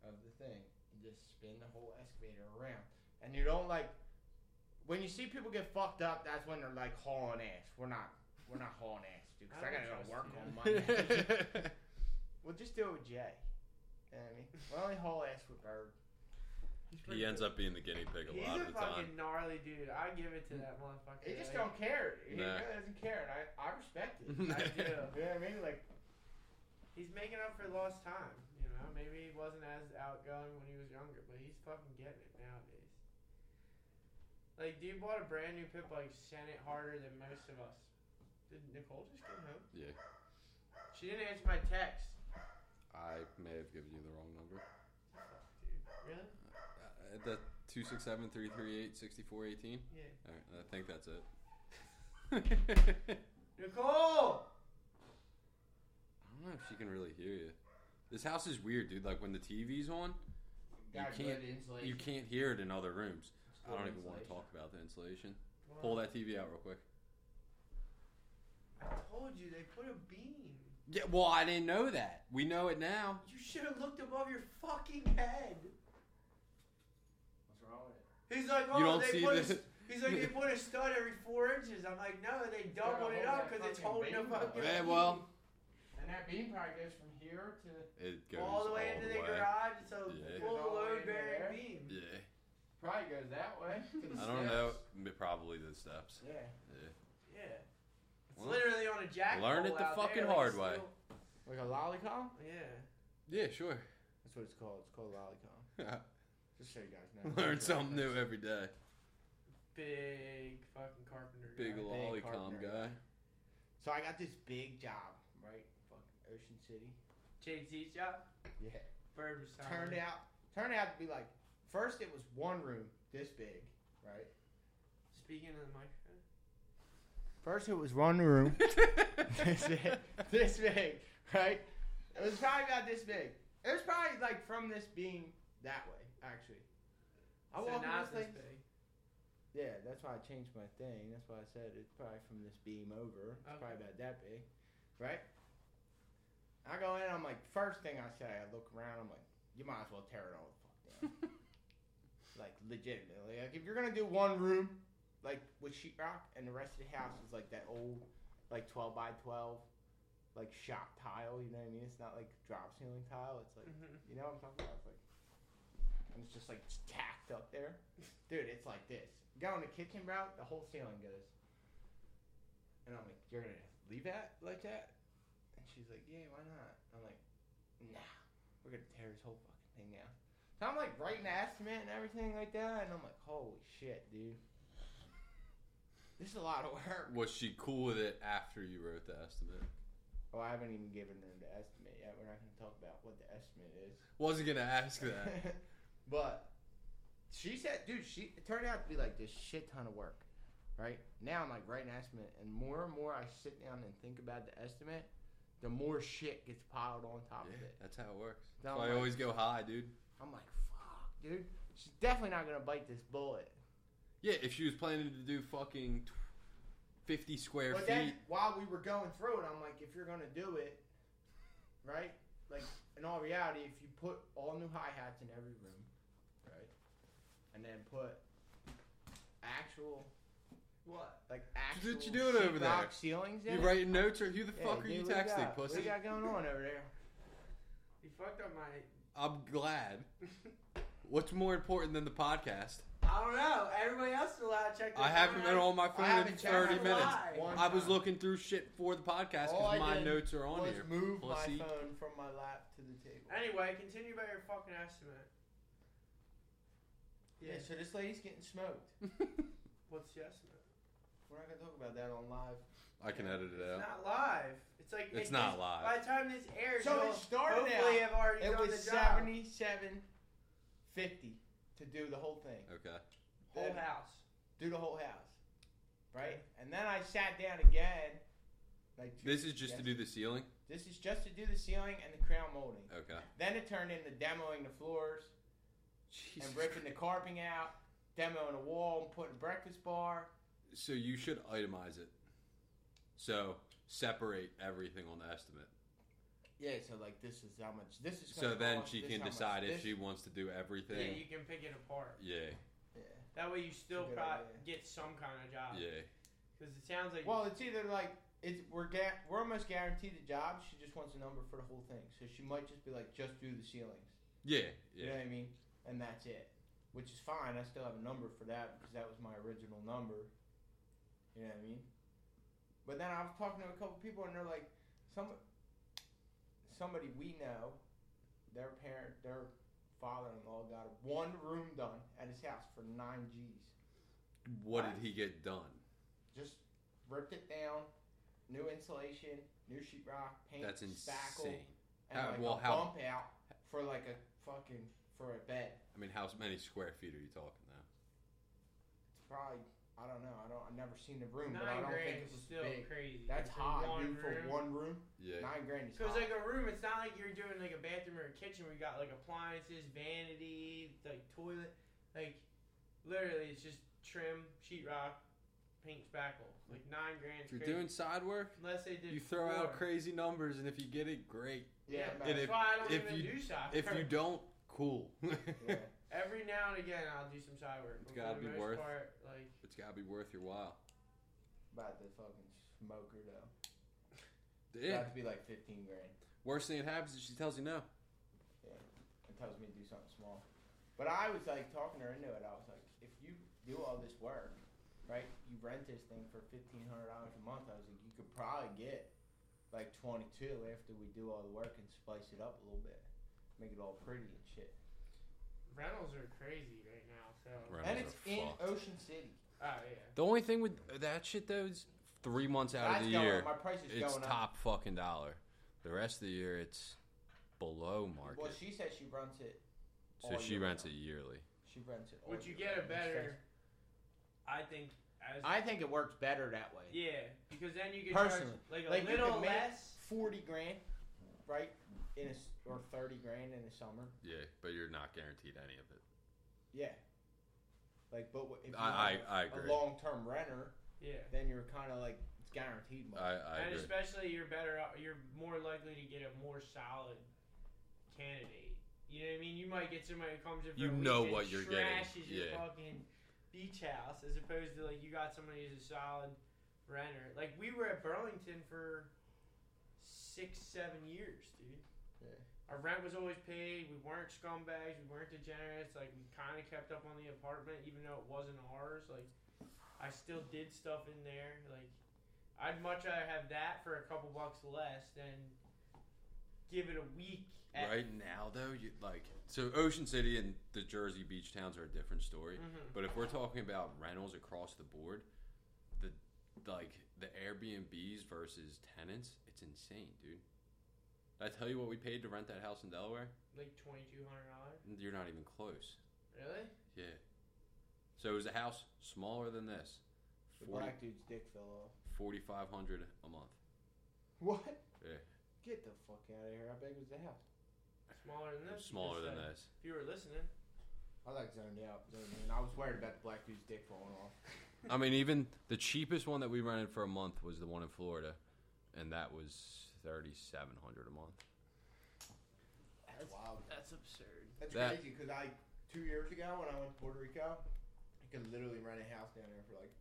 [SPEAKER 3] of the thing, you just spin the whole excavator around, and you don't like. When you see people get fucked up, that's when they're like hauling ass. We're not, we're not hauling ass, dude. 'cause
[SPEAKER 1] I
[SPEAKER 3] I gotta
[SPEAKER 1] don't
[SPEAKER 3] go to work on
[SPEAKER 2] yeah,
[SPEAKER 3] Monday. we'll just do it with Jay. You know what I mean, we only haul ass with Bird.
[SPEAKER 2] he ends up being the guinea pig a
[SPEAKER 1] He's
[SPEAKER 2] lot
[SPEAKER 1] a
[SPEAKER 2] of the time.
[SPEAKER 1] fucking gnarly dude. I give it to that motherfucker.
[SPEAKER 3] He just
[SPEAKER 1] like,
[SPEAKER 3] don't care. He
[SPEAKER 2] Nah.
[SPEAKER 3] really doesn't care, and I, I respect it. you know
[SPEAKER 1] I do.
[SPEAKER 3] what I mean? Like.
[SPEAKER 1] He's making up for lost time. You know, maybe he wasn't as outgoing when he was younger, but he's fucking getting it nowadays. Like, dude bought a brand new pit bike, sent it harder than most of us. Did Nicole just come home?
[SPEAKER 2] Yeah.
[SPEAKER 1] She didn't answer my text.
[SPEAKER 2] I may have given you the wrong number.
[SPEAKER 1] Fuck, dude. Really?
[SPEAKER 2] Uh, the two six seven three three eight sixty four eighteen.
[SPEAKER 1] Yeah.
[SPEAKER 2] All right, I think that's it. I don't
[SPEAKER 1] Nicole!
[SPEAKER 2] know if she can really hear you. This house is weird, dude. Like when the TV's on, You
[SPEAKER 3] Got
[SPEAKER 2] can't-
[SPEAKER 3] good insulation.
[SPEAKER 2] you can't hear it in other rooms.
[SPEAKER 3] It's
[SPEAKER 2] I don't
[SPEAKER 3] good
[SPEAKER 2] even want to
[SPEAKER 3] insulation.
[SPEAKER 2] talk about the insulation. Pull that TV out real quick.
[SPEAKER 1] I told you they put a beam.
[SPEAKER 2] Yeah, well, I didn't know that. We know it now.
[SPEAKER 1] You should have looked above your fucking head.
[SPEAKER 3] What's wrong with it?
[SPEAKER 1] He's like, oh,
[SPEAKER 2] You don't
[SPEAKER 1] they
[SPEAKER 2] see
[SPEAKER 1] put a
[SPEAKER 2] this-
[SPEAKER 1] s- He's like, they put a stud every four inches. I'm like, no, they doubled it up because it's holding a fucking.
[SPEAKER 2] Yeah, well,
[SPEAKER 3] And that beam probably goes from here to.
[SPEAKER 2] it
[SPEAKER 1] beam.
[SPEAKER 2] goes
[SPEAKER 1] all the way into the garage. It's a
[SPEAKER 2] Yeah.
[SPEAKER 3] All
[SPEAKER 1] full
[SPEAKER 3] the way
[SPEAKER 1] load
[SPEAKER 3] into there.
[SPEAKER 1] bearing beam.
[SPEAKER 2] Yeah,
[SPEAKER 3] Probably goes that way. to the
[SPEAKER 2] I don't know.
[SPEAKER 3] steps.
[SPEAKER 2] m- Probably the steps.
[SPEAKER 3] Yeah.
[SPEAKER 1] Yeah, it's
[SPEAKER 2] Well,
[SPEAKER 1] literally on a jack.
[SPEAKER 2] learn it
[SPEAKER 1] pole
[SPEAKER 2] the
[SPEAKER 1] out
[SPEAKER 2] fucking
[SPEAKER 1] there, like
[SPEAKER 2] hard
[SPEAKER 1] it's
[SPEAKER 2] way.
[SPEAKER 1] still-
[SPEAKER 3] Like a lollipop?
[SPEAKER 1] Yeah,
[SPEAKER 2] Yeah, sure.
[SPEAKER 3] That's what it's called. It's called lollipop. Just so you guys know.
[SPEAKER 2] Learn something new every day.
[SPEAKER 1] big fucking carpenter.
[SPEAKER 2] Big
[SPEAKER 1] guy.
[SPEAKER 3] ol'
[SPEAKER 2] lolicom
[SPEAKER 3] carpenter.
[SPEAKER 2] guy.
[SPEAKER 3] So I got this big job, right? Fucking Ocean City.
[SPEAKER 1] JT shop.
[SPEAKER 3] Yeah. Uh-huh.
[SPEAKER 1] Bird was
[SPEAKER 3] Turned out, turned out to be like, first it was one room this big, right?
[SPEAKER 1] Speaking of the microphone.
[SPEAKER 3] First it was one room. this big, this big, right? It was probably about this big. It was probably like from this being that way, actually. I
[SPEAKER 1] so
[SPEAKER 3] walk in
[SPEAKER 1] not
[SPEAKER 3] this
[SPEAKER 1] this
[SPEAKER 3] thing.
[SPEAKER 1] big.
[SPEAKER 3] Yeah, that's why I changed my thing. That's why I said it's probably from this beam over. It's
[SPEAKER 1] Okay.
[SPEAKER 3] probably about that big, right? I go in. I'm like, first thing I say, I look around. I'm like, you might as well tear it all the fuck down. like legitimately, like if you're gonna do one room, like with sheetrock, and the rest of the house is like that old, like 12 by 12, like shop tile. You know what I mean? It's not like drop ceiling tile. It's like
[SPEAKER 1] Mhm.
[SPEAKER 3] you know what I'm talking about? It's like, and it's just like tacked up there. Dude, it's like this. Go in the kitchen, bro. The whole ceiling goes. And I'm like, you're gonna leave that like that? And she's like, yeah, why not? I'm like, nah, we're gonna tear this whole fucking thing down. So I'm like writing the estimate and everything like that, and I'm like, holy shit, dude. This is a lot of work.
[SPEAKER 2] Was she cool with it after you wrote the estimate?
[SPEAKER 3] Oh, I haven't even given her the estimate yet. We're not gonna talk about what the estimate is.
[SPEAKER 2] Wasn't gonna ask that.
[SPEAKER 3] but she said, dude, she it turned out to be like this shit ton of work. Right now, I'm like writing an estimate, and more and more I sit down and think about the estimate, the more shit gets piled on top
[SPEAKER 2] Yeah,
[SPEAKER 3] of it.
[SPEAKER 2] that's how it works.
[SPEAKER 3] No,
[SPEAKER 2] That's why I
[SPEAKER 3] like-
[SPEAKER 2] always go high, dude.
[SPEAKER 3] I'm like, fuck, dude, she's definitely not gonna bite this bullet.
[SPEAKER 2] Yeah, if she was planning to do fucking tw- fifty square
[SPEAKER 3] But
[SPEAKER 2] feet,
[SPEAKER 3] then while we were going through it, I'm like, if you're gonna do it, right? Like in all reality, if you put all new hi hats in every room, right, and then put actual
[SPEAKER 1] What?
[SPEAKER 3] like actual
[SPEAKER 2] what you doing over there?
[SPEAKER 3] sheetrock ceilings. In
[SPEAKER 2] you
[SPEAKER 3] it?
[SPEAKER 2] writing notes or who the
[SPEAKER 3] Yeah,
[SPEAKER 2] fuck are
[SPEAKER 3] dude,
[SPEAKER 2] you
[SPEAKER 3] what
[SPEAKER 2] texting,
[SPEAKER 3] got, What
[SPEAKER 2] pussy?
[SPEAKER 3] you got going on over there?
[SPEAKER 1] You fucked up my.
[SPEAKER 2] I'm glad. What's more important than the podcast?
[SPEAKER 1] I don't know. Everybody else is allowed to check.
[SPEAKER 2] I
[SPEAKER 1] their
[SPEAKER 2] haven't
[SPEAKER 1] phone
[SPEAKER 2] been
[SPEAKER 1] out.
[SPEAKER 2] on my
[SPEAKER 3] I
[SPEAKER 2] phone in
[SPEAKER 3] haven't checked
[SPEAKER 2] thirty
[SPEAKER 1] my
[SPEAKER 2] minutes.
[SPEAKER 1] phone
[SPEAKER 3] one
[SPEAKER 2] I was
[SPEAKER 3] time.
[SPEAKER 2] looking through shit for the podcast
[SPEAKER 3] All I
[SPEAKER 2] because my
[SPEAKER 3] did
[SPEAKER 2] notes are on
[SPEAKER 3] Was
[SPEAKER 2] here.
[SPEAKER 3] move
[SPEAKER 2] pussy.
[SPEAKER 3] my phone from my lap to the table.
[SPEAKER 1] Anyway, continue about your fucking estimate.
[SPEAKER 3] Yeah, so this lady's getting smoked.
[SPEAKER 1] What's the estimate?
[SPEAKER 3] We're not gonna talk about that on live.
[SPEAKER 2] I can edit it
[SPEAKER 1] It's
[SPEAKER 2] out.
[SPEAKER 1] not live. It's like
[SPEAKER 2] It's
[SPEAKER 1] it-
[SPEAKER 2] not
[SPEAKER 1] this-
[SPEAKER 2] live.
[SPEAKER 1] By the time this airs,
[SPEAKER 3] So it
[SPEAKER 1] you'll
[SPEAKER 3] started
[SPEAKER 1] hopefully
[SPEAKER 3] out-
[SPEAKER 1] have already
[SPEAKER 3] It
[SPEAKER 1] done
[SPEAKER 3] was
[SPEAKER 1] the job.
[SPEAKER 3] seventy-seven fifty to do the whole thing,
[SPEAKER 2] Okay.
[SPEAKER 1] whole house.
[SPEAKER 3] do the whole house, right? And then I sat down again. Like two-
[SPEAKER 2] This is just to
[SPEAKER 3] yes.
[SPEAKER 2] do the ceiling.
[SPEAKER 3] This is just to do the ceiling and the crown molding.
[SPEAKER 2] Okay.
[SPEAKER 3] Then it turned into demoing the floors
[SPEAKER 2] Jesus.
[SPEAKER 3] and ripping the carping out, demoing the wall and putting a breakfast bar.
[SPEAKER 2] So you should itemize it. So separate everything on the estimate.
[SPEAKER 3] Yeah, so like this is how much this is.
[SPEAKER 2] So
[SPEAKER 3] gonna
[SPEAKER 2] then
[SPEAKER 3] cost,
[SPEAKER 2] she
[SPEAKER 3] this
[SPEAKER 2] can
[SPEAKER 3] how much
[SPEAKER 2] decide if
[SPEAKER 3] this-
[SPEAKER 2] she wants to do
[SPEAKER 1] Yeah,
[SPEAKER 2] everything.
[SPEAKER 1] you can pick it apart.
[SPEAKER 2] Yeah.
[SPEAKER 3] Yeah.
[SPEAKER 1] That way, you still
[SPEAKER 3] Good
[SPEAKER 1] pro-
[SPEAKER 3] idea.
[SPEAKER 1] get some kind of job.
[SPEAKER 2] Yeah.
[SPEAKER 1] Because it sounds like
[SPEAKER 3] Well, it's either like it's we're ga- we're almost guaranteed the job. She just wants a number for the whole thing, so she might just be like, just do the ceilings.
[SPEAKER 2] Yeah.
[SPEAKER 3] You know
[SPEAKER 2] Yeah.
[SPEAKER 3] what I mean? And that's it, which is fine. I still have a number for that because that was my original number. You know what I mean? But then I was talking to a couple people, and they're like, some somebody we know, their parent, their father-in-law got one room done at his house for nine G's.
[SPEAKER 2] What
[SPEAKER 3] What?
[SPEAKER 2] did he get done?
[SPEAKER 3] Just ripped it down, new insulation, new sheetrock, paint,
[SPEAKER 2] That's
[SPEAKER 3] spackle,
[SPEAKER 2] insane.
[SPEAKER 3] and
[SPEAKER 2] How-
[SPEAKER 3] like
[SPEAKER 2] well,
[SPEAKER 3] a
[SPEAKER 2] how-
[SPEAKER 3] bump out for like a fucking for a bed.
[SPEAKER 2] I mean, how many square feet are you talking now?
[SPEAKER 3] It's probably I don't know. I don't. I've never seen the room, but I
[SPEAKER 1] nine
[SPEAKER 3] don't
[SPEAKER 1] grand
[SPEAKER 3] think
[SPEAKER 1] is
[SPEAKER 3] it was
[SPEAKER 1] still
[SPEAKER 3] big.
[SPEAKER 1] crazy.
[SPEAKER 3] That's
[SPEAKER 1] for
[SPEAKER 3] high,
[SPEAKER 1] one
[SPEAKER 3] dude. For
[SPEAKER 1] room.
[SPEAKER 3] one room,
[SPEAKER 2] Yeah.
[SPEAKER 3] nine grand is
[SPEAKER 1] Because
[SPEAKER 3] high.
[SPEAKER 1] like a room, it's not like you're doing like a bathroom or a kitchen where you got like appliances, vanity, like toilet, like literally it's just trim, sheetrock, paint, spackle, like nine grand.
[SPEAKER 2] If you're
[SPEAKER 1] crazy.
[SPEAKER 2] doing side work,
[SPEAKER 1] unless they did
[SPEAKER 2] you throw out
[SPEAKER 1] four.
[SPEAKER 2] crazy numbers, and if you get it, great.
[SPEAKER 3] yeah,
[SPEAKER 1] Yeah,
[SPEAKER 3] about-
[SPEAKER 2] And
[SPEAKER 1] That's
[SPEAKER 2] if-
[SPEAKER 1] why I don't
[SPEAKER 2] if
[SPEAKER 1] even
[SPEAKER 2] you-
[SPEAKER 1] do side
[SPEAKER 2] If
[SPEAKER 1] work.
[SPEAKER 2] you don't, cool.
[SPEAKER 3] yeah.
[SPEAKER 1] Every now and again, I'll do some side work.
[SPEAKER 2] It's
[SPEAKER 1] but for
[SPEAKER 2] gotta
[SPEAKER 1] the
[SPEAKER 2] be
[SPEAKER 1] most
[SPEAKER 2] worth-
[SPEAKER 1] Part, like
[SPEAKER 2] it's got to be worth your while.
[SPEAKER 3] about the fucking smoker though.
[SPEAKER 2] Yeah.
[SPEAKER 3] About to be like fifteen grand.
[SPEAKER 2] Worst thing that happens is she tells you no.
[SPEAKER 3] It tells me to do something small. But I was like talking her into it. I was like, if you do all this work, right? You rent this thing for fifteen hundred dollars a month. I was like, you could probably get like twenty two after we do all the work and spice it up a little bit, make it all pretty and shit.
[SPEAKER 1] rentals are crazy right now. So
[SPEAKER 3] and it's in Ocean City.
[SPEAKER 1] oh yeah,
[SPEAKER 2] The only thing with that shit though is three months out
[SPEAKER 3] That's
[SPEAKER 2] of the
[SPEAKER 3] going
[SPEAKER 2] year,
[SPEAKER 3] up. My price is
[SPEAKER 2] it's
[SPEAKER 3] going up.
[SPEAKER 2] top fucking dollar. The rest of the year, it's below market.
[SPEAKER 3] Well, she says she rents it.
[SPEAKER 2] so
[SPEAKER 3] all
[SPEAKER 2] she
[SPEAKER 3] year
[SPEAKER 2] rents it
[SPEAKER 3] round.
[SPEAKER 2] yearly.
[SPEAKER 3] She rents it. all
[SPEAKER 1] would you
[SPEAKER 3] year
[SPEAKER 1] get a
[SPEAKER 3] round. Makes
[SPEAKER 1] better?
[SPEAKER 3] sense.
[SPEAKER 1] I think as
[SPEAKER 3] I think it works better that way.
[SPEAKER 1] yeah, because then you can
[SPEAKER 3] Personally,
[SPEAKER 1] charge like a
[SPEAKER 3] like, you
[SPEAKER 1] little
[SPEAKER 3] can make
[SPEAKER 1] less.
[SPEAKER 3] Forty grand, right? in a s or thirty grand in the summer.
[SPEAKER 2] Yeah, but you're not guaranteed any of it.
[SPEAKER 3] Yeah. Like, but wh- if you
[SPEAKER 2] I,
[SPEAKER 3] have
[SPEAKER 2] I, I
[SPEAKER 3] a
[SPEAKER 2] agree.
[SPEAKER 3] long term renter,
[SPEAKER 1] Yeah.
[SPEAKER 3] then you're kind of like it's guaranteed money.
[SPEAKER 2] I, I
[SPEAKER 1] and
[SPEAKER 2] agree.
[SPEAKER 1] especially you're better off- you're more likely to get a more solid candidate. You know what I mean? You might get somebody who comes in for a
[SPEAKER 2] You
[SPEAKER 1] week
[SPEAKER 2] know
[SPEAKER 1] and
[SPEAKER 2] what you're getting,
[SPEAKER 1] trashes your
[SPEAKER 2] yeah.
[SPEAKER 1] fucking beach house as opposed to like you got somebody who's a solid renter. Like we were at Burlington for six, seven years, dude.
[SPEAKER 3] Yeah.
[SPEAKER 1] Our rent was always paid. We weren't scumbags. We weren't degenerates. Like we kind of kept up on the apartment, even though it wasn't ours. Like I still did stuff in there. Like I'd much rather have that for a couple bucks less than give it a week. At,
[SPEAKER 2] Right now, though, you like so Ocean City and the Jersey Beach towns are a different story.
[SPEAKER 3] Mm-hmm.
[SPEAKER 1] Mhm.
[SPEAKER 2] But if we're talking about rentals across the board, the like the Airbnbs versus tenants, it's insane, dude. Did I tell you what we paid to rent that house in Delaware?
[SPEAKER 1] Like twenty two hundred dollars.
[SPEAKER 2] You're not even close.
[SPEAKER 1] Really?
[SPEAKER 2] Yeah. So it was a house smaller than this.
[SPEAKER 3] The
[SPEAKER 2] 40,
[SPEAKER 3] black dude's dick fell off.
[SPEAKER 2] 4500 a month.
[SPEAKER 3] What?
[SPEAKER 2] Yeah.
[SPEAKER 3] Get the fuck out of here! How big was the house?
[SPEAKER 1] Smaller than
[SPEAKER 2] It was
[SPEAKER 1] this? You
[SPEAKER 2] Smaller
[SPEAKER 1] just
[SPEAKER 2] than
[SPEAKER 1] said.
[SPEAKER 2] this.
[SPEAKER 1] If you were listening,
[SPEAKER 3] I like zoned out, zoned in. I was worried about the black dude's dick falling off.
[SPEAKER 2] I mean, even the cheapest one that we rented for a month was the one in Florida, and that was 3700 a month.
[SPEAKER 3] That's wild.
[SPEAKER 1] that's absurd.
[SPEAKER 3] That's
[SPEAKER 2] That-
[SPEAKER 3] crazy because I two years ago when I went to Puerto Rico, I could literally rent a house down there for like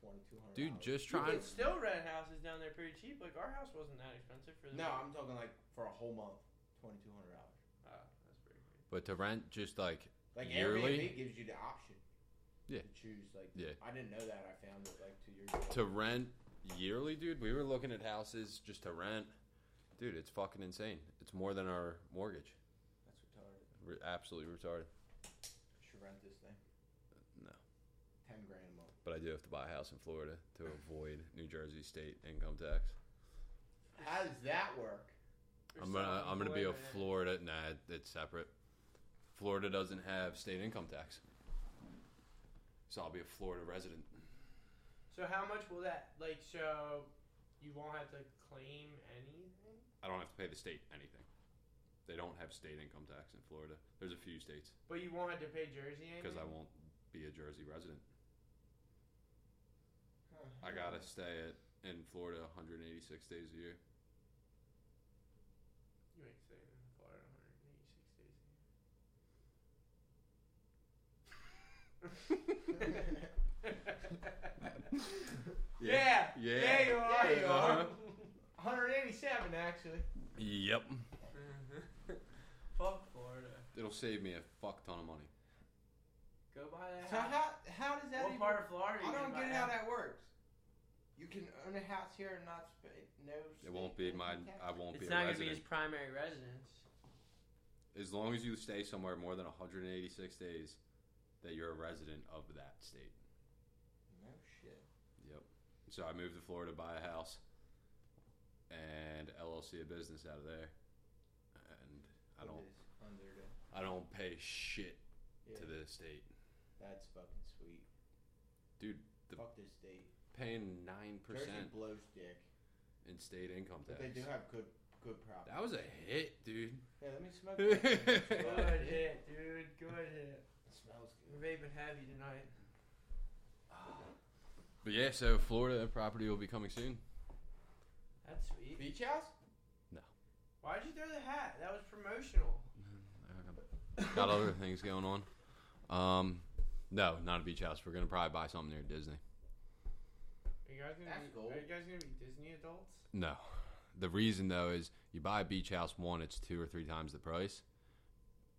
[SPEAKER 3] twenty two hundred.
[SPEAKER 2] Dude, just
[SPEAKER 1] You
[SPEAKER 2] trying
[SPEAKER 1] can still rent houses down there pretty cheap. Like our house wasn't that expensive for the Ah,
[SPEAKER 3] no, I'm talking like for a whole month, twenty two hundred dollars.
[SPEAKER 1] Oh, that's pretty good.
[SPEAKER 2] but to rent just like
[SPEAKER 3] Like
[SPEAKER 2] Yearly?
[SPEAKER 3] Airbnb gives you the option.
[SPEAKER 2] Yeah.
[SPEAKER 3] To choose like.
[SPEAKER 2] Yeah.
[SPEAKER 3] I didn't know that. I found it like two years ago.
[SPEAKER 2] to rent yearly, dude. We were looking at houses just to rent. Dude, it's fucking insane. It's more than our mortgage.
[SPEAKER 3] That's retarded.
[SPEAKER 2] We're absolutely retarded.
[SPEAKER 3] Should rent this thing.
[SPEAKER 2] Uh, No.
[SPEAKER 3] Ten grand a month.
[SPEAKER 2] But I do have to buy a house in Florida to avoid New Jersey state income tax.
[SPEAKER 3] How does that work?
[SPEAKER 1] You're
[SPEAKER 2] I'm gonna I'm gonna be a
[SPEAKER 1] self-employed, man.
[SPEAKER 2] Florida. Nah, it's separate. Florida doesn't have state income tax, so I'll be a Florida resident.
[SPEAKER 1] So how much will that like? So you won't have to claim anything.
[SPEAKER 2] I don't have to pay the state anything. They don't have state income tax in Florida. There's a few states
[SPEAKER 1] But you won't have to pay Jersey anything?
[SPEAKER 2] because I won't be a Jersey resident. I gotta stay at in Florida 186 days a year.
[SPEAKER 1] You ain't staying in Florida 186 days. yeah.
[SPEAKER 2] Yeah.
[SPEAKER 1] yeah. you are.
[SPEAKER 3] Yeah,
[SPEAKER 1] you
[SPEAKER 3] you
[SPEAKER 1] are.
[SPEAKER 2] are.
[SPEAKER 3] 187 actually.
[SPEAKER 2] Yep. Uh-huh.
[SPEAKER 1] Fuck Florida.
[SPEAKER 2] It'll save me a fuck ton of money.
[SPEAKER 1] Go buy that.
[SPEAKER 3] So
[SPEAKER 1] house.
[SPEAKER 3] how how does that
[SPEAKER 1] what
[SPEAKER 3] even
[SPEAKER 1] part of Florida?
[SPEAKER 3] I
[SPEAKER 1] you
[SPEAKER 3] don't
[SPEAKER 1] gonna
[SPEAKER 3] get
[SPEAKER 1] buy
[SPEAKER 3] how
[SPEAKER 1] that?
[SPEAKER 3] that works. You can own a house here and not sp- no.
[SPEAKER 2] It won't be my. I won't
[SPEAKER 1] It's
[SPEAKER 2] be a
[SPEAKER 1] not gonna be
[SPEAKER 2] resident.
[SPEAKER 1] his primary residence.
[SPEAKER 2] as long as you stay somewhere more than 186 days, that you're a resident of that state.
[SPEAKER 3] No shit.
[SPEAKER 2] Yep. So I moved to Florida, buy a house, and LLC a business out of there, and I don't.
[SPEAKER 3] It is under the.
[SPEAKER 2] I don't pay shit
[SPEAKER 3] Yeah,
[SPEAKER 2] to the state.
[SPEAKER 3] That's fucking sweet.
[SPEAKER 2] Dude, the-
[SPEAKER 3] fuck this state.
[SPEAKER 2] Paying nine
[SPEAKER 3] Jersey
[SPEAKER 2] percent
[SPEAKER 3] blows dick,
[SPEAKER 2] in state income
[SPEAKER 3] but
[SPEAKER 2] tax.
[SPEAKER 3] they do have good good property.
[SPEAKER 2] That was a hit, dude.
[SPEAKER 3] Yeah, let me smoke.
[SPEAKER 1] Good
[SPEAKER 3] that. Smoke that dick.
[SPEAKER 1] hit, dude. Good hit.
[SPEAKER 3] It smells
[SPEAKER 1] We're
[SPEAKER 3] good.
[SPEAKER 1] vaping heavy tonight.
[SPEAKER 2] Ah. But yeah, so Florida property will be coming soon.
[SPEAKER 1] That's sweet.
[SPEAKER 3] Beach house?
[SPEAKER 1] Why'd you throw the hat? That was promotional.
[SPEAKER 2] Got other things going on. Um, no, not a beach house. We're gonna probably buy something near Disney.
[SPEAKER 1] Are you guys gonna
[SPEAKER 3] That's
[SPEAKER 1] be?
[SPEAKER 3] gold.
[SPEAKER 1] Are you guys gonna be Disney adults?
[SPEAKER 2] No, the reason though is you buy a beach house one, it's two or three times the price,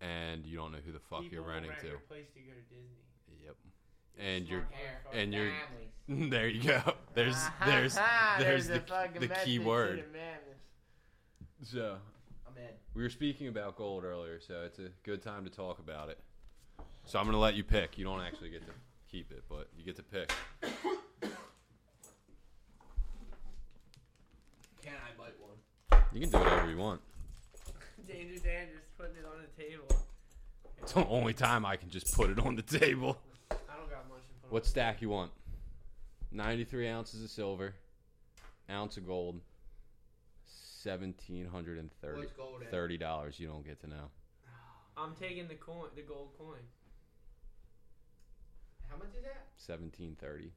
[SPEAKER 2] and you don't know who the fuck
[SPEAKER 1] People
[SPEAKER 2] you're
[SPEAKER 1] will
[SPEAKER 2] renting
[SPEAKER 1] rent
[SPEAKER 2] to.
[SPEAKER 1] Your place to go to Disney.
[SPEAKER 2] Yep. And
[SPEAKER 1] Smart
[SPEAKER 3] you're-
[SPEAKER 1] motherfucker.
[SPEAKER 2] And you're
[SPEAKER 3] Families.
[SPEAKER 2] there. You go. There's
[SPEAKER 1] Ah,
[SPEAKER 2] there's there's the, the key word. So
[SPEAKER 3] I'm in.
[SPEAKER 2] we were speaking about gold earlier, so it's a good time to talk about it. So I'm gonna let you pick. You don't actually get to keep it, but you get to pick.
[SPEAKER 3] Can I bite one?
[SPEAKER 2] You can do whatever you want.
[SPEAKER 1] Danger, danger, just putting it on the table.
[SPEAKER 2] It's the only time I can just put it on the table.
[SPEAKER 1] I don't got much. to put on
[SPEAKER 2] What stack you want? 93 ounces of silver, ounce of gold, seventeen hundred and thirty
[SPEAKER 3] What's gold at?
[SPEAKER 2] thirty dollars. You don't get to know.
[SPEAKER 4] I'm taking the coin, the gold coin.
[SPEAKER 3] How much is that?
[SPEAKER 2] Seventeen thirty.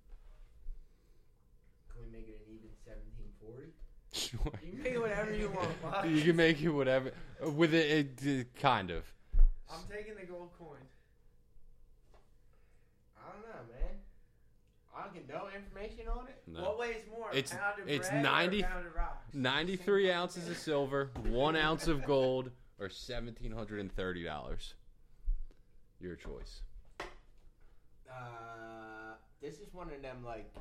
[SPEAKER 3] Can we make it an even seventeen forty?
[SPEAKER 2] Sure.
[SPEAKER 4] You can make it whatever you want. Bob.
[SPEAKER 2] You can make it whatever with it, it, it kind of.
[SPEAKER 1] I'm taking the gold coin.
[SPEAKER 3] I don't know, man. I don't get no information on it.
[SPEAKER 1] What weighs more?
[SPEAKER 2] It's-
[SPEAKER 1] pound of
[SPEAKER 2] it's
[SPEAKER 1] bread or
[SPEAKER 2] 90
[SPEAKER 1] pound of rocks?
[SPEAKER 2] 93 ounces of silver, one ounce of gold, or $1,730. Your choice.
[SPEAKER 3] Uh, this is one of them like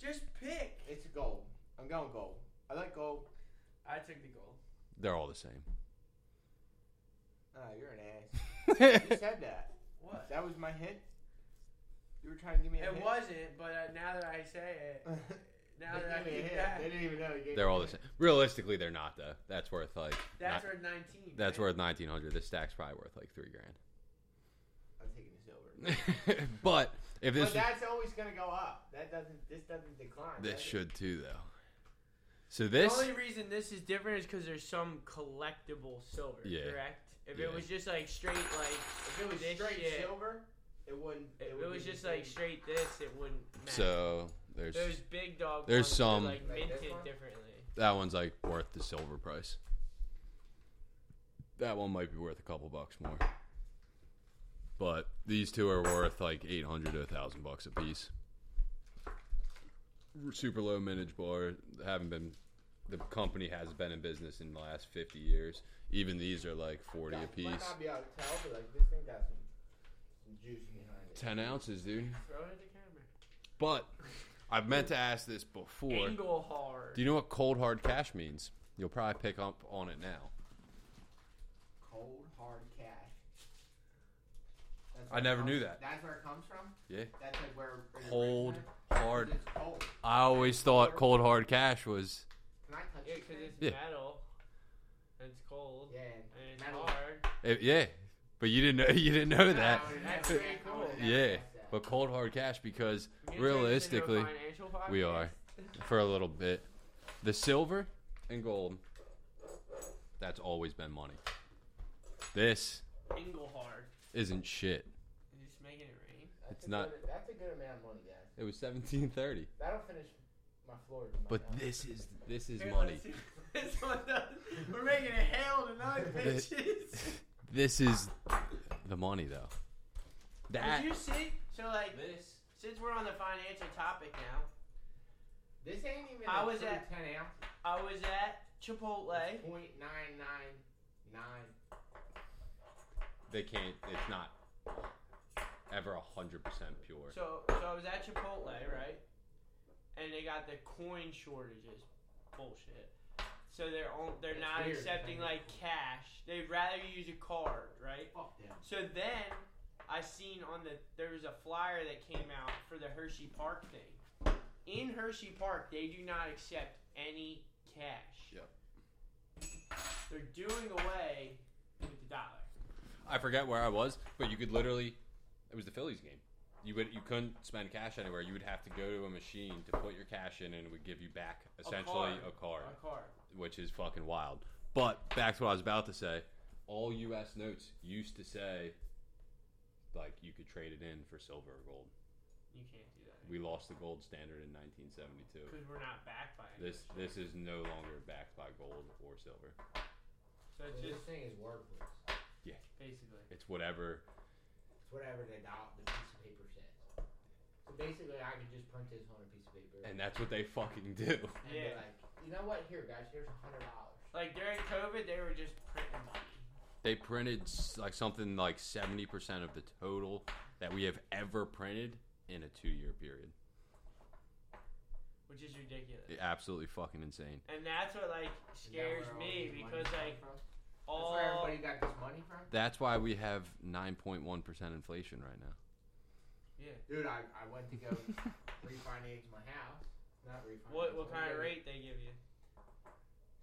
[SPEAKER 1] Just pick.
[SPEAKER 3] it's a gold. I'm going gold. I like gold.
[SPEAKER 1] I took the gold.
[SPEAKER 2] They're all the same.
[SPEAKER 3] Oh, you're an ass. you said that.
[SPEAKER 1] What?
[SPEAKER 3] That was my hint. You were trying to give me a
[SPEAKER 1] It
[SPEAKER 3] hint.
[SPEAKER 1] wasn't, but uh, now that I say it, now that
[SPEAKER 3] Uh, They
[SPEAKER 1] I
[SPEAKER 3] gave me a
[SPEAKER 1] think
[SPEAKER 3] hint.
[SPEAKER 1] back,
[SPEAKER 3] They didn't even know. you gave
[SPEAKER 2] They're
[SPEAKER 3] me
[SPEAKER 2] all
[SPEAKER 3] a
[SPEAKER 2] the
[SPEAKER 3] hint.
[SPEAKER 2] same. Realistically, they're not though. That's worth like
[SPEAKER 1] that's
[SPEAKER 2] not-
[SPEAKER 1] worth 19.
[SPEAKER 2] that's
[SPEAKER 1] right?
[SPEAKER 2] worth 1900. This stack's probably worth like 3
[SPEAKER 3] I'm taking the silver.
[SPEAKER 2] grand. but if this
[SPEAKER 3] but that's always gonna go up. That doesn't. This doesn't decline.
[SPEAKER 2] this
[SPEAKER 3] does it?
[SPEAKER 2] should too though. So
[SPEAKER 4] The
[SPEAKER 2] this
[SPEAKER 4] only reason this is different is because there's some collectible silver,
[SPEAKER 2] Yeah.
[SPEAKER 4] correct? If
[SPEAKER 2] Yeah.
[SPEAKER 4] it was just like straight, like
[SPEAKER 3] If it was
[SPEAKER 4] This
[SPEAKER 3] straight
[SPEAKER 4] shit-
[SPEAKER 3] silver, it wouldn't.
[SPEAKER 4] if
[SPEAKER 3] would
[SPEAKER 4] it was
[SPEAKER 3] be
[SPEAKER 4] just
[SPEAKER 3] the
[SPEAKER 4] like
[SPEAKER 3] same.
[SPEAKER 4] straight this, it wouldn't matter.
[SPEAKER 2] so there's
[SPEAKER 4] those big dog.
[SPEAKER 2] there's
[SPEAKER 4] ones are,
[SPEAKER 2] some-
[SPEAKER 4] like
[SPEAKER 3] Like this
[SPEAKER 4] minted
[SPEAKER 3] one?
[SPEAKER 4] differently.
[SPEAKER 2] that one's like worth the silver price. That one might be worth a couple bucks more. But these two are worth like 800 to 1000 bucks a piece. Super low mintage bar. Haven't been the company has been in business in the last 50 years. Even these are like 40 a
[SPEAKER 3] Guys, you Might
[SPEAKER 2] piece.
[SPEAKER 3] not be able to tell, but like this thing got some, some juice behind it.
[SPEAKER 2] 10 ounces, dude.
[SPEAKER 4] Throw it at the
[SPEAKER 2] But I've meant to ask this before.
[SPEAKER 4] camera. Angle hard.
[SPEAKER 2] Do you know what cold hard cash means? You'll probably pick up on it now.
[SPEAKER 3] Cold hard cash. That's
[SPEAKER 2] I
[SPEAKER 3] where it
[SPEAKER 2] never knew
[SPEAKER 3] comes-
[SPEAKER 2] that.
[SPEAKER 3] That's where it comes from.
[SPEAKER 2] Yeah.
[SPEAKER 3] That's like where. it
[SPEAKER 2] Cold
[SPEAKER 3] originated? 'Cause
[SPEAKER 2] hard.
[SPEAKER 3] It's cold.
[SPEAKER 2] I always thought cold hard cash was
[SPEAKER 3] Can I touch
[SPEAKER 4] Yeah,
[SPEAKER 3] this
[SPEAKER 4] because
[SPEAKER 3] thing?
[SPEAKER 4] it's
[SPEAKER 2] Yeah.
[SPEAKER 4] metal. And it's cold.
[SPEAKER 3] Yeah. and
[SPEAKER 4] And it's
[SPEAKER 3] metal.
[SPEAKER 4] hard.
[SPEAKER 2] eh, yeah, but you didn't know you didn't know that.
[SPEAKER 3] I would've
[SPEAKER 4] That's
[SPEAKER 3] never-
[SPEAKER 4] pretty
[SPEAKER 3] I would've
[SPEAKER 4] cool.
[SPEAKER 3] never
[SPEAKER 2] Yeah,
[SPEAKER 3] guessed that.
[SPEAKER 2] but cold hard cash because
[SPEAKER 4] You turn this into a
[SPEAKER 2] realistically,
[SPEAKER 4] financial
[SPEAKER 2] we
[SPEAKER 4] podcast?
[SPEAKER 2] are for a little bit, the silver and gold. That's always been money. This
[SPEAKER 4] Angle hard.
[SPEAKER 2] isn't shit.
[SPEAKER 4] You're just making it rain.
[SPEAKER 3] That's
[SPEAKER 2] it's
[SPEAKER 3] a
[SPEAKER 2] not-
[SPEAKER 3] good- that's a good amount of money, guys.
[SPEAKER 2] It was seventeen thirty,
[SPEAKER 3] That'll finish my Florida.
[SPEAKER 2] but
[SPEAKER 3] money.
[SPEAKER 2] this is this is
[SPEAKER 1] Here,
[SPEAKER 2] money.
[SPEAKER 1] let's see what This one does. We're making it hail tonight, bitches.
[SPEAKER 2] This is the money though. That
[SPEAKER 1] Did you see? So, like,
[SPEAKER 2] this
[SPEAKER 1] since we're on the financial topic now,
[SPEAKER 3] this ain't even.
[SPEAKER 1] I
[SPEAKER 3] a
[SPEAKER 1] was
[SPEAKER 3] true
[SPEAKER 1] at-
[SPEAKER 3] ten ounce.
[SPEAKER 1] I was at Chipotle.
[SPEAKER 3] Point nine nine nine.
[SPEAKER 2] they can't. It's not ever hundred percent pure.
[SPEAKER 1] So, so I was at Chipotle, right?
[SPEAKER 4] And they got the coin shortages. Bullshit. So they're on, they're
[SPEAKER 3] That's
[SPEAKER 4] not
[SPEAKER 3] weird,
[SPEAKER 4] accepting
[SPEAKER 3] man.
[SPEAKER 4] like cash. They'd rather you use a card, right?
[SPEAKER 3] Fuck them.
[SPEAKER 4] So then I seen on the there was a flyer that came out for the Hershey Park thing. In Hershey Park, they do not accept any cash.
[SPEAKER 2] Yep.
[SPEAKER 4] They're doing away with the dollar.
[SPEAKER 2] I forget where I was, but you could literally. It was the Phillies game. You would you couldn't spend cash anywhere. You would have to go to a machine to put your cash in, and it would give you back essentially a card,
[SPEAKER 4] A card.
[SPEAKER 2] which is fucking wild. But back to what I was about to say. All U.S. notes used to say, like you could trade it in for silver or gold.
[SPEAKER 4] You can't do that
[SPEAKER 2] We lost the gold standard in 1972.
[SPEAKER 4] because we're not backed by it.
[SPEAKER 2] This this is no longer backed by gold or silver.
[SPEAKER 4] So it's
[SPEAKER 3] This
[SPEAKER 4] just
[SPEAKER 3] thing is worthless.
[SPEAKER 4] basically.
[SPEAKER 2] It's whatever.
[SPEAKER 3] It's whatever the doll, the piece of paper says. So basically, I could just print this on a piece of paper.
[SPEAKER 2] And that's what they fucking do.
[SPEAKER 3] and be
[SPEAKER 4] Yeah.
[SPEAKER 3] like, you know what? Here, guys, here's a hundred dollars.
[SPEAKER 4] Like during COVID, they were just printing money.
[SPEAKER 2] they printed s- like something like 70% of the total that we have ever printed in a two year period.
[SPEAKER 4] Which is ridiculous.
[SPEAKER 2] Absolutely fucking insane.
[SPEAKER 4] And that's what like
[SPEAKER 3] Is that
[SPEAKER 4] scares
[SPEAKER 3] where all
[SPEAKER 4] me
[SPEAKER 3] these money
[SPEAKER 4] because
[SPEAKER 3] come
[SPEAKER 4] like
[SPEAKER 3] from? That's
[SPEAKER 4] all
[SPEAKER 3] where everybody got this money from.
[SPEAKER 2] That's why we have 9.1% inflation right now.
[SPEAKER 3] Dude, I, I went to go refinance my house. Not refinance.
[SPEAKER 4] what
[SPEAKER 3] I
[SPEAKER 4] what kind of
[SPEAKER 3] went
[SPEAKER 4] rate they give you?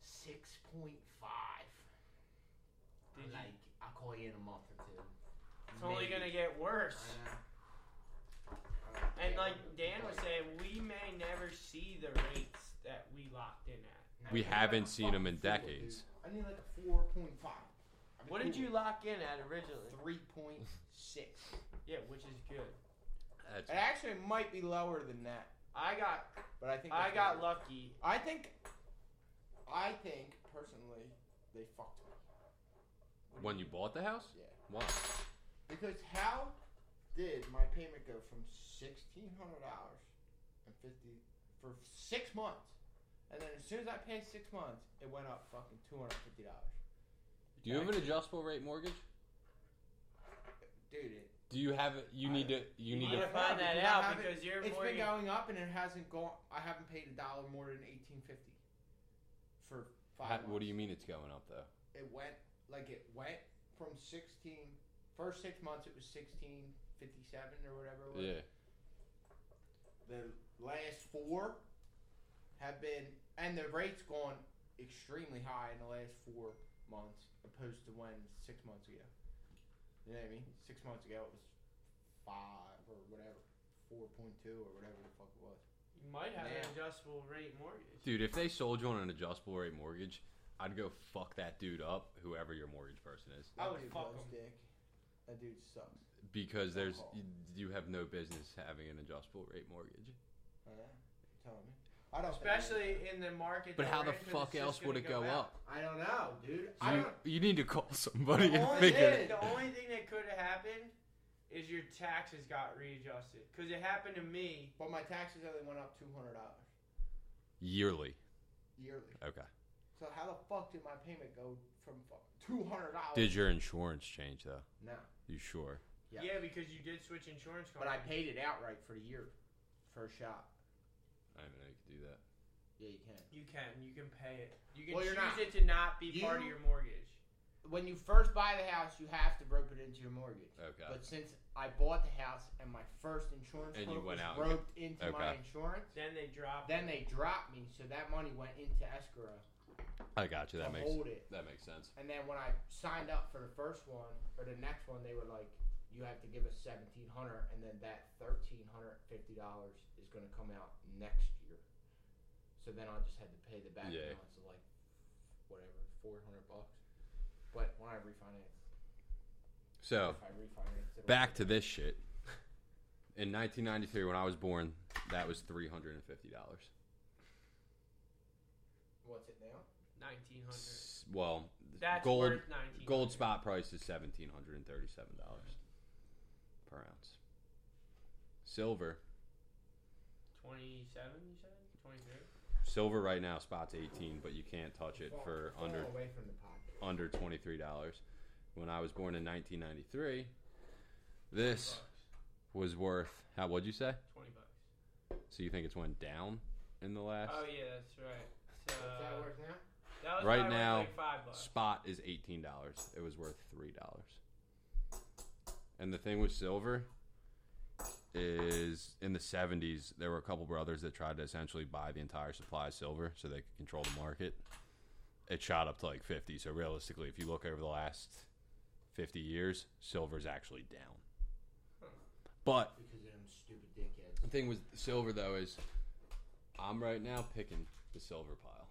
[SPEAKER 3] Six point five.
[SPEAKER 4] Did you-
[SPEAKER 3] Like I'll call you in a month or two.
[SPEAKER 4] It's only
[SPEAKER 3] Maybe.
[SPEAKER 4] gonna get
[SPEAKER 3] I
[SPEAKER 4] worse.
[SPEAKER 3] know.
[SPEAKER 4] And like Dan was saying, we may never see the rates that we locked in at.
[SPEAKER 2] we haven't seen him in decades.
[SPEAKER 3] I need like a four point five.
[SPEAKER 1] What did you lock in at originally?
[SPEAKER 3] Three point six.
[SPEAKER 1] Yeah, which is good.
[SPEAKER 2] That's
[SPEAKER 3] It actually might be lower than that,
[SPEAKER 1] I got
[SPEAKER 3] but I think
[SPEAKER 1] I
[SPEAKER 3] that's
[SPEAKER 1] got
[SPEAKER 3] lower.
[SPEAKER 1] lucky.
[SPEAKER 3] I think. I think personally, they fucked me
[SPEAKER 2] when you bought the house.
[SPEAKER 3] Yeah.
[SPEAKER 2] Why?
[SPEAKER 3] because how did my payment go from sixteen hundred dollars and fifty for six months, and then as soon as I paid six months, it went up fucking two hundred fifty dollars,
[SPEAKER 2] Do you have an adjustable rate mortgage?
[SPEAKER 3] dude. It,
[SPEAKER 2] Do you have? You
[SPEAKER 3] I-
[SPEAKER 2] need to. You need
[SPEAKER 1] I'm
[SPEAKER 2] to.
[SPEAKER 1] gonna find that
[SPEAKER 3] Because I
[SPEAKER 1] out
[SPEAKER 3] haven't-
[SPEAKER 1] because your
[SPEAKER 3] It's been
[SPEAKER 1] mortgage.
[SPEAKER 3] going up and it hasn't gone. I haven't paid a dollar more than eighteen fifty for
[SPEAKER 2] ha-
[SPEAKER 3] five.
[SPEAKER 2] What do you
[SPEAKER 3] months.
[SPEAKER 2] mean it's going up though?
[SPEAKER 3] It went like it went from sixteen. First six months, it was sixteen fifty seven or whatever. it was.
[SPEAKER 2] Yeah.
[SPEAKER 3] The last four have been, and the rate's gone extremely high in the last four months, opposed to when six months ago. You know what I mean? Six months ago, it was five or whatever, four point two or whatever the fuck it was.
[SPEAKER 1] You might have an
[SPEAKER 3] Yeah.
[SPEAKER 1] adjustable rate mortgage.
[SPEAKER 2] Dude, if they sold you on an adjustable rate mortgage, I'd go fuck that dude up, whoever your mortgage person is,
[SPEAKER 1] I
[SPEAKER 3] That
[SPEAKER 1] would
[SPEAKER 3] dude
[SPEAKER 1] fuck
[SPEAKER 3] blows
[SPEAKER 1] him.
[SPEAKER 3] dick. That dude sucks.
[SPEAKER 2] because there's
[SPEAKER 3] Oh.
[SPEAKER 2] you, you have no business having an adjustable rate mortgage.
[SPEAKER 3] I know. You're telling me. I don't. think
[SPEAKER 1] Especially in the market.
[SPEAKER 2] But
[SPEAKER 1] that
[SPEAKER 2] how
[SPEAKER 1] we're
[SPEAKER 2] the
[SPEAKER 1] in, 'cause
[SPEAKER 2] fuck
[SPEAKER 1] it's just
[SPEAKER 2] else would
[SPEAKER 1] gonna
[SPEAKER 2] it go
[SPEAKER 1] out.
[SPEAKER 2] up?
[SPEAKER 3] I don't know, dude. I
[SPEAKER 2] You,
[SPEAKER 3] don't.
[SPEAKER 2] you need to call somebody
[SPEAKER 3] The
[SPEAKER 2] and
[SPEAKER 3] only
[SPEAKER 2] figure
[SPEAKER 3] thing-
[SPEAKER 2] it.
[SPEAKER 1] The only thing that could have happened is your taxes got readjusted. Because it happened to me.
[SPEAKER 3] But my taxes only went up two hundred dollars
[SPEAKER 2] Yearly.
[SPEAKER 3] yearly.
[SPEAKER 2] Okay.
[SPEAKER 3] So how the fuck did my payment go from two hundred dollars?
[SPEAKER 2] Did your insurance change though?
[SPEAKER 3] no.
[SPEAKER 2] You sure?
[SPEAKER 3] Yeah.
[SPEAKER 1] Yeah. because you did switch insurance
[SPEAKER 3] But I
[SPEAKER 1] companies.
[SPEAKER 3] paid it outright for the year, for a shot.
[SPEAKER 2] I didn't know you could do that.
[SPEAKER 3] Yeah, you can.
[SPEAKER 1] You can. You can pay it. You can
[SPEAKER 3] Well, you're
[SPEAKER 1] choose
[SPEAKER 3] not.
[SPEAKER 1] it to not be
[SPEAKER 3] You-
[SPEAKER 1] part of your mortgage.
[SPEAKER 3] When you first buy the house, you have to rope it into your mortgage.
[SPEAKER 2] Okay.
[SPEAKER 3] But since I bought the house and my first insurance
[SPEAKER 2] And you
[SPEAKER 3] quote
[SPEAKER 2] went
[SPEAKER 3] was
[SPEAKER 2] out and-
[SPEAKER 3] roped into my
[SPEAKER 2] Okay.
[SPEAKER 3] insurance,
[SPEAKER 1] Then they drop.
[SPEAKER 3] then they dropped me, so that money went into escrow
[SPEAKER 2] I got you.
[SPEAKER 3] to
[SPEAKER 2] That makes
[SPEAKER 3] hold it.
[SPEAKER 2] that makes sense.
[SPEAKER 3] And then when I signed up for the first one or the next one, they were like, "You have to give us seventeen hundred, and then that thirteen hundred fifty dollars is going to come out next year." So then I just had to pay the back
[SPEAKER 2] Yeah.
[SPEAKER 3] balance of like whatever four hundred bucks. But when I refinanced,
[SPEAKER 2] So
[SPEAKER 3] if I refinanced, it
[SPEAKER 2] back to this shit. In 1993, when I was born, that was 350 dollars.
[SPEAKER 3] what's it now?
[SPEAKER 1] 1900
[SPEAKER 2] Well,
[SPEAKER 1] That's
[SPEAKER 2] gold
[SPEAKER 1] worth 1900
[SPEAKER 2] gold spot price is 1737 dollars per ounce. Silver,
[SPEAKER 1] 27, you said? 23?
[SPEAKER 2] silver right now spot's 18, but you can't touch it
[SPEAKER 3] Fall-
[SPEAKER 2] for
[SPEAKER 3] fall
[SPEAKER 2] under
[SPEAKER 3] away from the podcast.
[SPEAKER 2] under $23. When I was born in 1993, this was worth how what'd you say?
[SPEAKER 1] 20 bucks.
[SPEAKER 2] So you think it's went down in the last
[SPEAKER 1] Oh, yeah, that's right. So,
[SPEAKER 3] Is that worth now?
[SPEAKER 1] that was
[SPEAKER 2] Right
[SPEAKER 1] probably worth
[SPEAKER 2] now,
[SPEAKER 1] like 5 bucks.
[SPEAKER 2] spot is $18. It was worth $3. And the thing with silver is in the 70s there were a couple brothers that tried to essentially buy the entire supply of silver so they could control the market. It shot up to like 50. So realistically, if you look over the last 50 years, silver's actually down. But
[SPEAKER 3] Because of them stupid dickheads.
[SPEAKER 2] the thing with silver though is, I'm right now picking the silver pile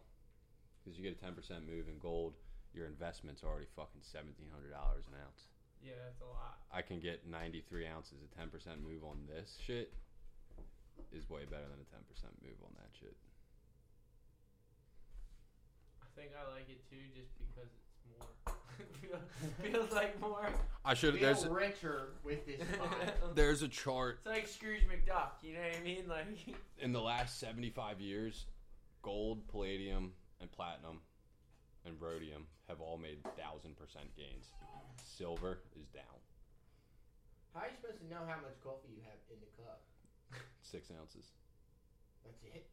[SPEAKER 2] because you get a 10% move in gold. Your investment's already fucking seventeen hundred dollars an ounce.
[SPEAKER 1] Yeah, that's a lot.
[SPEAKER 2] I can get 93 ounces a 10% move on this shit. Is way better than a 10% move on that shit.
[SPEAKER 1] I think I like it too just because it's more. Feel- Feels like more.
[SPEAKER 2] I should. There's
[SPEAKER 3] Feel richer with this podcast.
[SPEAKER 1] it's
[SPEAKER 2] there's a chart
[SPEAKER 1] like Scrooge McDuck, you know what I mean? Like,
[SPEAKER 2] in the last 75 years, gold, palladium, and platinum, and rhodium have all made thousand percent gains. Silver is down
[SPEAKER 3] How are you supposed to know how much coffee you have in the cup?
[SPEAKER 2] six ounces.
[SPEAKER 3] That's it.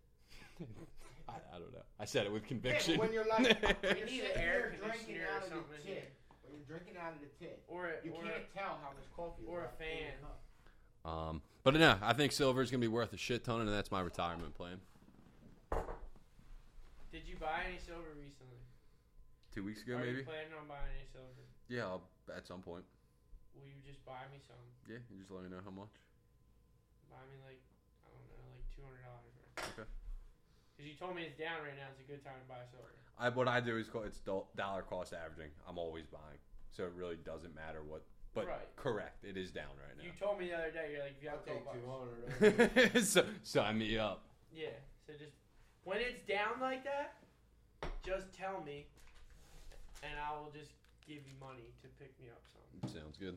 [SPEAKER 2] I, I don't know. I said it with
[SPEAKER 3] Yeah, but
[SPEAKER 2] conviction.
[SPEAKER 3] when you're like, when
[SPEAKER 1] You
[SPEAKER 3] you're
[SPEAKER 1] need
[SPEAKER 3] sitting
[SPEAKER 1] an air
[SPEAKER 3] here drinking
[SPEAKER 1] conditioner or
[SPEAKER 3] out of
[SPEAKER 1] something in
[SPEAKER 3] the tin,
[SPEAKER 1] here.
[SPEAKER 3] when you're drinking out of the tin,
[SPEAKER 1] or,
[SPEAKER 3] you
[SPEAKER 1] or
[SPEAKER 3] can't tell how much coffee. is
[SPEAKER 1] or a
[SPEAKER 3] left in
[SPEAKER 1] fan.
[SPEAKER 3] the cup.
[SPEAKER 2] um, but no, I think silver is gonna be worth a shit ton, and that's my retirement plan.
[SPEAKER 1] did you buy any silver recently?
[SPEAKER 2] Two weeks
[SPEAKER 1] Are you planning on buying any silver?
[SPEAKER 2] Yeah, I'll, at some point.
[SPEAKER 1] Will you just buy me some?
[SPEAKER 2] Yeah, you just let me know how much.
[SPEAKER 1] Buy me like I don't know, like two hundred dollars.
[SPEAKER 2] Okay.
[SPEAKER 1] Because Because you told me it's down right now. It's a good time to buy silver.
[SPEAKER 2] I what I do is call, it's do- dollar cost averaging. I'm always buying, so it really doesn't matter what. But
[SPEAKER 1] Right.
[SPEAKER 2] correct, it is down right
[SPEAKER 1] You told me the other day. You're like, if you
[SPEAKER 4] I'll
[SPEAKER 1] have
[SPEAKER 4] take
[SPEAKER 1] twelve bucks.
[SPEAKER 4] two hundred. right?
[SPEAKER 2] now. so, sign me up.
[SPEAKER 1] Yeah. So just when it's down like that, just tell me, and I will just give you money to pick me up some.
[SPEAKER 2] Sounds good.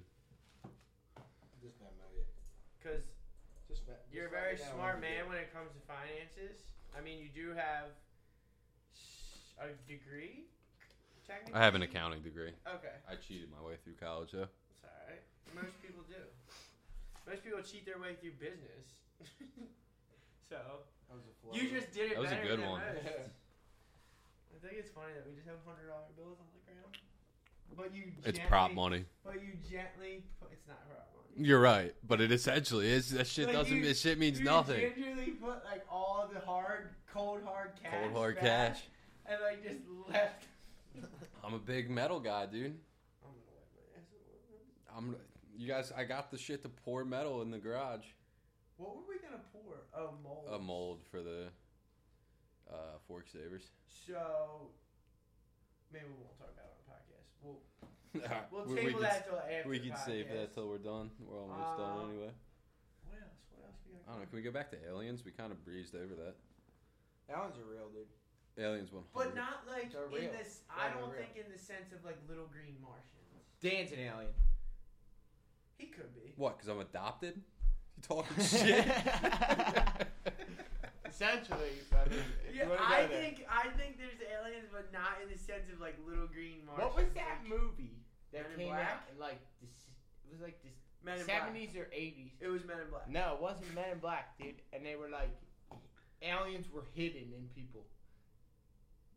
[SPEAKER 4] Just that money.
[SPEAKER 1] Cause
[SPEAKER 4] Just that-
[SPEAKER 1] you're a
[SPEAKER 4] just that
[SPEAKER 1] very
[SPEAKER 4] down
[SPEAKER 1] smart
[SPEAKER 4] when you
[SPEAKER 1] man
[SPEAKER 4] get-
[SPEAKER 1] when it comes to finances. I mean, you do have s- a degree. Technically,
[SPEAKER 2] I have an accounting degree.
[SPEAKER 1] Okay,
[SPEAKER 2] I cheated my way through college though.
[SPEAKER 1] that's all right. Most people do. Most people cheat their way through business. so
[SPEAKER 4] That was a flow.
[SPEAKER 1] you just did it.
[SPEAKER 2] That was a
[SPEAKER 1] better
[SPEAKER 2] good
[SPEAKER 1] than
[SPEAKER 2] one.
[SPEAKER 1] most. I think it's funny that we just have hundred dollar bills on the ground. But you
[SPEAKER 2] It's
[SPEAKER 1] gently,
[SPEAKER 2] prop money.
[SPEAKER 1] But you gently put it's not prop money.
[SPEAKER 2] You're right, but it essentially is. That shit
[SPEAKER 3] Like,
[SPEAKER 2] doesn't.
[SPEAKER 3] you-
[SPEAKER 2] This shit means
[SPEAKER 3] you
[SPEAKER 2] nothing.
[SPEAKER 3] gingerly put like all the hard, cold hard cash.
[SPEAKER 2] Cold hard
[SPEAKER 3] back
[SPEAKER 2] cash.
[SPEAKER 3] And like just left.
[SPEAKER 2] I'm a big metal guy, dude.
[SPEAKER 1] I'm gonna wipe my ass with one.
[SPEAKER 2] I'm. You guys, I got the shit to pour metal in the garage.
[SPEAKER 3] What were we gonna pour? Oh, mold.
[SPEAKER 2] A mold for the uh, fork savers.
[SPEAKER 3] So maybe we won't talk about it on the podcast. We'll
[SPEAKER 2] We'll
[SPEAKER 3] table
[SPEAKER 2] could
[SPEAKER 3] that till after.
[SPEAKER 2] We
[SPEAKER 3] the
[SPEAKER 2] can save
[SPEAKER 3] podcast.
[SPEAKER 2] that till we're done. We're almost
[SPEAKER 3] Um,
[SPEAKER 2] done anyway.
[SPEAKER 3] What else? What else we got?
[SPEAKER 2] I don't know. Can we go back to aliens? We kind of breezed over that.
[SPEAKER 4] That one's a real dude.
[SPEAKER 2] Aliens one
[SPEAKER 3] But
[SPEAKER 2] hundred.
[SPEAKER 3] not like
[SPEAKER 4] They're
[SPEAKER 3] in
[SPEAKER 4] real.
[SPEAKER 3] this. I
[SPEAKER 4] They're
[SPEAKER 3] don't
[SPEAKER 4] real.
[SPEAKER 3] think in the sense of like little green Martians.
[SPEAKER 4] Dan's an alien.
[SPEAKER 3] He could be.
[SPEAKER 2] What? Because I'm adopted? You talking shit?
[SPEAKER 4] Essentially, but if
[SPEAKER 3] Yeah,
[SPEAKER 4] you wanna go
[SPEAKER 3] I
[SPEAKER 4] there.
[SPEAKER 3] think I think there's aliens, but not in the sense of like little green Martians.
[SPEAKER 4] What was that movie
[SPEAKER 3] Men
[SPEAKER 4] that
[SPEAKER 3] in
[SPEAKER 4] came out
[SPEAKER 3] Black?
[SPEAKER 4] in like the, s- it was like the
[SPEAKER 3] Men in Black.
[SPEAKER 4] seventies or eighties?
[SPEAKER 3] It was Men in Black.
[SPEAKER 4] No, it wasn't Men in Black, dude. And they were like, aliens were hidden in people.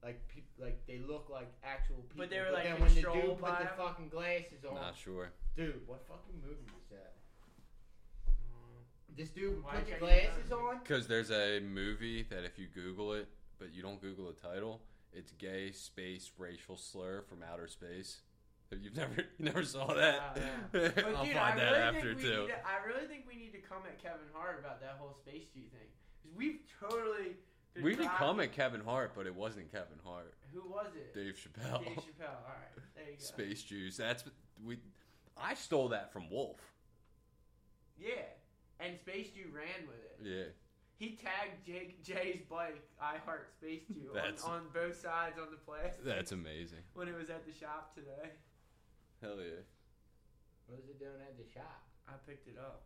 [SPEAKER 4] Like, peop like they look like actual people.
[SPEAKER 3] But they were, like,
[SPEAKER 4] then when the dude
[SPEAKER 3] controlled
[SPEAKER 4] put
[SPEAKER 3] by
[SPEAKER 4] the
[SPEAKER 3] them?
[SPEAKER 4] fucking glasses on,
[SPEAKER 2] Not sure.
[SPEAKER 4] dude, what fucking movie was that?
[SPEAKER 1] Mm.
[SPEAKER 4] This dude
[SPEAKER 1] Why
[SPEAKER 4] put
[SPEAKER 1] check
[SPEAKER 4] the
[SPEAKER 1] your
[SPEAKER 4] glasses
[SPEAKER 1] phone?
[SPEAKER 4] on.
[SPEAKER 2] Because there's a movie that if you Google it, but you don't Google the title, it's gay space racial slur from outer space. If You've never, you never saw that.
[SPEAKER 1] Wow,
[SPEAKER 2] I'll
[SPEAKER 1] But
[SPEAKER 2] find
[SPEAKER 1] dude, I
[SPEAKER 2] that
[SPEAKER 1] really
[SPEAKER 2] after
[SPEAKER 1] think we
[SPEAKER 2] too.
[SPEAKER 1] Need to, I really think we need to come at Kevin Hart about that whole space G thing. 'Cause we've totally. been
[SPEAKER 2] We did come
[SPEAKER 1] talking-
[SPEAKER 2] at Kevin Hart, but it wasn't Kevin Hart.
[SPEAKER 1] Who was it?
[SPEAKER 2] Dave Chappelle.
[SPEAKER 1] Dave Chappelle. All right, there you go.
[SPEAKER 2] Space Jews. That's what we. I stole that from Wolf.
[SPEAKER 1] Yeah, and Space Jew ran with it.
[SPEAKER 2] Yeah,
[SPEAKER 1] He tagged Jake Jay's bike, I Heart Space Jew, on,
[SPEAKER 2] That's-
[SPEAKER 1] on both sides on the plastic
[SPEAKER 2] that's amazing.
[SPEAKER 1] when it was at the shop today.
[SPEAKER 2] Hell yeah.
[SPEAKER 4] What was it doing at the shop?
[SPEAKER 1] I picked it up.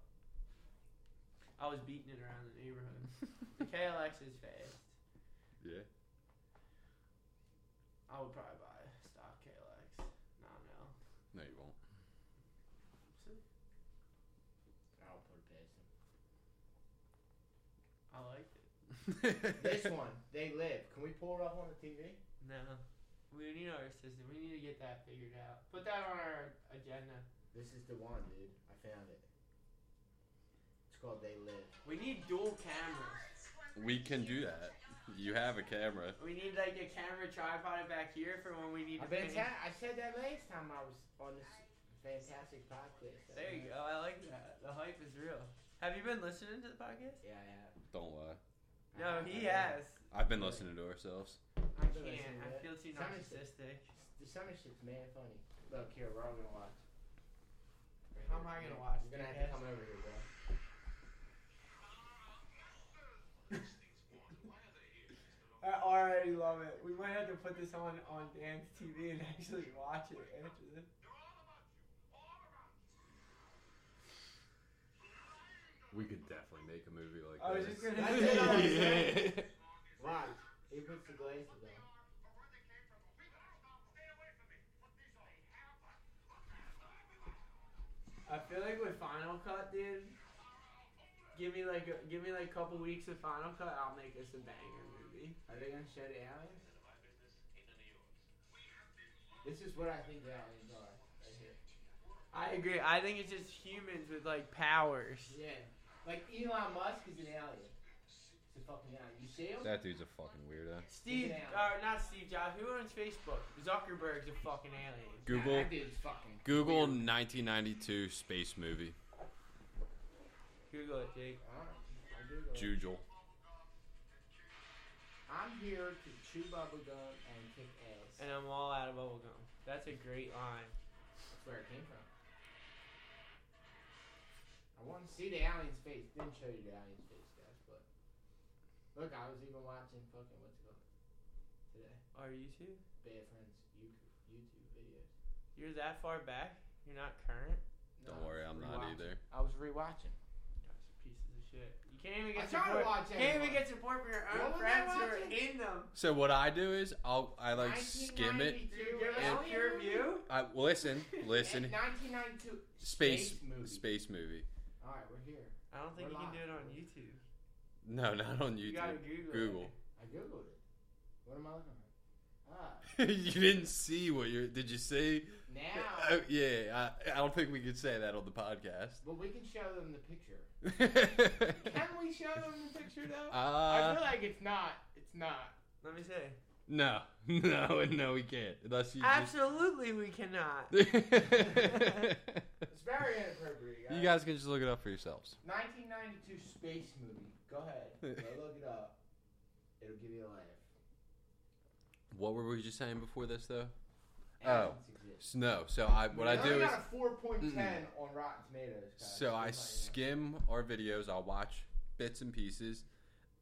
[SPEAKER 1] I was beating it around the neighborhood. The KLX is fast.
[SPEAKER 2] yeah.
[SPEAKER 1] I would probably buy a stock KLX. No, no.
[SPEAKER 2] No, you won't.
[SPEAKER 4] I'll put it past
[SPEAKER 1] I liked it.
[SPEAKER 4] him. This one, they live. Can we pull it up on the TV?
[SPEAKER 1] No. We need our system. We need to get that figured out. Put that on our agenda.
[SPEAKER 4] This is the one, dude. I found it. It's called They Live.
[SPEAKER 1] We need dual cameras.
[SPEAKER 2] we can do that. You have a camera.
[SPEAKER 1] We need like a camera tripod back here for when we need
[SPEAKER 4] I,
[SPEAKER 1] to finish.
[SPEAKER 4] fanta- I said that last time I was on this fantastic podcast.
[SPEAKER 1] There you go. I like that. The hype is real. Have you been listening to the podcast?
[SPEAKER 4] Yeah, I have.
[SPEAKER 2] Don't lie.
[SPEAKER 1] No, he
[SPEAKER 4] yeah.
[SPEAKER 1] has.
[SPEAKER 2] I've been listening to ourselves.
[SPEAKER 1] I
[SPEAKER 4] I've been
[SPEAKER 1] can't.
[SPEAKER 4] listening
[SPEAKER 1] I
[SPEAKER 4] to it.
[SPEAKER 1] feel too
[SPEAKER 4] Tell me shit.
[SPEAKER 1] narcissistic.
[SPEAKER 4] The summer shit's mad funny. Look here, we're all gonna watch.
[SPEAKER 1] How am I gonna watch
[SPEAKER 4] You're gonna
[SPEAKER 1] it,
[SPEAKER 4] have to
[SPEAKER 1] guys?
[SPEAKER 4] come over here, bro.
[SPEAKER 3] I already love it. We might have to put this on on Dan's TV and actually watch it after this.
[SPEAKER 2] We could definitely make a movie like
[SPEAKER 3] I was just gonna
[SPEAKER 4] That's
[SPEAKER 3] say.
[SPEAKER 4] it.
[SPEAKER 3] that.
[SPEAKER 4] Watch. He puts the glasses on.
[SPEAKER 1] I feel like with Final Cut, dude. Give me like a, give me like a couple weeks of Final Cut. I'll make us a banger movie.
[SPEAKER 4] Are they gonna show the aliens? This is what I think the aliens are. Right here.
[SPEAKER 1] I agree. I think it's just humans with like powers.
[SPEAKER 4] Yeah. Like Elon Musk is an alien. It's a fucking alien. You see him?
[SPEAKER 2] That dude's a fucking weirdo.
[SPEAKER 1] Steve,
[SPEAKER 4] Yeah.
[SPEAKER 1] or not Steve Jobs. Who owns Facebook? Zuckerberg's a fucking alien.
[SPEAKER 4] Nah,
[SPEAKER 2] Google
[SPEAKER 4] that dude's fucking.
[SPEAKER 2] Google 1992 space movie.
[SPEAKER 1] Google it, Jake.
[SPEAKER 4] Alright, I'll Google it.
[SPEAKER 2] Jujul.
[SPEAKER 4] I'm here to chew bubble gum and kick ass.
[SPEAKER 1] And I'm all out of bubblegum. That's a great line.
[SPEAKER 4] That's where it came from. I want to see the alien's face. Didn't show you the alien's face, guys, but look, I was even watching fucking what's it called today?
[SPEAKER 1] Oh, Are you two?
[SPEAKER 4] Bad Friends YouTube YouTube videos.
[SPEAKER 1] You're that far back? You're not current?
[SPEAKER 4] No,
[SPEAKER 2] Don't worry,
[SPEAKER 4] I
[SPEAKER 2] I'm
[SPEAKER 4] was
[SPEAKER 2] not
[SPEAKER 4] rewatching.
[SPEAKER 2] either.
[SPEAKER 4] I was rewatching.
[SPEAKER 1] You guys are pieces of shit. You can't even
[SPEAKER 4] I
[SPEAKER 1] get
[SPEAKER 4] try to
[SPEAKER 1] support.
[SPEAKER 4] watch
[SPEAKER 1] You can't even
[SPEAKER 4] everyone.
[SPEAKER 1] get support from your own
[SPEAKER 4] What was I
[SPEAKER 1] friends who are
[SPEAKER 4] watching?
[SPEAKER 1] in them.
[SPEAKER 2] So what I do is I'll I like skim it.
[SPEAKER 4] 1992
[SPEAKER 1] Dude, give
[SPEAKER 2] And-
[SPEAKER 1] us
[SPEAKER 4] Alien
[SPEAKER 1] your view.
[SPEAKER 4] movie.
[SPEAKER 2] I listen, listen.
[SPEAKER 4] 1992
[SPEAKER 2] Space
[SPEAKER 4] movie.
[SPEAKER 2] space movie.
[SPEAKER 4] All right, we're here.
[SPEAKER 1] I don't think
[SPEAKER 4] We're
[SPEAKER 1] you can
[SPEAKER 4] live.
[SPEAKER 1] do it on YouTube.
[SPEAKER 2] No, not on
[SPEAKER 1] You gotta Google.
[SPEAKER 2] YouTube. Google.
[SPEAKER 1] It.
[SPEAKER 4] I googled it. What am I looking at? Ah,
[SPEAKER 2] you didn't see what you did. You see?
[SPEAKER 4] now.
[SPEAKER 2] Oh, yeah, I, I don't think we could say that on the podcast.
[SPEAKER 4] But we can show them the picture. Can we show them the picture though? I
[SPEAKER 2] uh,
[SPEAKER 4] feel like it's not. It's not.
[SPEAKER 1] Let me say.
[SPEAKER 2] no, no, and no, we can't unless you. Just...
[SPEAKER 1] Absolutely, we cannot.
[SPEAKER 2] you
[SPEAKER 4] It's very inappropriate. Guys.
[SPEAKER 2] guys can just look it up for yourselves.
[SPEAKER 4] 1992 space movie. Go ahead. Go look it up. It'll give you a laugh.
[SPEAKER 2] What were we just saying before this though?
[SPEAKER 4] Aliens exist.
[SPEAKER 2] S- No, so I Oh. what I
[SPEAKER 4] We only
[SPEAKER 2] do is
[SPEAKER 4] got a 4.10 on Rotten Tomatoes. Guys.
[SPEAKER 2] so I
[SPEAKER 4] Just letting
[SPEAKER 2] skim our videos. I'll watch bits and pieces,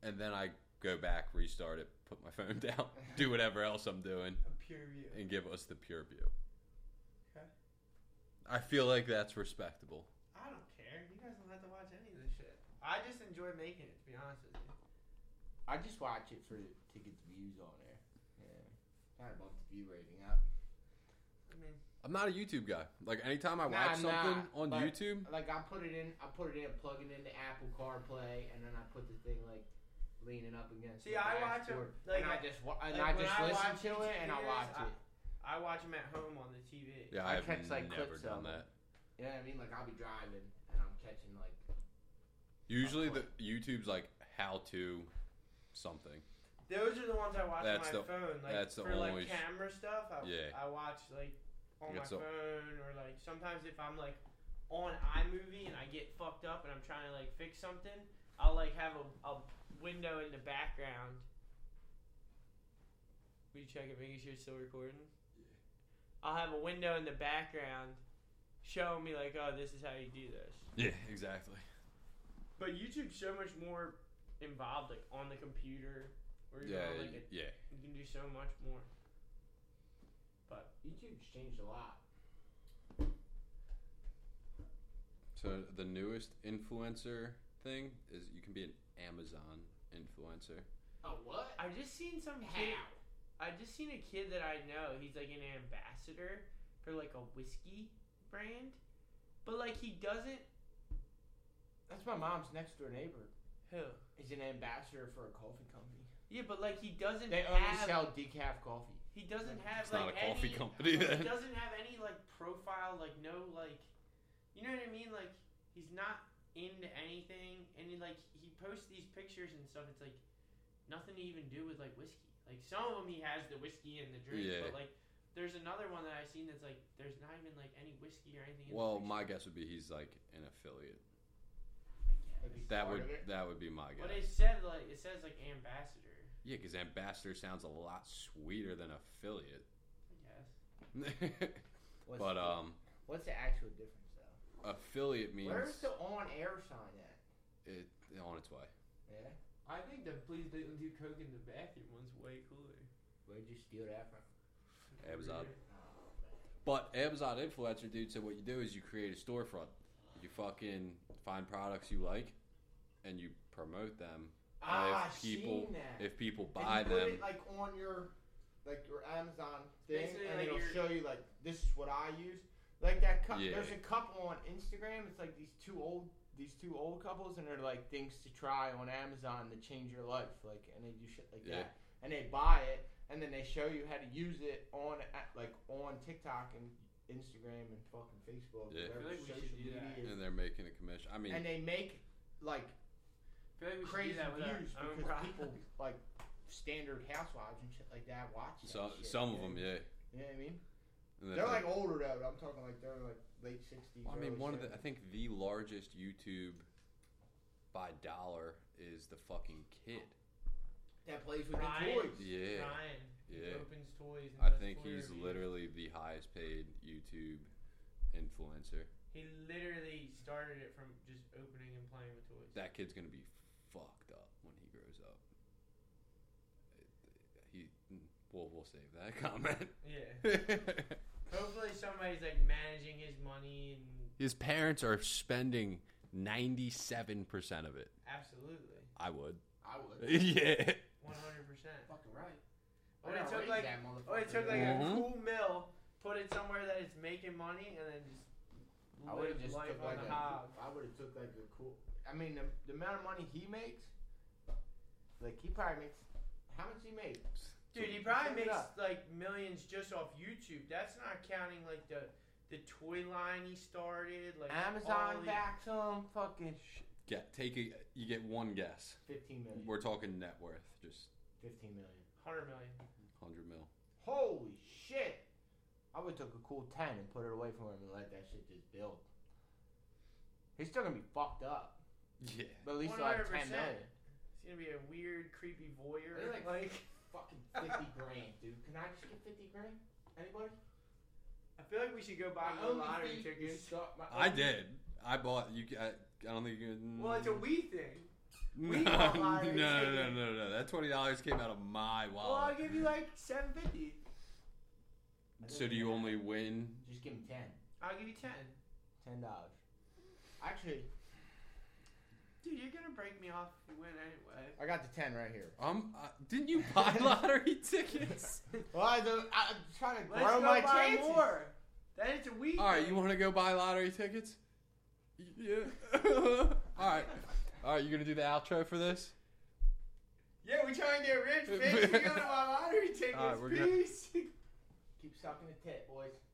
[SPEAKER 2] and then I go back, restart it, put my phone down, do whatever else I'm doing,
[SPEAKER 5] A pure view.
[SPEAKER 2] and give us the pure view.
[SPEAKER 5] Okay.
[SPEAKER 2] I feel like that's respectable.
[SPEAKER 5] I don't care. You guys don't have to watch any of this shit. I just enjoy making it, to be honest with you.
[SPEAKER 4] you know. I just watch it for to get the views on there. Yeah. Kind of bump the view rating up.
[SPEAKER 5] I mean,
[SPEAKER 2] I'm not a YouTube guy. Like anytime I
[SPEAKER 4] Nah,
[SPEAKER 2] watch
[SPEAKER 4] nah,
[SPEAKER 2] something on
[SPEAKER 4] but-
[SPEAKER 2] YouTube,
[SPEAKER 4] Like I put it in, I put it in, plug it into Apple CarPlay, and then I put the thing like leaning up against.
[SPEAKER 5] See,
[SPEAKER 4] the
[SPEAKER 5] I watch
[SPEAKER 4] dashboard,
[SPEAKER 5] it, like,
[SPEAKER 4] and I just wa- and
[SPEAKER 5] like,
[SPEAKER 4] I
[SPEAKER 5] when
[SPEAKER 4] just
[SPEAKER 5] I
[SPEAKER 4] listen
[SPEAKER 5] watch
[SPEAKER 4] to it and I
[SPEAKER 5] YouTubers,
[SPEAKER 4] watch
[SPEAKER 5] I-
[SPEAKER 4] it.
[SPEAKER 1] I watch them at home on the TV.
[SPEAKER 2] yeah,
[SPEAKER 4] I
[SPEAKER 2] I've
[SPEAKER 4] catch, like,
[SPEAKER 2] never
[SPEAKER 4] clips
[SPEAKER 2] done
[SPEAKER 4] of 'em.
[SPEAKER 2] that.
[SPEAKER 4] You know what I mean? Like I'll be driving and I'm catching like
[SPEAKER 2] Usually the YouTube's like how to something.
[SPEAKER 1] Those are the ones I watch
[SPEAKER 2] That's
[SPEAKER 1] on my
[SPEAKER 2] the-
[SPEAKER 1] phone. Like
[SPEAKER 2] that's the
[SPEAKER 1] for
[SPEAKER 2] only sh-
[SPEAKER 1] like camera stuff. I,
[SPEAKER 2] Yeah.
[SPEAKER 1] I watch like on my
[SPEAKER 2] That's the-
[SPEAKER 1] phone or like sometimes if I'm like on iMovie and I get fucked up and I'm trying to like fix something, I'll like have a, a window in the background. Will you check it, making sure it's still recording? I'll have a window in the background showing me like, oh, this is how you do this.
[SPEAKER 2] Yeah, exactly.
[SPEAKER 1] But YouTube's so much more involved, like on the computer, or even
[SPEAKER 2] Yeah,
[SPEAKER 1] on, like a
[SPEAKER 2] yeah.
[SPEAKER 1] you can do so much more.
[SPEAKER 4] YouTube's changed a lot.
[SPEAKER 2] So the newest influencer thing is you can be an Amazon influencer.
[SPEAKER 4] Oh what?
[SPEAKER 1] I just seen some kid.
[SPEAKER 4] How?
[SPEAKER 1] I just seen a kid that I know. He's like an ambassador for like a whiskey brand, but like he doesn't.
[SPEAKER 4] That's my mom's next door neighbor.
[SPEAKER 1] Who?
[SPEAKER 4] He's an ambassador for a coffee company.
[SPEAKER 1] Yeah, but like he doesn't
[SPEAKER 4] They only
[SPEAKER 1] have.
[SPEAKER 4] sell decaf coffee.
[SPEAKER 1] he doesn't have
[SPEAKER 2] It's
[SPEAKER 1] like
[SPEAKER 2] not a coffee
[SPEAKER 1] any,
[SPEAKER 2] company
[SPEAKER 1] He
[SPEAKER 2] then.
[SPEAKER 1] doesn't have any like profile. Like no like, you know what I mean? Like he's not into anything, and he, like he posts these pictures and stuff. It's like nothing to even do with like whiskey. Like some of them he has the whiskey and the drink,
[SPEAKER 2] Yeah.
[SPEAKER 1] but like there's another one that I've seen that's like there's not even like any whiskey or anything. In
[SPEAKER 2] Well,
[SPEAKER 1] the
[SPEAKER 2] my guess would be he's like an affiliate.
[SPEAKER 1] picture.
[SPEAKER 4] Maybe
[SPEAKER 2] That
[SPEAKER 4] part
[SPEAKER 2] would
[SPEAKER 4] of it.
[SPEAKER 2] that would be my
[SPEAKER 1] But
[SPEAKER 2] guess.
[SPEAKER 1] it said like it says like ambassador.
[SPEAKER 2] Yeah, because ambassador sounds a lot sweeter than affiliate.
[SPEAKER 1] I guess.
[SPEAKER 4] What's
[SPEAKER 2] but um,
[SPEAKER 4] the- what's the actual difference though?
[SPEAKER 2] affiliate means
[SPEAKER 4] Where's the on-air sign at?
[SPEAKER 2] it on its way.
[SPEAKER 4] Yeah.
[SPEAKER 1] I think the please don't do coke in the bathroom one's way cooler.
[SPEAKER 4] Where'd you steal that from?
[SPEAKER 2] Amazon. But Amazon influencer, dude. So what you do is you create a storefront. You fucking find products you like, and you promote them.
[SPEAKER 4] Ah,
[SPEAKER 2] if
[SPEAKER 4] I've
[SPEAKER 2] people-
[SPEAKER 4] seen that.
[SPEAKER 2] If people
[SPEAKER 4] And
[SPEAKER 2] buy
[SPEAKER 4] you put
[SPEAKER 2] them,
[SPEAKER 4] it like on your like your Amazon thing,
[SPEAKER 1] basically
[SPEAKER 4] and
[SPEAKER 1] like
[SPEAKER 4] it'll
[SPEAKER 1] your-
[SPEAKER 4] show you like this is what I use. Like that cup.
[SPEAKER 2] Yeah.
[SPEAKER 4] There's a couple on Instagram. It's like these two old these two old couples, and they're like things to try on Amazon to change your life. Like, and they do shit like
[SPEAKER 2] Yeah.
[SPEAKER 4] that, and they buy it, and then they show you how to use it on a- like on TikTok and Instagram and fucking Facebook,
[SPEAKER 2] Yeah. I feel
[SPEAKER 4] whatever
[SPEAKER 1] like we should
[SPEAKER 4] social
[SPEAKER 1] do
[SPEAKER 4] media
[SPEAKER 1] that.
[SPEAKER 4] is.
[SPEAKER 2] and they're making a commission. I mean,
[SPEAKER 4] And they make like
[SPEAKER 1] I feel like we
[SPEAKER 4] crazy
[SPEAKER 1] should do that with
[SPEAKER 4] views
[SPEAKER 1] our own
[SPEAKER 4] because
[SPEAKER 1] product.
[SPEAKER 4] people like standard housewives and shit like that watch that
[SPEAKER 2] some
[SPEAKER 4] shit,
[SPEAKER 2] some
[SPEAKER 4] you
[SPEAKER 2] of
[SPEAKER 4] know?
[SPEAKER 2] them, yeah.
[SPEAKER 4] You know what I mean?
[SPEAKER 2] And
[SPEAKER 4] They're
[SPEAKER 2] then-
[SPEAKER 4] like older though. I'm talking like they're like late sixties.
[SPEAKER 2] Well, I mean, one of the I think the largest YouTube by dollar is the fucking kid.
[SPEAKER 4] that plays with
[SPEAKER 1] Ryan.
[SPEAKER 4] the toys.
[SPEAKER 2] Yeah.
[SPEAKER 1] Ryan who
[SPEAKER 2] Yeah.
[SPEAKER 1] opens toys. And
[SPEAKER 2] I
[SPEAKER 1] does
[SPEAKER 2] think
[SPEAKER 1] toy
[SPEAKER 2] he's
[SPEAKER 1] reviews.
[SPEAKER 2] literally the highest paid YouTube influencer.
[SPEAKER 1] He literally started it from just opening and playing with toys.
[SPEAKER 2] That kid's gonna be fucked up when he grows up. He, well, we'll save that
[SPEAKER 1] yeah.
[SPEAKER 2] comment.
[SPEAKER 1] Hopefully somebody's like managing his money and
[SPEAKER 2] His parents are spending ninety-seven percent of it.
[SPEAKER 1] absolutely
[SPEAKER 2] I would.
[SPEAKER 4] I would.
[SPEAKER 2] yeah.
[SPEAKER 1] 100%.
[SPEAKER 4] Fucking right.
[SPEAKER 1] Or
[SPEAKER 4] I
[SPEAKER 1] it
[SPEAKER 4] gotta
[SPEAKER 1] took
[SPEAKER 4] raise
[SPEAKER 1] like
[SPEAKER 4] that
[SPEAKER 1] or it took
[SPEAKER 4] motherfucker.
[SPEAKER 1] like
[SPEAKER 2] Mhm.
[SPEAKER 1] a cool mill, put it somewhere that it's making money and then just
[SPEAKER 4] I would
[SPEAKER 1] live
[SPEAKER 4] have just
[SPEAKER 1] life
[SPEAKER 4] took
[SPEAKER 1] on
[SPEAKER 4] like
[SPEAKER 1] the
[SPEAKER 4] a,
[SPEAKER 1] hob.
[SPEAKER 4] I would have took like a cool. I mean, the, the amount of money he makes, like he probably makes. How much he made?
[SPEAKER 1] Dude, he
[SPEAKER 4] Save
[SPEAKER 1] probably
[SPEAKER 4] it
[SPEAKER 1] makes
[SPEAKER 4] up.
[SPEAKER 1] like millions just off YouTube. That's not counting like the the toy line he started, like all
[SPEAKER 4] Amazon
[SPEAKER 1] these-
[SPEAKER 4] backs him. Fucking sh-
[SPEAKER 2] Get take a. You get one guess.
[SPEAKER 4] fifteen million.
[SPEAKER 2] We're talking net worth, just
[SPEAKER 4] Fifteen million.
[SPEAKER 1] 100 million.
[SPEAKER 2] hundred mil.
[SPEAKER 4] Holy shit! I would took a cool ten and put it away from him and let that shit just build. He's still gonna be fucked up,
[SPEAKER 2] Yeah.
[SPEAKER 4] but at least like ten
[SPEAKER 1] 100%.
[SPEAKER 4] million.
[SPEAKER 1] It's going to be a weird creepy voyeur.
[SPEAKER 4] They're like-
[SPEAKER 1] like
[SPEAKER 4] Fucking fifty grand, dude. Can I just get fifty grand? Anybody?
[SPEAKER 1] I feel like we should go buy
[SPEAKER 4] My
[SPEAKER 1] more
[SPEAKER 4] only
[SPEAKER 1] lottery
[SPEAKER 4] fee-
[SPEAKER 1] tickets.
[SPEAKER 4] Stop my-
[SPEAKER 2] I did. I bought you. I, I don't think you.
[SPEAKER 1] Well, it's a we thing. we
[SPEAKER 2] no,
[SPEAKER 1] bought
[SPEAKER 2] no, no,
[SPEAKER 1] lottery
[SPEAKER 2] no,
[SPEAKER 1] tickets.
[SPEAKER 2] no, no. That twenty dollars came out of my
[SPEAKER 1] Well, I'll
[SPEAKER 2] wallet.
[SPEAKER 1] give you like 750.
[SPEAKER 2] so do you only win?
[SPEAKER 4] Just give him ten.
[SPEAKER 1] I'll give you 10.
[SPEAKER 4] Ten dollars. Actually,
[SPEAKER 1] Dude, you're going to break me off if you win anyway.
[SPEAKER 4] I got the ten right here.
[SPEAKER 2] Um, uh, didn't you buy lottery tickets?
[SPEAKER 4] Well, I do, I'm trying to
[SPEAKER 1] Let's
[SPEAKER 4] grow
[SPEAKER 1] go
[SPEAKER 4] my
[SPEAKER 1] buy
[SPEAKER 4] chances.
[SPEAKER 1] more. Then it's a we
[SPEAKER 2] All right,
[SPEAKER 1] thing.
[SPEAKER 2] you want to go buy lottery tickets? Yeah. All right. All right, you gonna do the outro for this?
[SPEAKER 1] yeah, we trying to get rich, bitch. You're going to buy lottery tickets.
[SPEAKER 2] All right, we're gonna-
[SPEAKER 1] Peace.
[SPEAKER 4] Keep sucking the tit, boys.